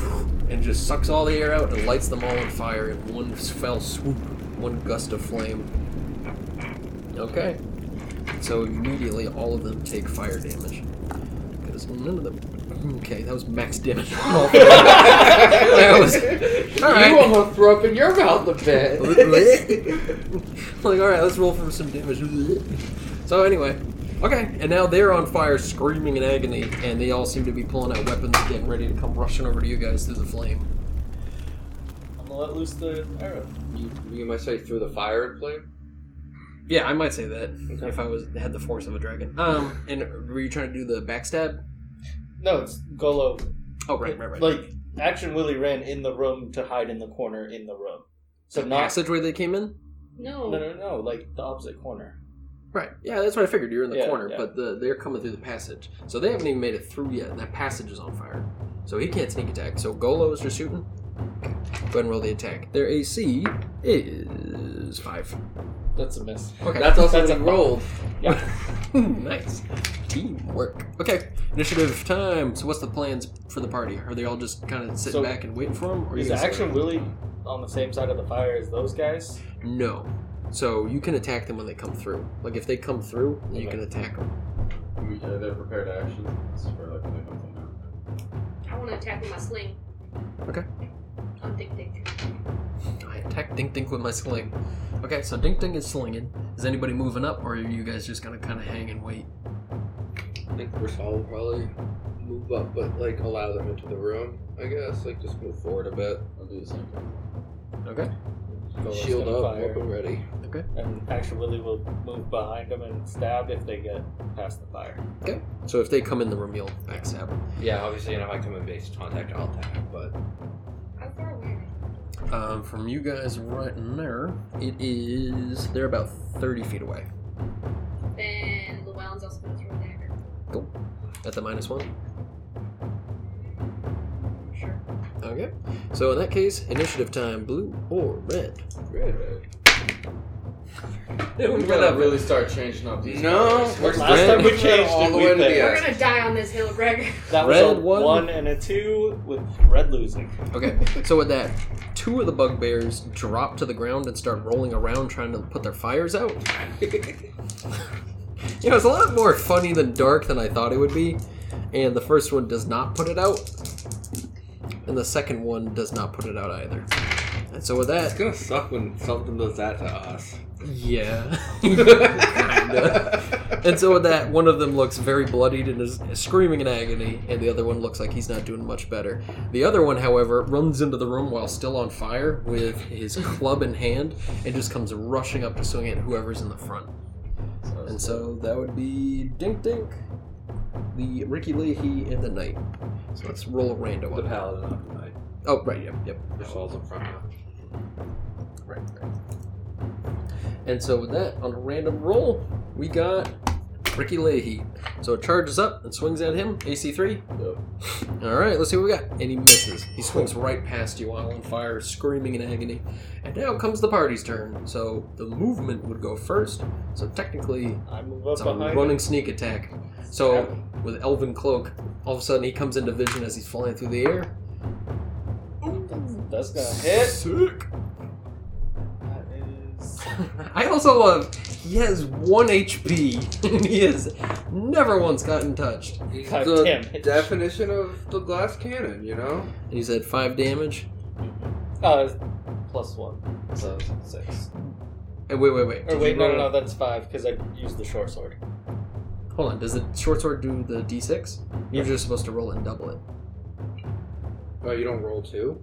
[SPEAKER 1] and just sucks all the air out and lights them all on fire in one fell swoop, one gust of flame. Okay. So immediately all of them take fire damage. Because none of them. Okay, that was max damage. <laughs> that was.
[SPEAKER 2] You
[SPEAKER 1] Alright.
[SPEAKER 2] almost threw up in your mouth a bit.
[SPEAKER 1] <laughs> like, alright, let's roll for some damage. so, anyway. Okay, and now they're on fire, screaming in agony, and they all seem to be pulling out weapons, getting ready to come rushing over to you guys through the flame.
[SPEAKER 3] I'm and let loose the arrow.
[SPEAKER 2] <laughs> You, you might say through the fire and flame.
[SPEAKER 1] Yeah, I might say that
[SPEAKER 2] Okay.
[SPEAKER 1] if I was had the force of a dragon. Um, and were you trying to do the backstab?
[SPEAKER 3] No, it's Golo.
[SPEAKER 1] Oh, right, right, right.
[SPEAKER 3] Like Action Willie ran in the room to hide in the corner in the room. So
[SPEAKER 1] the
[SPEAKER 3] not
[SPEAKER 1] passageway they came in.
[SPEAKER 5] No.
[SPEAKER 3] no no no like the opposite corner.
[SPEAKER 1] Right. Yeah, that's what I figured. You're in the
[SPEAKER 3] Yeah,
[SPEAKER 1] corner,
[SPEAKER 3] yeah.
[SPEAKER 1] but the, they're coming through the passage, so they haven't even made it through yet. and That passage is on fire, so he can't sneak attack. So Golo is just shooting. Go ahead and roll the attack. Their AC is five.
[SPEAKER 3] That's a miss.
[SPEAKER 1] Okay.
[SPEAKER 2] That's also
[SPEAKER 3] That's
[SPEAKER 2] what
[SPEAKER 3] a-
[SPEAKER 2] he rolled.
[SPEAKER 1] <laughs> nice. Teamwork. Okay, initiative time. So, what's the plans for the party? Are they all just kind of sitting
[SPEAKER 3] So-
[SPEAKER 1] back and waiting for him, or
[SPEAKER 3] Is
[SPEAKER 1] gonna
[SPEAKER 3] Action Willie on the same side of the fire as those guys?
[SPEAKER 1] No. So you can attack them when they come through. Like if they come through, you
[SPEAKER 3] Okay.
[SPEAKER 1] can attack them.
[SPEAKER 6] We, uh, they're prepared action. It's for like when they come from now.
[SPEAKER 5] I want to attack with my sling.
[SPEAKER 1] Okay.
[SPEAKER 5] On Dick Dick.
[SPEAKER 1] I attack Dink Dink with my sling. Okay, so Dink Dink is slinging. Is anybody moving up, or are you guys just gonna kind of hang and wait?
[SPEAKER 2] I think Rosal will probably move up, but like allow them into the room. I guess like just move forward a bit.
[SPEAKER 6] I'll do the same thing.
[SPEAKER 1] Okay.
[SPEAKER 3] Golo's
[SPEAKER 2] Shield
[SPEAKER 3] gonna
[SPEAKER 2] up,
[SPEAKER 3] fire,
[SPEAKER 2] weapon ready.
[SPEAKER 3] and Action Willie will move behind them and stab if they get past the fire.
[SPEAKER 1] So if they come in the room, you'll backstab.
[SPEAKER 2] Yeah, obviously, you know, if I come in base contact, I'll attack. But
[SPEAKER 5] How far away are
[SPEAKER 1] Um, from you guys right in there, it is they're about thirty feet away.
[SPEAKER 5] they? Then Llewellyn's also going to throw a dagger.
[SPEAKER 1] At the minus one.
[SPEAKER 5] Sure.
[SPEAKER 1] Okay. So in that case, initiative time, blue or red.
[SPEAKER 4] We gotta really start changing up these.
[SPEAKER 2] no,
[SPEAKER 4] colors.
[SPEAKER 2] we're
[SPEAKER 3] Last
[SPEAKER 1] Red.
[SPEAKER 3] time we
[SPEAKER 2] We're
[SPEAKER 3] changed
[SPEAKER 2] all
[SPEAKER 3] it,
[SPEAKER 2] the
[SPEAKER 3] we
[SPEAKER 2] way to the
[SPEAKER 3] failed.
[SPEAKER 5] We're going to die on this hill, Greg.
[SPEAKER 3] That was
[SPEAKER 1] Red
[SPEAKER 3] a
[SPEAKER 1] one.
[SPEAKER 3] one. and a two with red losing.
[SPEAKER 1] Okay, so with that, two of the bugbears drop to the ground and start rolling around trying to put their fires out. you know, it's a lot more funny than dark than I thought it would be. And the first one does not put it out, and the second one does not put it out either. And so with
[SPEAKER 2] It's
[SPEAKER 1] that,
[SPEAKER 2] gonna suck when something does that to <laughs> us.
[SPEAKER 1] yeah. Kinda. and so with that, one of them looks very bloodied and is screaming in agony, and the other one looks like he's not doing much better. The other one, however, runs into the room while still on fire with his club in hand and just comes rushing up to swing at whoever's in the front. And so that would be Dink Dink, the Ricky Leahy, and the Knight. So let's roll a random
[SPEAKER 2] the
[SPEAKER 1] one.
[SPEAKER 2] paladin up tonight.
[SPEAKER 1] Oh, right, yep, yep.
[SPEAKER 2] Rosal's up front now.
[SPEAKER 1] Right, right. And so with that, on a random roll, we got Ricky Leahy. So it charges up and swings at him. AC three. All right, let's see what we got. And he misses. He swings right past you while on fire, screaming in agony. And now comes the party's turn. So the movement would go first. So technically,
[SPEAKER 3] I move up
[SPEAKER 1] it's a
[SPEAKER 3] behind.
[SPEAKER 1] running sneak attack. So with Elven Cloak, all of a sudden he comes into vision as he's flying through the air.
[SPEAKER 3] them. That's gonna hit.
[SPEAKER 1] Sick.
[SPEAKER 3] That is
[SPEAKER 1] <laughs> I also love he has one HP and <laughs> he has never once gotten touched.
[SPEAKER 2] He's
[SPEAKER 3] God
[SPEAKER 2] the
[SPEAKER 3] damn it.
[SPEAKER 2] definition of the glass cannon, you know.
[SPEAKER 1] And he's at five damage.
[SPEAKER 3] uh, plus one. So six.
[SPEAKER 1] And Uh, wait, wait, wait.
[SPEAKER 3] Or
[SPEAKER 1] Did
[SPEAKER 3] Oh, wait,
[SPEAKER 1] you
[SPEAKER 3] no,
[SPEAKER 1] roll-
[SPEAKER 3] no, no, that's five because I used the short sword.
[SPEAKER 1] Hold on. Does the short sword do the d6? You're just supposed to roll it and double it.
[SPEAKER 2] Oh, you don't roll two.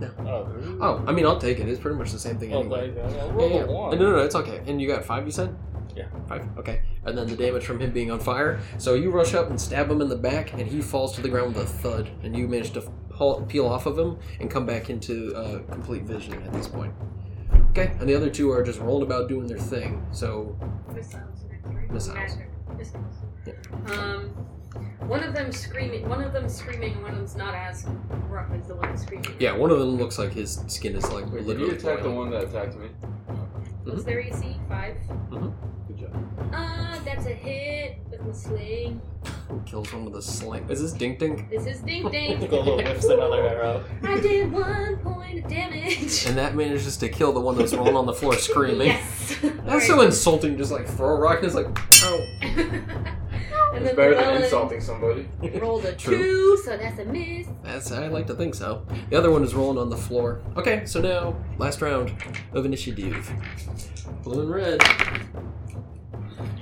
[SPEAKER 3] Oh,
[SPEAKER 1] Oh, I mean, I'll take it. It's pretty much the same thing
[SPEAKER 3] well,
[SPEAKER 1] anyway.
[SPEAKER 3] there you go.
[SPEAKER 1] Yeah,
[SPEAKER 3] Roll
[SPEAKER 1] yeah.
[SPEAKER 3] a one.
[SPEAKER 1] No, no, no, it's okay. And you got five, you said?
[SPEAKER 3] Yeah.
[SPEAKER 1] Five, okay. And then the damage from him being on fire. So you rush up and stab him in the back, and he falls to the ground with a thud. And you manage to pull, peel off of him and come back into uh, complete vision at this point. Okay, and the other two are just rolling about doing their thing. So,
[SPEAKER 5] Missiles next, right?
[SPEAKER 1] Missiles.
[SPEAKER 5] Magic. Missiles. Um, one of them screaming. One of them screaming. and One of them's not as rough as the one screaming.
[SPEAKER 1] yeah, one of them looks like his skin is like
[SPEAKER 6] Wait, did you
[SPEAKER 1] literally.
[SPEAKER 6] attack the
[SPEAKER 1] boiling.
[SPEAKER 6] one that attacked me?
[SPEAKER 5] What's
[SPEAKER 1] Mm-hmm.
[SPEAKER 5] their AC? Five.
[SPEAKER 6] Good job.
[SPEAKER 5] Uh, that's a hit with my sling.
[SPEAKER 1] Who kills one with a sling? Is this Dink Dink?
[SPEAKER 5] This is ding
[SPEAKER 1] <laughs>
[SPEAKER 5] ding.
[SPEAKER 3] Golo whiffs another arrow.
[SPEAKER 5] I did one point of damage.
[SPEAKER 1] And that manages to kill the one that's rolling on the floor screaming.
[SPEAKER 5] Yes.
[SPEAKER 1] That's so insulting. Just like throw a rock and it's like, ow.
[SPEAKER 5] <laughs> and
[SPEAKER 4] It's
[SPEAKER 5] then
[SPEAKER 4] better than
[SPEAKER 5] Llewellyn
[SPEAKER 4] insulting somebody.
[SPEAKER 1] <laughs>
[SPEAKER 5] Rolled a
[SPEAKER 1] True.
[SPEAKER 5] two, so that's a miss.
[SPEAKER 1] That's I like to think so. The other one is rolling on the floor. Okay, so now last round of initiative. Blue and red.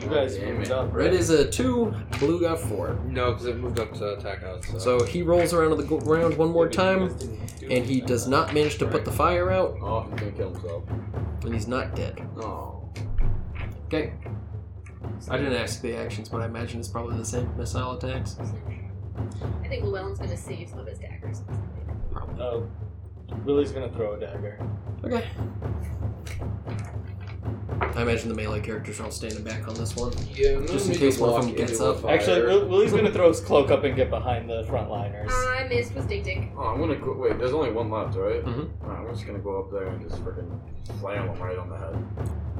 [SPEAKER 3] You guys
[SPEAKER 4] Damn
[SPEAKER 3] moved
[SPEAKER 4] it.
[SPEAKER 3] up,
[SPEAKER 1] Red
[SPEAKER 3] right?
[SPEAKER 1] is a two, blue got four.
[SPEAKER 2] No, because it moved up to attack out. So,
[SPEAKER 1] So he rolls around to the go- round one more time, and he does not manage to put the fire out,
[SPEAKER 4] Oh, he's gonna kill himself.
[SPEAKER 1] and he's not dead.
[SPEAKER 4] Oh.
[SPEAKER 1] Okay. I didn't ask the actions, but I imagine it's probably the same missile attacks.
[SPEAKER 5] I think Llewellyn's gonna save some of his daggers.
[SPEAKER 3] Oh, Willie's gonna throw a dagger.
[SPEAKER 1] Okay. I imagine the melee characters are all standing back on this one.
[SPEAKER 2] yeah, I'm gonna
[SPEAKER 1] Just in
[SPEAKER 2] make
[SPEAKER 1] case
[SPEAKER 2] it
[SPEAKER 1] one of
[SPEAKER 2] walk
[SPEAKER 1] them gets
[SPEAKER 2] into the
[SPEAKER 1] up.
[SPEAKER 2] fire.
[SPEAKER 3] Actually, Will, Willie's gonna throw his cloak up and get behind the frontliners.
[SPEAKER 5] Uh, I missed with Dick Dick.
[SPEAKER 6] Oh, I'm gonna go. Wait, there's only one left, right?
[SPEAKER 1] Mhm.
[SPEAKER 6] Alright, I'm just gonna go up there and just freaking slam him right on the head.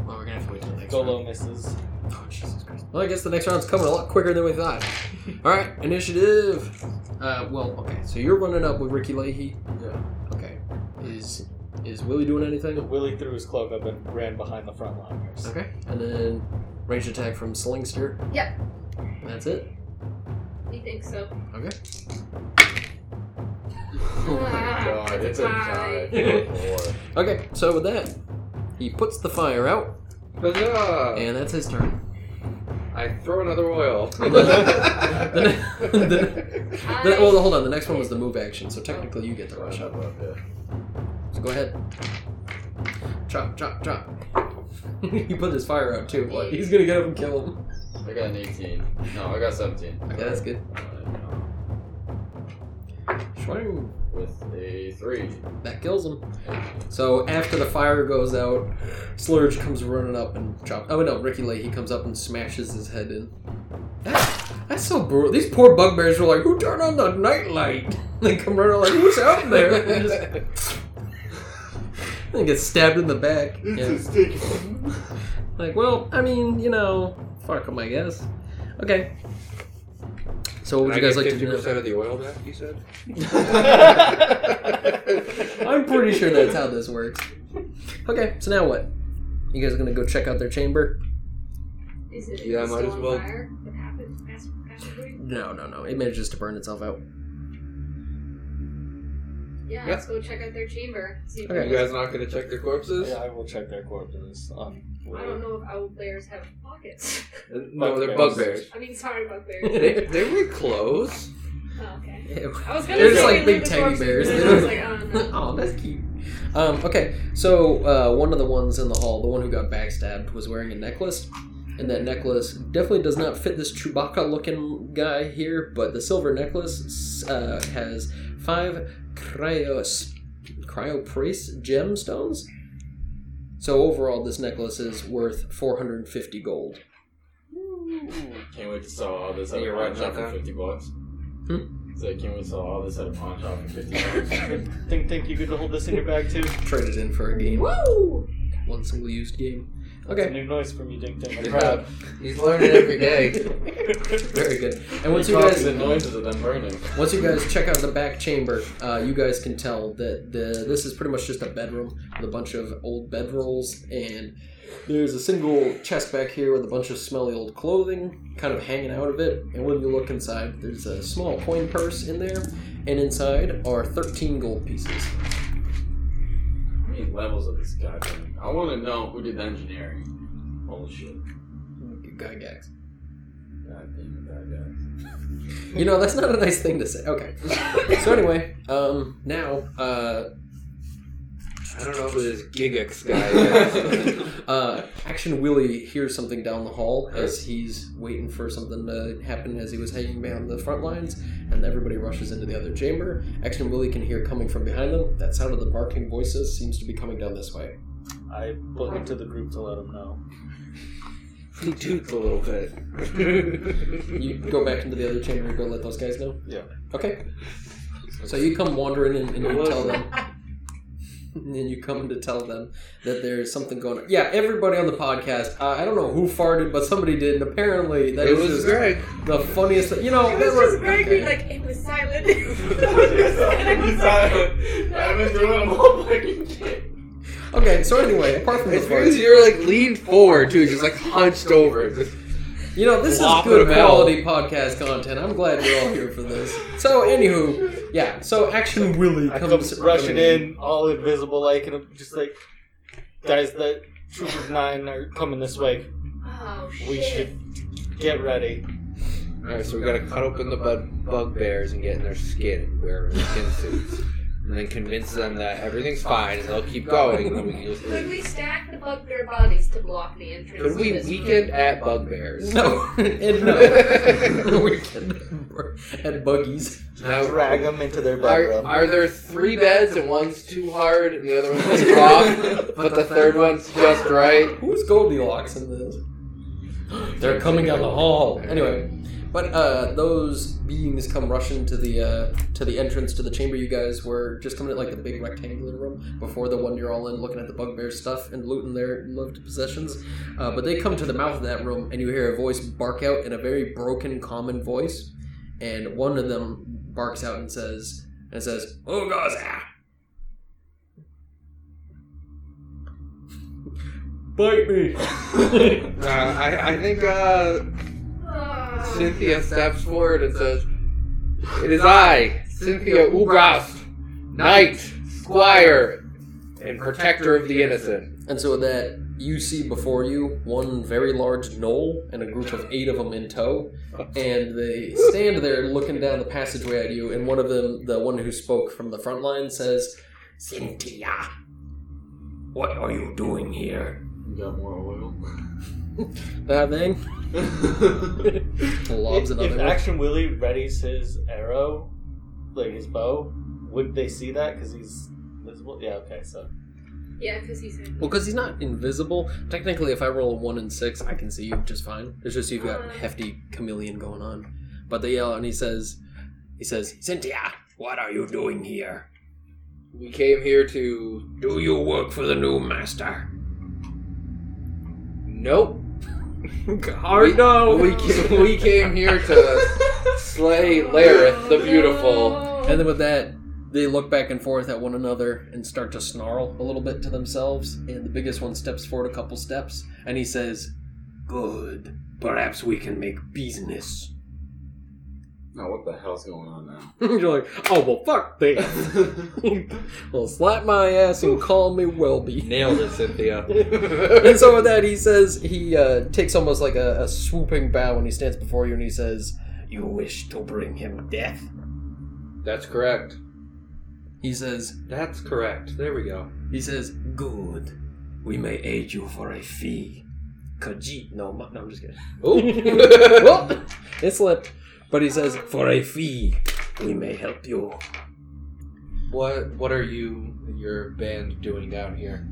[SPEAKER 1] Well, we're gonna have to wait till the next round.
[SPEAKER 3] Golo misses.
[SPEAKER 1] Oh, Jesus Christ. Well, I guess the next round's coming a lot quicker than we thought. All right, initiative. Uh, well, okay. So you're running up with Ricky Leahy.
[SPEAKER 4] Yeah.
[SPEAKER 1] Okay. Is is Willie doing anything?
[SPEAKER 3] Willie threw his cloak up and ran behind the frontliners.
[SPEAKER 1] <laughs> Okay. And then range attack from Slingster.
[SPEAKER 5] Yep.
[SPEAKER 1] That's it.
[SPEAKER 5] You think so?
[SPEAKER 1] Okay.
[SPEAKER 5] <laughs> Oh
[SPEAKER 1] <laughs>
[SPEAKER 5] my
[SPEAKER 6] God, it's Ah, a <laughs>
[SPEAKER 5] Bye.
[SPEAKER 6] tie. Four.
[SPEAKER 1] Okay. So with that, he puts the fire out,
[SPEAKER 2] Huzzah!
[SPEAKER 1] and that's his turn.
[SPEAKER 2] uh, I throw
[SPEAKER 1] <laughs>
[SPEAKER 2] another oil. <laughs>
[SPEAKER 1] The ne- the ne-
[SPEAKER 5] I,
[SPEAKER 1] the ne- well, hold on. The next one was the move action, so technically you get to
[SPEAKER 6] So I
[SPEAKER 1] rush up.
[SPEAKER 6] have up, yeah.
[SPEAKER 1] So go ahead. Chop, chop, chop. <laughs> he put his fire out too. What? He's gonna get up and kill him.
[SPEAKER 4] I got an 18. No, I got 17.
[SPEAKER 1] Yeah, that's good.
[SPEAKER 4] Alright,
[SPEAKER 1] Shwing.
[SPEAKER 4] With a 3.
[SPEAKER 1] That kills him. So after the fire goes out, Slurge comes running up and chops. Oh no, Ricky Leahy comes up and smashes his head in. That's, that's so brutal. These poor bugbears were like, "Who turned on the nightlight?" <laughs> They come running like, "Who's out there?" And just- and get stabbed in the back. Yeah. Like, well, I mean, you know, fuck them, I guess. Okay. So what would you guys like to do? now?
[SPEAKER 2] percent of the oil back, you said?
[SPEAKER 1] I'm pretty sure that's how this works. Okay, so now what? You guys are gonna go check out their chamber?
[SPEAKER 5] is it
[SPEAKER 2] Yeah, I might
[SPEAKER 5] still
[SPEAKER 2] as
[SPEAKER 5] on
[SPEAKER 2] well.
[SPEAKER 5] Fire? What happened? Ask- ask Willie.
[SPEAKER 1] No, no, no. It manages to burn itself out. <laughs>
[SPEAKER 5] Yeah, let's go check out their chamber. See if
[SPEAKER 1] Okay.
[SPEAKER 2] You guys not gonna check their corpses?
[SPEAKER 3] Yeah, I will check their corpses. Um,
[SPEAKER 5] I don't know if owl bears have pockets. <laughs>
[SPEAKER 2] No, Oh, they're
[SPEAKER 3] Bugbears.
[SPEAKER 2] bugbears.
[SPEAKER 5] I mean, sorry,
[SPEAKER 1] <laughs>
[SPEAKER 5] bugbears.
[SPEAKER 2] They, they wear clothes.
[SPEAKER 5] oh, okay.
[SPEAKER 1] Ew.
[SPEAKER 5] I was gonna
[SPEAKER 1] They're
[SPEAKER 5] say
[SPEAKER 1] just like
[SPEAKER 5] they
[SPEAKER 1] big
[SPEAKER 5] live
[SPEAKER 1] teddy
[SPEAKER 5] with
[SPEAKER 1] bears. <laughs>
[SPEAKER 5] horses, but then I was like, oh, no.
[SPEAKER 1] oh, that's cute. Um, okay, so uh, one of the ones in the hall, the one who got backstabbed, was wearing a necklace. And that necklace definitely does not fit this Chewbacca looking guy here, but the silver necklace uh, has five cryos, cryoprase gemstones. So overall, this necklace is worth 450 gold.
[SPEAKER 6] Can't wait to sell all this at
[SPEAKER 2] You're
[SPEAKER 6] a
[SPEAKER 2] right
[SPEAKER 6] pawn shop
[SPEAKER 2] about
[SPEAKER 6] for 50 bucks. So I can't wait to sell all this at a pawn shop for 50 bucks.
[SPEAKER 3] Think, think you could hold this in your bag too?
[SPEAKER 1] Trade it in for a game,
[SPEAKER 5] Woo!
[SPEAKER 1] one single used game.
[SPEAKER 3] It's a
[SPEAKER 1] Okay,
[SPEAKER 3] new noise from you, Dink Dink. I'm proud.
[SPEAKER 2] Crap. He's learning every day.
[SPEAKER 1] very good. And
[SPEAKER 6] What's
[SPEAKER 1] once you guys
[SPEAKER 6] the noises of them burning?
[SPEAKER 1] Once you guys check out the back chamber, uh, you guys can tell that the this is pretty much just a bedroom with a bunch of old bedrolls, and there's a single chest back here with a bunch of smelly old clothing kind of hanging out of it. And when you look inside, there's a small coin purse in there, and inside are 13 gold pieces.
[SPEAKER 6] How many levels of this goddamn? I want to know who did the engineering. Holy shit.
[SPEAKER 1] Guy gags.
[SPEAKER 6] God damn it, bad
[SPEAKER 1] You know, that's not a nice thing to say. Okay. So, anyway, um, now, uh,
[SPEAKER 2] I don't know who this Gigax guy is.
[SPEAKER 1] <laughs> Uh, Action Willie hears something down the hall as he's waiting for something to happen as he was hanging behind the front lines, and everybody rushes into the other chamber. Action Willie can hear coming from behind them. That sound of the barking voices seems to be coming down this way.
[SPEAKER 3] I look into the group to let them know.
[SPEAKER 2] he toots a little bit. <laughs>
[SPEAKER 1] You go back into the other chamber and go let those guys know?
[SPEAKER 3] Yeah.
[SPEAKER 1] Okay. So you come wandering in and you tell them. <laughs> And you come to tell them that there's something going on. Yeah, everybody on the podcast, uh, I don't know who farted, but somebody did, and apparently that
[SPEAKER 2] it
[SPEAKER 1] was,
[SPEAKER 2] was
[SPEAKER 1] just
[SPEAKER 2] Greg.
[SPEAKER 1] the funniest thing. You know,
[SPEAKER 5] It
[SPEAKER 1] they
[SPEAKER 5] was
[SPEAKER 1] were-
[SPEAKER 5] just very
[SPEAKER 1] okay.
[SPEAKER 5] being like, it was
[SPEAKER 1] <laughs>
[SPEAKER 5] silent. <laughs> It was silent. I was like,
[SPEAKER 6] I've been doing them all fucking shit.
[SPEAKER 1] Okay, so anyway, apart from the
[SPEAKER 2] It's because
[SPEAKER 1] farts,
[SPEAKER 2] you're like leaned forward too, just like hunched over. Just-
[SPEAKER 1] you know, this is
[SPEAKER 2] Flop
[SPEAKER 1] good
[SPEAKER 2] it out.
[SPEAKER 1] quality podcast content. I'm glad we're all here for this. So, anywho, yeah, so Action Willie
[SPEAKER 3] I
[SPEAKER 1] comes
[SPEAKER 3] come rushing in, all invisible, like, and I'm just like, guys, the troopers nine are coming this way.
[SPEAKER 5] oh, Oh shit.
[SPEAKER 3] We should get ready.
[SPEAKER 2] Alright, so we gotta cut open the bug bugbears and get in their skin and wear their skin suits. And then convince them that everything's fine and they'll keep going and then we can just
[SPEAKER 5] Could
[SPEAKER 2] leave.
[SPEAKER 5] we stack the bugbear bodies to block the entrance?
[SPEAKER 2] Could
[SPEAKER 5] to
[SPEAKER 2] we
[SPEAKER 5] this
[SPEAKER 2] weekend
[SPEAKER 5] room?
[SPEAKER 2] at bugbears?
[SPEAKER 1] No, <laughs> and
[SPEAKER 3] <laughs>
[SPEAKER 1] no. we can and buggies.
[SPEAKER 2] Now,
[SPEAKER 3] Drag them into their
[SPEAKER 2] Are,
[SPEAKER 3] bedroom.
[SPEAKER 2] are there three beds and one's too hard and the other one's
[SPEAKER 1] <laughs>
[SPEAKER 2] too soft, but the third one's just right?
[SPEAKER 1] Who's Goldilocks in this? They're coming down the hall. Anyway, but uh, those beings come rushing to the uh, to the entrance to the chamber. You guys were just coming at like the big rectangular room before the one you're all in, looking at the bugbear stuff and looting their loved possessions. Uh, but they come to the mouth of that room, and you hear a voice bark out in a very broken, common voice. And one of them barks out and says, "And says, oh Gaza, bite me." <laughs>
[SPEAKER 2] Uh, I, I think uh,
[SPEAKER 5] Oh.
[SPEAKER 2] Cynthia steps forward and says, It is I, Cynthia Ubrast, knight, squire, and protector of the innocent.
[SPEAKER 1] And so that you see before you one very large knoll and a group of eight of them in tow, and they stand there looking down the passageway at you. And one of them, the one who spoke from the front line, says, "Cynthia, what are you doing here?"
[SPEAKER 6] You got more oil. <laughs>
[SPEAKER 1] That thing lobs
[SPEAKER 3] If,
[SPEAKER 1] another
[SPEAKER 3] if
[SPEAKER 1] one.
[SPEAKER 3] Action Willie readies his arrow, like his bow, would they see that? Because he's visible. Yeah. Okay. So
[SPEAKER 5] Yeah, because he said.
[SPEAKER 1] Well, because he's not invisible. Technically, if I roll a one and six, I can see you just fine. It's just you've got hefty chameleon going on. But they yell, and he says, "He says, Cynthia, what are you doing here?"
[SPEAKER 2] We came here to.
[SPEAKER 1] Do you work for the new master?
[SPEAKER 2] Nope.
[SPEAKER 1] Or no.
[SPEAKER 2] We, ca- <laughs> we came here to slay Lareth
[SPEAKER 5] Oh,
[SPEAKER 2] the Beautiful.
[SPEAKER 1] <laughs> And then with that, they look back and forth at one another and start to snarl a little bit to themselves. And the biggest one steps forward a couple steps and he says, "Good. Perhaps we can make business." <laughs>
[SPEAKER 6] now what the hell's going on now?
[SPEAKER 1] You're like, "Oh well, fuck this." <laughs> well, slap my ass and call me Welby.
[SPEAKER 2] Nailed it, Cynthia.
[SPEAKER 1] and so with that, he says he uh, takes almost like a, a swooping bow when he stands before you and he says, "You wish to bring him death."
[SPEAKER 2] <laughs> That's correct.
[SPEAKER 1] He says,
[SPEAKER 2] That's correct. There we go.
[SPEAKER 1] He says, Good. We may aid you for a fee. Kajit. No, mu- no, I'm just kidding.
[SPEAKER 2] <laughs> Oh.
[SPEAKER 1] Well, it slipped. But he says, For a fee, we may help you.
[SPEAKER 2] what what are you and your band doing down here?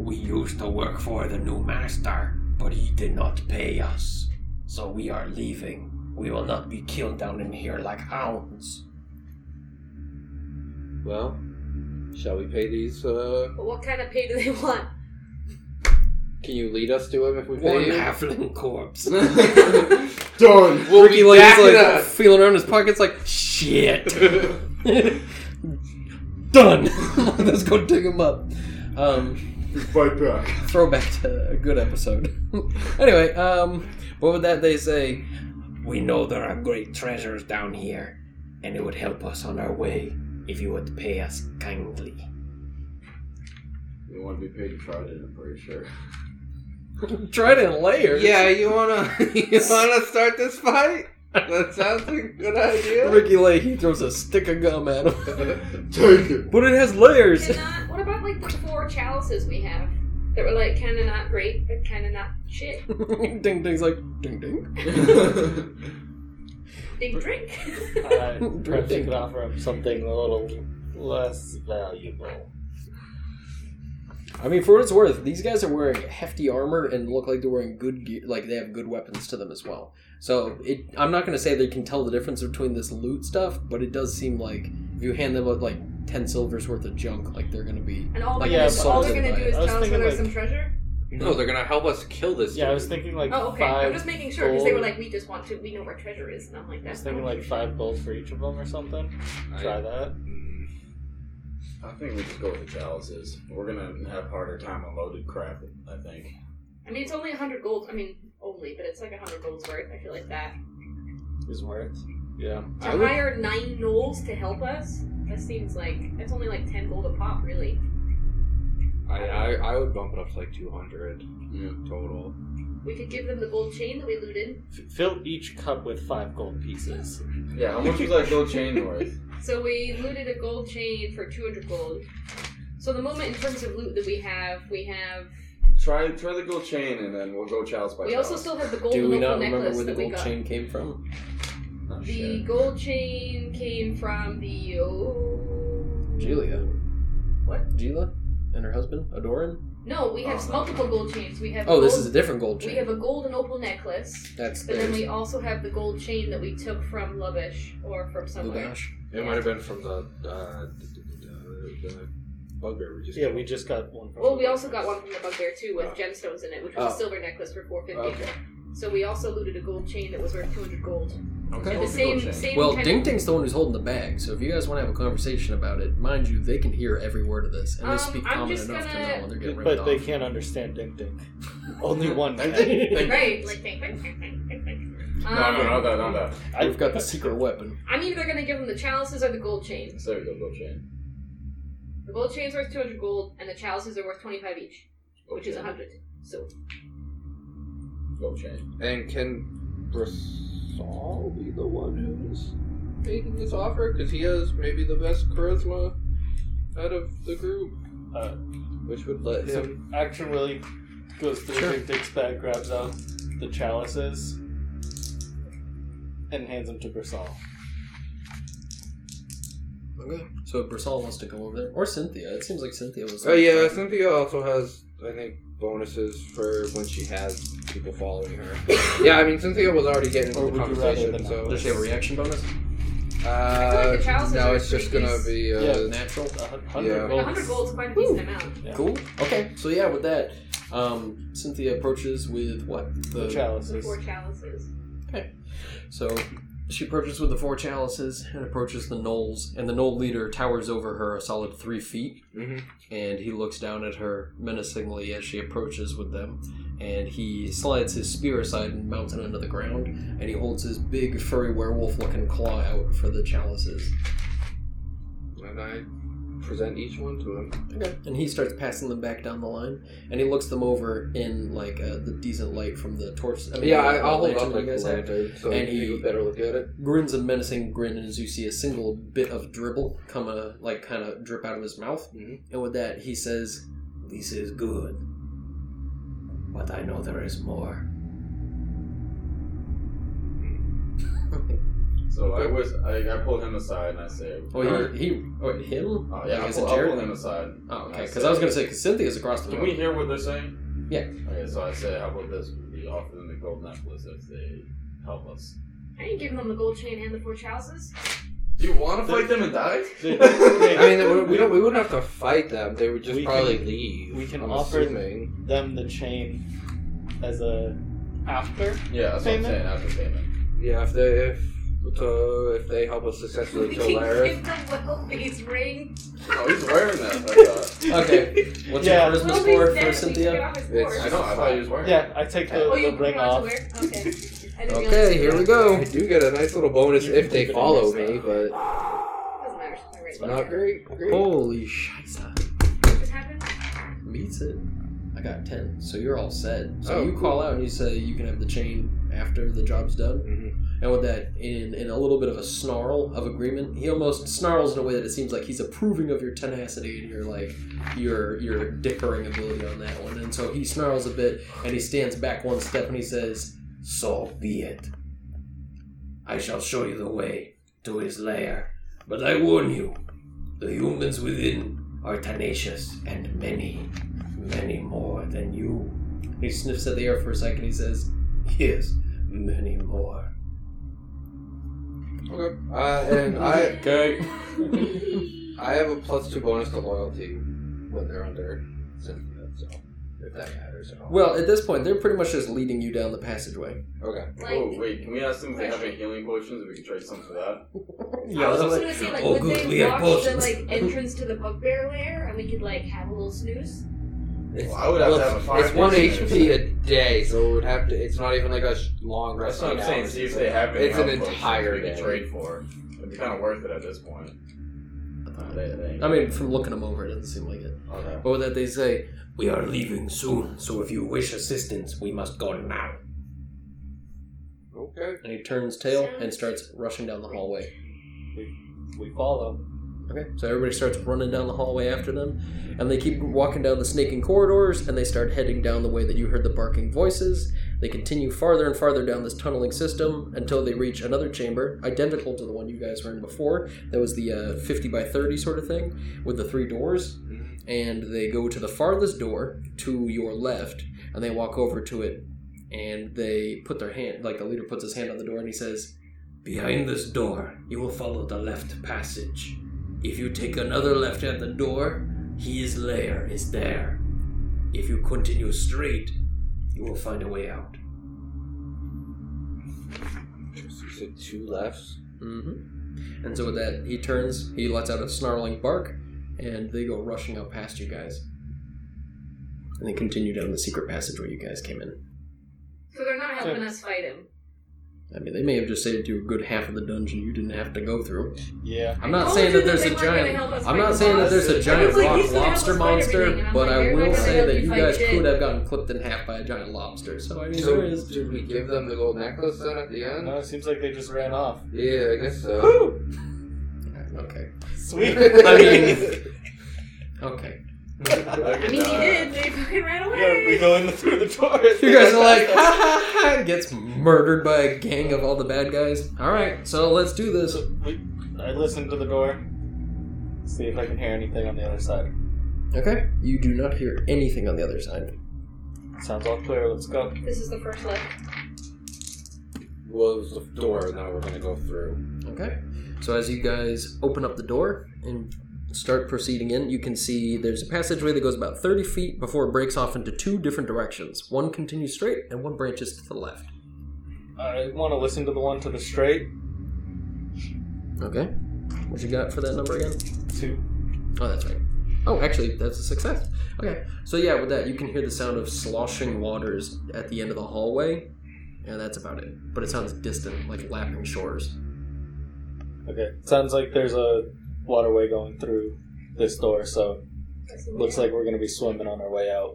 [SPEAKER 1] We used to work for the new master, but he did not pay us. So we are leaving. We will not be killed down in here like hounds.
[SPEAKER 2] Well, shall we pay these uh
[SPEAKER 5] But what kind of pay do they want?
[SPEAKER 2] can you lead us to him if we
[SPEAKER 1] One
[SPEAKER 2] pay
[SPEAKER 1] <laughs>
[SPEAKER 2] you?
[SPEAKER 1] halfling corpse.
[SPEAKER 6] Done.
[SPEAKER 2] We'll be
[SPEAKER 1] Ricky Lane's
[SPEAKER 2] back in
[SPEAKER 1] like
[SPEAKER 2] a-
[SPEAKER 1] feeling around his pockets, like <laughs> shit. Done. Let's go dig him up. Um,
[SPEAKER 6] <laughs> Fight back.
[SPEAKER 1] throwback to a good episode. <laughs> anyway, um, what would that they say? We know there are great treasures down here, and it would help us on our way if you would pay us kindly.
[SPEAKER 6] You want to be paid to try it, I'm pretty
[SPEAKER 2] <laughs>
[SPEAKER 6] sure.
[SPEAKER 1] Try to layer.
[SPEAKER 2] Yeah, you wanna <laughs> you wanna start this fight? That sounds like a good idea.
[SPEAKER 1] Ricky Leahy throws a stick of gum at him, <laughs>
[SPEAKER 6] Take it.
[SPEAKER 1] but it has layers. <laughs>
[SPEAKER 5] Can not, what about like the four chalices we have that were like kind of not great, but kind of not shit?
[SPEAKER 1] ding ding's like ding ding. <laughs>
[SPEAKER 5] Big drink. <laughs>
[SPEAKER 3] uh, perhaps you could offer him something a little less valuable.
[SPEAKER 1] I mean, for what it's worth, these guys are wearing hefty armor and look like they're wearing good gear. Like they have good weapons to them as well. So it, I'm not going to say they can tell the difference between this loot stuff, but it does seem like if you hand them out like ten silvers worth of junk, like they're going to be.
[SPEAKER 5] And all they're
[SPEAKER 1] Like,
[SPEAKER 5] gonna,
[SPEAKER 3] yeah,
[SPEAKER 5] all
[SPEAKER 1] but-
[SPEAKER 5] they're gonna do is
[SPEAKER 3] I was
[SPEAKER 5] tell us
[SPEAKER 3] thinking,
[SPEAKER 5] whether there's
[SPEAKER 3] like-
[SPEAKER 5] some treasure.
[SPEAKER 2] No, they're gonna help us kill this.
[SPEAKER 3] Yeah, I
[SPEAKER 2] dude.
[SPEAKER 3] was thinking like
[SPEAKER 5] Oh, okay. i
[SPEAKER 3] five.
[SPEAKER 5] I'm just making sure because they were
[SPEAKER 3] gold.
[SPEAKER 5] like, we just want to. We know where treasure is, and I'm like,
[SPEAKER 3] I
[SPEAKER 5] that's
[SPEAKER 3] was thinking
[SPEAKER 5] not
[SPEAKER 3] like five gold for each of them or something.
[SPEAKER 2] I-
[SPEAKER 3] Try that.
[SPEAKER 2] Mm.
[SPEAKER 6] <laughs> I think we just go with the chalices. We're gonna have harder time unloaded crap. I think.
[SPEAKER 5] I mean, it's only hundred gold. I mean, only, but it's like hundred gold's worth. I feel like that.
[SPEAKER 3] Is worth. Yeah.
[SPEAKER 5] To
[SPEAKER 2] I would-
[SPEAKER 5] hire nine gnolls to help us, that seems like that's only like ten gold a pop, really.
[SPEAKER 2] I, I I would bump it up to like two hundred
[SPEAKER 6] Yeah.
[SPEAKER 2] total.
[SPEAKER 5] We could give them the gold chain that we looted.
[SPEAKER 3] F- fill each cup with five gold pieces.
[SPEAKER 6] Yeah, how much was that gold chain worth?
[SPEAKER 5] So we looted a gold chain for 200 gold. So the moment in terms of loot that we have, we have.
[SPEAKER 6] try try the gold chain and then we'll go chalice by
[SPEAKER 5] We
[SPEAKER 6] chalice.
[SPEAKER 5] also still have the gold
[SPEAKER 1] Do we
[SPEAKER 5] local
[SPEAKER 1] not remember
[SPEAKER 5] necklace
[SPEAKER 1] where the
[SPEAKER 5] that we
[SPEAKER 1] gold
[SPEAKER 5] got.
[SPEAKER 1] chain came from?
[SPEAKER 6] Oh,
[SPEAKER 5] The
[SPEAKER 6] shit.
[SPEAKER 5] gold chain came from the. Oh,
[SPEAKER 1] Julia.
[SPEAKER 5] What?
[SPEAKER 1] Gila and her husband, Adoran?
[SPEAKER 5] No, we have
[SPEAKER 6] Oh.
[SPEAKER 5] multiple gold chains. We have. a
[SPEAKER 1] Oh, this
[SPEAKER 5] gold-
[SPEAKER 1] is a different gold
[SPEAKER 5] We
[SPEAKER 1] chain.
[SPEAKER 5] have a gold and opal necklace,
[SPEAKER 1] That's
[SPEAKER 5] but then
[SPEAKER 1] theirs.
[SPEAKER 5] we also have the gold chain that we took from Lubbish or from somewhere.
[SPEAKER 1] Lubash.
[SPEAKER 2] It might have been from the uh, the, the, the bugbear we just
[SPEAKER 3] Yeah, we just got one. From
[SPEAKER 5] Well, we also got one from the bugbear too with
[SPEAKER 2] Oh.
[SPEAKER 5] gemstones in it, which was
[SPEAKER 2] Oh.
[SPEAKER 5] a silver necklace for 450.
[SPEAKER 2] Okay.
[SPEAKER 5] So we also looted a gold chain that was worth 200 gold.
[SPEAKER 6] Okay.
[SPEAKER 5] And the
[SPEAKER 6] gold
[SPEAKER 5] same,
[SPEAKER 6] chain.
[SPEAKER 5] same
[SPEAKER 1] Well,
[SPEAKER 5] kind
[SPEAKER 1] Ding
[SPEAKER 5] of,
[SPEAKER 1] Ding's the one who's holding the bag, so if you guys want to have a conversation about it, mind you, they can hear every word of this, and they
[SPEAKER 5] Um,
[SPEAKER 1] speak
[SPEAKER 5] I'm
[SPEAKER 1] common
[SPEAKER 5] just
[SPEAKER 1] enough to
[SPEAKER 5] gonna-
[SPEAKER 1] know when they're getting ripped
[SPEAKER 3] but they
[SPEAKER 1] off.
[SPEAKER 3] can't understand Dink
[SPEAKER 5] <laughs>
[SPEAKER 3] Dink. Only one.
[SPEAKER 6] Dink
[SPEAKER 3] can.
[SPEAKER 6] Dink. Dink.
[SPEAKER 5] Right, like um, Ding Ding.
[SPEAKER 6] No, no, no, no, no, no.
[SPEAKER 3] I-
[SPEAKER 1] We've got the secret weapon.
[SPEAKER 5] I'm either going to give them the chalices or the gold chain.
[SPEAKER 6] So there we go, gold chain.
[SPEAKER 5] The gold chain's worth 200 gold, and the chalices are worth 25 each,
[SPEAKER 6] Gold
[SPEAKER 5] which is
[SPEAKER 6] chain.
[SPEAKER 5] 100. So
[SPEAKER 6] Gold chain.
[SPEAKER 2] And can Brasol be the one who's making this offer? Because he has maybe the best charisma out of the group.
[SPEAKER 3] Uh,
[SPEAKER 2] Which would let
[SPEAKER 3] So
[SPEAKER 2] him.
[SPEAKER 3] Action Willie goes through
[SPEAKER 1] Sure.
[SPEAKER 3] Dick Dick's bag, grabs out the chalices, and hands them to Brissol.
[SPEAKER 1] Okay. So if Brasol wants to go over there, or Cynthia. It seems like Cynthia was.
[SPEAKER 2] Oh, yeah, Cynthia also has, I think, bonuses for when she has people following her. yeah, I mean, Cynthia was already getting
[SPEAKER 3] Or
[SPEAKER 2] into the
[SPEAKER 3] would you rather
[SPEAKER 2] conversation,
[SPEAKER 3] than
[SPEAKER 2] so.
[SPEAKER 1] Does she have a reaction bonus?
[SPEAKER 5] I feel like the
[SPEAKER 2] Uh,
[SPEAKER 5] chalices
[SPEAKER 2] no,
[SPEAKER 5] are
[SPEAKER 2] it's just
[SPEAKER 5] pretty
[SPEAKER 2] gonna be. Uh,
[SPEAKER 3] Yeah,
[SPEAKER 1] Natural.
[SPEAKER 3] A hun- hundred
[SPEAKER 2] Yeah.
[SPEAKER 5] But
[SPEAKER 3] gold.
[SPEAKER 5] 100 gold's quite a decent amount.
[SPEAKER 3] Yeah.
[SPEAKER 1] Cool. Okay. So yeah, with that, um, Cynthia approaches with what
[SPEAKER 3] The
[SPEAKER 5] The
[SPEAKER 3] chalices.
[SPEAKER 5] four chalices.
[SPEAKER 1] So she approaches with the four chalices and approaches the gnolls, and the gnoll leader towers over her a solid three feet,
[SPEAKER 2] Mhm.
[SPEAKER 1] and he looks down at her menacingly as she approaches with them, and he slides his spear aside and mounts it into the ground, and he holds his big furry werewolf-looking claw out for the chalices,
[SPEAKER 2] And I present each one to him.
[SPEAKER 1] and he starts passing them back down the line, and he looks them over in like uh, the decent light from the torch. I mean,
[SPEAKER 2] Yeah,
[SPEAKER 1] the-
[SPEAKER 2] I,
[SPEAKER 1] the
[SPEAKER 2] I'll hold
[SPEAKER 1] lantern
[SPEAKER 2] up like
[SPEAKER 1] you guys have.
[SPEAKER 2] lantern so
[SPEAKER 1] And
[SPEAKER 2] you
[SPEAKER 1] he-
[SPEAKER 2] better look at it.
[SPEAKER 1] grins a menacing grin as you see a single bit of dribble come a, like kind of drip out of his mouth
[SPEAKER 2] Mhm.
[SPEAKER 1] and with that he says this is good but i know there is more
[SPEAKER 6] So I was I, I pulled him aside and I say,
[SPEAKER 1] oh he, he oh, him
[SPEAKER 6] Oh, yeah,
[SPEAKER 1] Like,
[SPEAKER 6] I,
[SPEAKER 1] is
[SPEAKER 6] pull,
[SPEAKER 1] it
[SPEAKER 6] I
[SPEAKER 1] Jared?
[SPEAKER 6] pulled him aside.
[SPEAKER 1] oh
[SPEAKER 6] and
[SPEAKER 1] okay
[SPEAKER 6] say,
[SPEAKER 1] because i was gonna say because cynthia's across the
[SPEAKER 6] Can we
[SPEAKER 1] room
[SPEAKER 6] hear what they're saying?
[SPEAKER 1] Yeah.
[SPEAKER 6] Okay, so I say, how about this? We offer them the gold necklace if they help us.
[SPEAKER 5] I ain't giving them the gold chain and the four chalices.
[SPEAKER 6] Do you want to fight them and die?
[SPEAKER 3] They- they-
[SPEAKER 2] I mean, we- we don't. We wouldn't have to fight them. They would just
[SPEAKER 3] We
[SPEAKER 2] probably
[SPEAKER 3] can-
[SPEAKER 2] leave.
[SPEAKER 3] we can
[SPEAKER 2] I'm
[SPEAKER 3] offer-
[SPEAKER 2] Assuming.
[SPEAKER 3] Them the chain as a after.
[SPEAKER 6] yeah, that's
[SPEAKER 3] Payment?
[SPEAKER 6] what I'm saying. After payment.
[SPEAKER 2] Yeah, if they if to, if they help us successfully
[SPEAKER 5] <laughs> We
[SPEAKER 2] kill
[SPEAKER 5] can
[SPEAKER 2] Larry.
[SPEAKER 5] give them Wilby's ring.
[SPEAKER 6] Oh, he's wearing that. I thought.
[SPEAKER 1] okay what's
[SPEAKER 3] Yeah.
[SPEAKER 1] your charisma
[SPEAKER 5] Wilby's
[SPEAKER 1] score
[SPEAKER 5] dead,
[SPEAKER 1] for
[SPEAKER 5] we took it
[SPEAKER 1] cynthia
[SPEAKER 5] off his
[SPEAKER 2] It's-
[SPEAKER 5] horse.
[SPEAKER 6] I know. I thought he was wearing.
[SPEAKER 3] Yeah, I take the,
[SPEAKER 5] Oh, you
[SPEAKER 3] the ring
[SPEAKER 5] want to
[SPEAKER 3] off.
[SPEAKER 5] wear?
[SPEAKER 1] <laughs>
[SPEAKER 5] Okay. I didn't realize
[SPEAKER 1] okay here we
[SPEAKER 5] that.
[SPEAKER 1] go
[SPEAKER 2] I do get a nice little bonus
[SPEAKER 3] You can
[SPEAKER 2] if they
[SPEAKER 3] leave it in
[SPEAKER 2] follow
[SPEAKER 3] your
[SPEAKER 2] me,
[SPEAKER 3] stuff.
[SPEAKER 2] but
[SPEAKER 5] Doesn't matter. I write it down.
[SPEAKER 2] not great. great.
[SPEAKER 1] holy shit
[SPEAKER 5] What just happened?
[SPEAKER 1] meets it i got 10 so you're all set so
[SPEAKER 2] Oh,
[SPEAKER 1] you call
[SPEAKER 2] cool.
[SPEAKER 1] out and you say you can have the chain after the job's done
[SPEAKER 2] Mhm.
[SPEAKER 1] And with that, in, in a little bit of a snarl of agreement, he almost snarls in a way that it seems like he's approving of your tenacity and your like your your dickering ability on that one. And so he snarls a bit and he stands back one step and he says, "So be it. I shall show you the way to his lair. But I warn you, the humans within are tenacious and many, many more than you." He sniffs at the air for a second. He says, "Yes, many more."
[SPEAKER 2] Okay. Uh, <laughs> and I I have a plus two bonus to loyalty when they're under Cynthia, so if that matters at all.
[SPEAKER 1] <laughs> Well, at this point, they're pretty much just leading you down the passageway.
[SPEAKER 2] okay.
[SPEAKER 5] Like,
[SPEAKER 6] Oh wait, can we ask them if they have any healing potions? If we can trade some for that.
[SPEAKER 5] I was just gonna say, like,
[SPEAKER 1] oh,
[SPEAKER 5] would
[SPEAKER 1] good, we
[SPEAKER 5] they
[SPEAKER 1] have
[SPEAKER 5] watch the
[SPEAKER 1] potions.
[SPEAKER 5] like entrance to the bugbear lair, and we could like have a little snooze?
[SPEAKER 6] Well, I would have to have a fire.
[SPEAKER 2] It's one
[SPEAKER 6] potion.
[SPEAKER 2] HP a day, so it would have to. It's not even like a sh- long
[SPEAKER 6] That's
[SPEAKER 2] rest.
[SPEAKER 6] what I'm
[SPEAKER 2] like
[SPEAKER 6] saying.
[SPEAKER 2] hours.
[SPEAKER 6] See if they have any
[SPEAKER 2] It's an
[SPEAKER 6] health potions
[SPEAKER 2] entire
[SPEAKER 6] we can
[SPEAKER 2] day.
[SPEAKER 6] trade for. It'd be kind of worth it at this point. Uh, they, they,
[SPEAKER 1] I mean, from looking them over, it doesn't seem like it.
[SPEAKER 6] okay.
[SPEAKER 1] Or that they say, We are leaving soon, so if you wish assistance, we must go now.
[SPEAKER 2] Okay.
[SPEAKER 1] And he turns tail and starts rushing down the hallway.
[SPEAKER 3] We follow.
[SPEAKER 1] Okay, so everybody starts running down the hallway after them, and they keep walking down the snaking corridors, and they start heading down the way that you heard the barking voices. They continue farther and farther down this tunneling system until they reach another chamber, identical to the one you guys were in before. That was the uh, 50 by 30 sort of thing with the three doors. And they go to the farthest door to your left, and they walk over to it, and they put their hand, like the leader puts his hand on the door, and he says, Behind this door, you will follow the left passage. If you take another left at the door, his lair is there. If you continue straight, you will find a way out.
[SPEAKER 2] You said two lefts.
[SPEAKER 1] Mm-hmm. And so with that, he turns, he lets out a snarling bark, and they go rushing out past you guys. And they continue down the secret passage where you guys came in.
[SPEAKER 5] So they're not helping us fight him.
[SPEAKER 1] I mean, they may have just saved you a good half of the dungeon you didn't have to go through.
[SPEAKER 3] Yeah.
[SPEAKER 1] I'm
[SPEAKER 5] I
[SPEAKER 1] not
[SPEAKER 5] told
[SPEAKER 1] saying
[SPEAKER 5] you
[SPEAKER 1] that there's
[SPEAKER 5] they
[SPEAKER 1] a
[SPEAKER 5] weren't gonna
[SPEAKER 1] giant.
[SPEAKER 5] help us
[SPEAKER 1] I'm
[SPEAKER 5] fight
[SPEAKER 1] not
[SPEAKER 5] the
[SPEAKER 1] saying that
[SPEAKER 5] boss.
[SPEAKER 1] there's a
[SPEAKER 5] I was
[SPEAKER 1] giant
[SPEAKER 5] like,
[SPEAKER 1] rock
[SPEAKER 5] he's gonna help us
[SPEAKER 1] lobster
[SPEAKER 5] fight everything, and
[SPEAKER 1] monster,
[SPEAKER 5] I'm
[SPEAKER 1] but
[SPEAKER 5] like,
[SPEAKER 1] I
[SPEAKER 5] "You're not
[SPEAKER 1] will
[SPEAKER 5] gonna
[SPEAKER 1] say
[SPEAKER 5] help
[SPEAKER 1] that
[SPEAKER 5] me
[SPEAKER 1] you
[SPEAKER 5] fight
[SPEAKER 1] guys
[SPEAKER 5] Jin."
[SPEAKER 1] could have gotten clipped in half by a giant lobster. So I mean,
[SPEAKER 2] So
[SPEAKER 1] there is.
[SPEAKER 2] did we give them the gold necklace then at the end?
[SPEAKER 3] No, it seems like they just ran off.
[SPEAKER 2] Yeah, I guess <laughs> so.
[SPEAKER 1] Okay.
[SPEAKER 3] Sweet.
[SPEAKER 1] I mean- Okay.
[SPEAKER 5] I mean, he did. They fucking ran away.
[SPEAKER 3] Yeah, <laughs> we go in the, through the
[SPEAKER 1] <laughs>
[SPEAKER 3] doors.
[SPEAKER 1] You
[SPEAKER 3] <laughs>
[SPEAKER 1] guys are like, ha ha ha, gets murdered by a gang of all the bad guys. All right, so let's do this.
[SPEAKER 3] So we, I listen to the door. See if I can hear anything on the other side.
[SPEAKER 1] Okay. You do not hear anything on the other side.
[SPEAKER 3] Sounds all clear. Let's go.
[SPEAKER 5] This is the first left.
[SPEAKER 2] Well, it was the door now we're gonna go through.
[SPEAKER 1] Okay. So as you guys open up the door and start proceeding in, you can see there's a passageway that goes about 30 feet before it breaks off into two different directions. One continues straight, and one branches to the left.
[SPEAKER 3] I want to listen to the one to the straight.
[SPEAKER 1] Okay. What you got for that number again?
[SPEAKER 3] Two.
[SPEAKER 1] Oh, that's right. Oh, actually, that's a success. Okay, so yeah, with that, you can hear the sound of sloshing waters at the end of the hallway, and that's about it. But it sounds distant, like lapping shores.
[SPEAKER 3] Okay. Sounds like there's a waterway going through this door, so looks like we're gonna be swimming on our way out.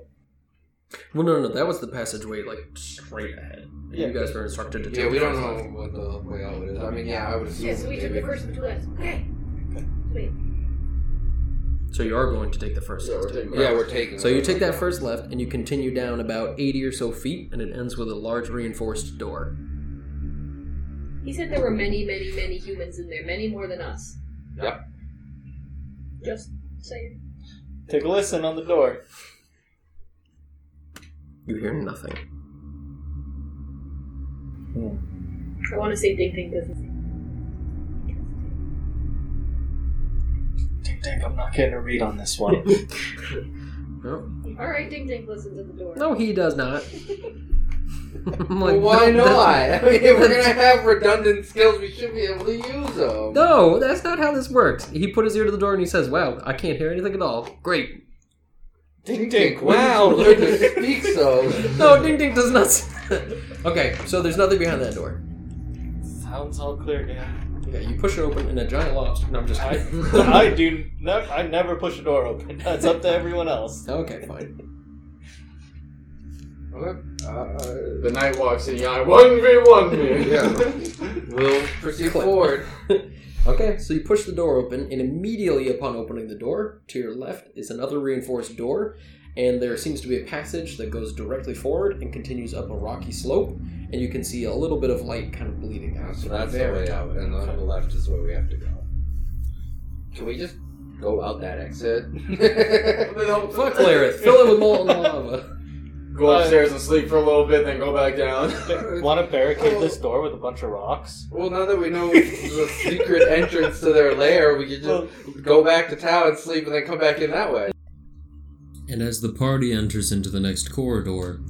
[SPEAKER 1] Well, no, no, that was the passageway, like straight ahead.
[SPEAKER 3] Yeah.
[SPEAKER 1] You guys were instructed to
[SPEAKER 2] Yeah,
[SPEAKER 1] take
[SPEAKER 2] we don't
[SPEAKER 1] first
[SPEAKER 2] know
[SPEAKER 1] left.
[SPEAKER 2] what the way out is. I mean, yeah, I would assume.
[SPEAKER 5] Yeah, so we took
[SPEAKER 2] maybe.
[SPEAKER 5] the first of two lefts. Okay.
[SPEAKER 1] So you are going to take the first
[SPEAKER 6] Yeah,
[SPEAKER 1] left.
[SPEAKER 6] we're taking-
[SPEAKER 2] Yeah, we're taking.
[SPEAKER 1] So you take that first left, and you continue down about 80 or so feet, and it ends with a large reinforced door.
[SPEAKER 5] He said there were many, many, many humans in there, many more than us.
[SPEAKER 2] Yep.
[SPEAKER 5] Just saying.
[SPEAKER 3] Take a listen on the door.
[SPEAKER 1] You hear nothing.
[SPEAKER 5] I want to say ding ding doesn't.
[SPEAKER 3] Dang, dang, I'm not getting a read on
[SPEAKER 1] <laughs>
[SPEAKER 3] this one.
[SPEAKER 1] No,
[SPEAKER 5] All right, ding ding listens at the door.
[SPEAKER 1] no he does not. <laughs> I'm
[SPEAKER 2] Well,
[SPEAKER 1] like,
[SPEAKER 2] why
[SPEAKER 1] no, that's-
[SPEAKER 2] not? <laughs> I mean, if we're gonna have redundant skills, we should be able to use them.
[SPEAKER 1] No, that's not how this works. He put his ear to the door and he says, Wow, I can't hear anything at all. Great.
[SPEAKER 3] ding,
[SPEAKER 2] Dink,
[SPEAKER 3] ding.
[SPEAKER 2] when
[SPEAKER 3] Wow.
[SPEAKER 2] did you learn to speak
[SPEAKER 6] <laughs>
[SPEAKER 2] so?
[SPEAKER 1] No, Ding Ding does not. say- <laughs> okay, so there's nothing behind that door.
[SPEAKER 3] Sounds all clear, again.
[SPEAKER 1] Okay, you push it open and a giant lobster. No, I'm just
[SPEAKER 3] I-
[SPEAKER 1] kidding.
[SPEAKER 2] <laughs>
[SPEAKER 3] I do. Nev- I never push a door open. That's up to
[SPEAKER 1] <laughs>
[SPEAKER 3] everyone else.
[SPEAKER 1] okay, fine.
[SPEAKER 2] Okay. Uh,
[SPEAKER 6] The knight walks in, you're like, 1v1 me!
[SPEAKER 2] we'll proceed
[SPEAKER 1] Click.
[SPEAKER 2] forward.
[SPEAKER 1] Okay, so you push the door open, and immediately upon opening the door, to your left is another reinforced door, and there seems to be a passage that goes directly forward and continues up a rocky slope, and you can see a little bit of light kind of bleeding out.
[SPEAKER 2] So that's the way out, and on the left is where we have to go. Can we just go out that exit?
[SPEAKER 1] Fuck Lareth, fill it with molten lava.
[SPEAKER 6] <laughs> Go upstairs and sleep for a little bit, then go back down.
[SPEAKER 3] Want to barricade this door with a bunch of rocks?
[SPEAKER 2] well, now that we know the secret entrance to their lair, we could
[SPEAKER 3] Well,
[SPEAKER 2] just go back to town and sleep, and then come back in that way.
[SPEAKER 1] And as the party enters into the next corridor,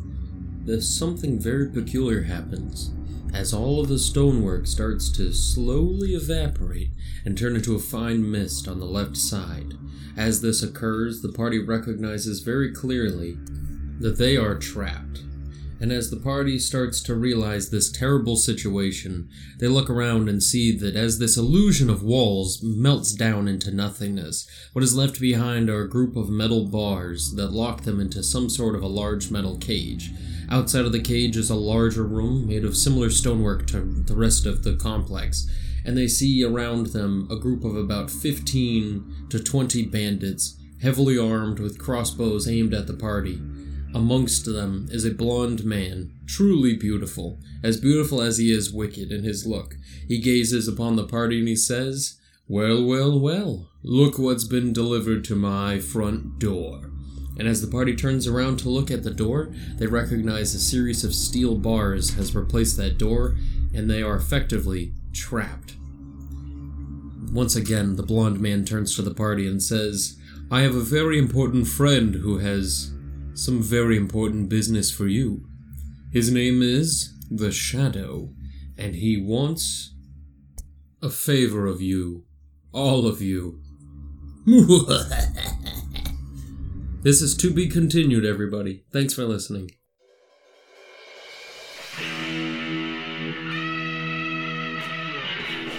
[SPEAKER 1] there's something very peculiar happens. As all of the stonework starts to slowly evaporate and turn into a fine mist on the left side. As this occurs, the party recognizes very clearly that they are trapped. And as the party starts to realize this terrible situation, they look around and see that as this illusion of walls melts down into nothingness, what is left behind are a group of metal bars that lock them into some sort of a large metal cage. Outside of the cage is a larger room made of similar stonework to the rest of the complex, and they see around them a group of about 15 to 20 bandits, heavily armed with crossbows aimed at the party. Amongst them is a blond man, truly beautiful, as beautiful as he is wicked in his look. He gazes upon the party and he says, Well, well, well, look what's been delivered to my front door. And as the party turns around to look at the door, they recognize a series of steel bars has replaced that door, and they are effectively trapped. Once again, the blond man turns to the party and says, I have a very important friend who has some very important business for you. His name is The Shadow, and he wants a favor of you. All of you. <laughs> this is to be continued, everybody. Thanks for listening.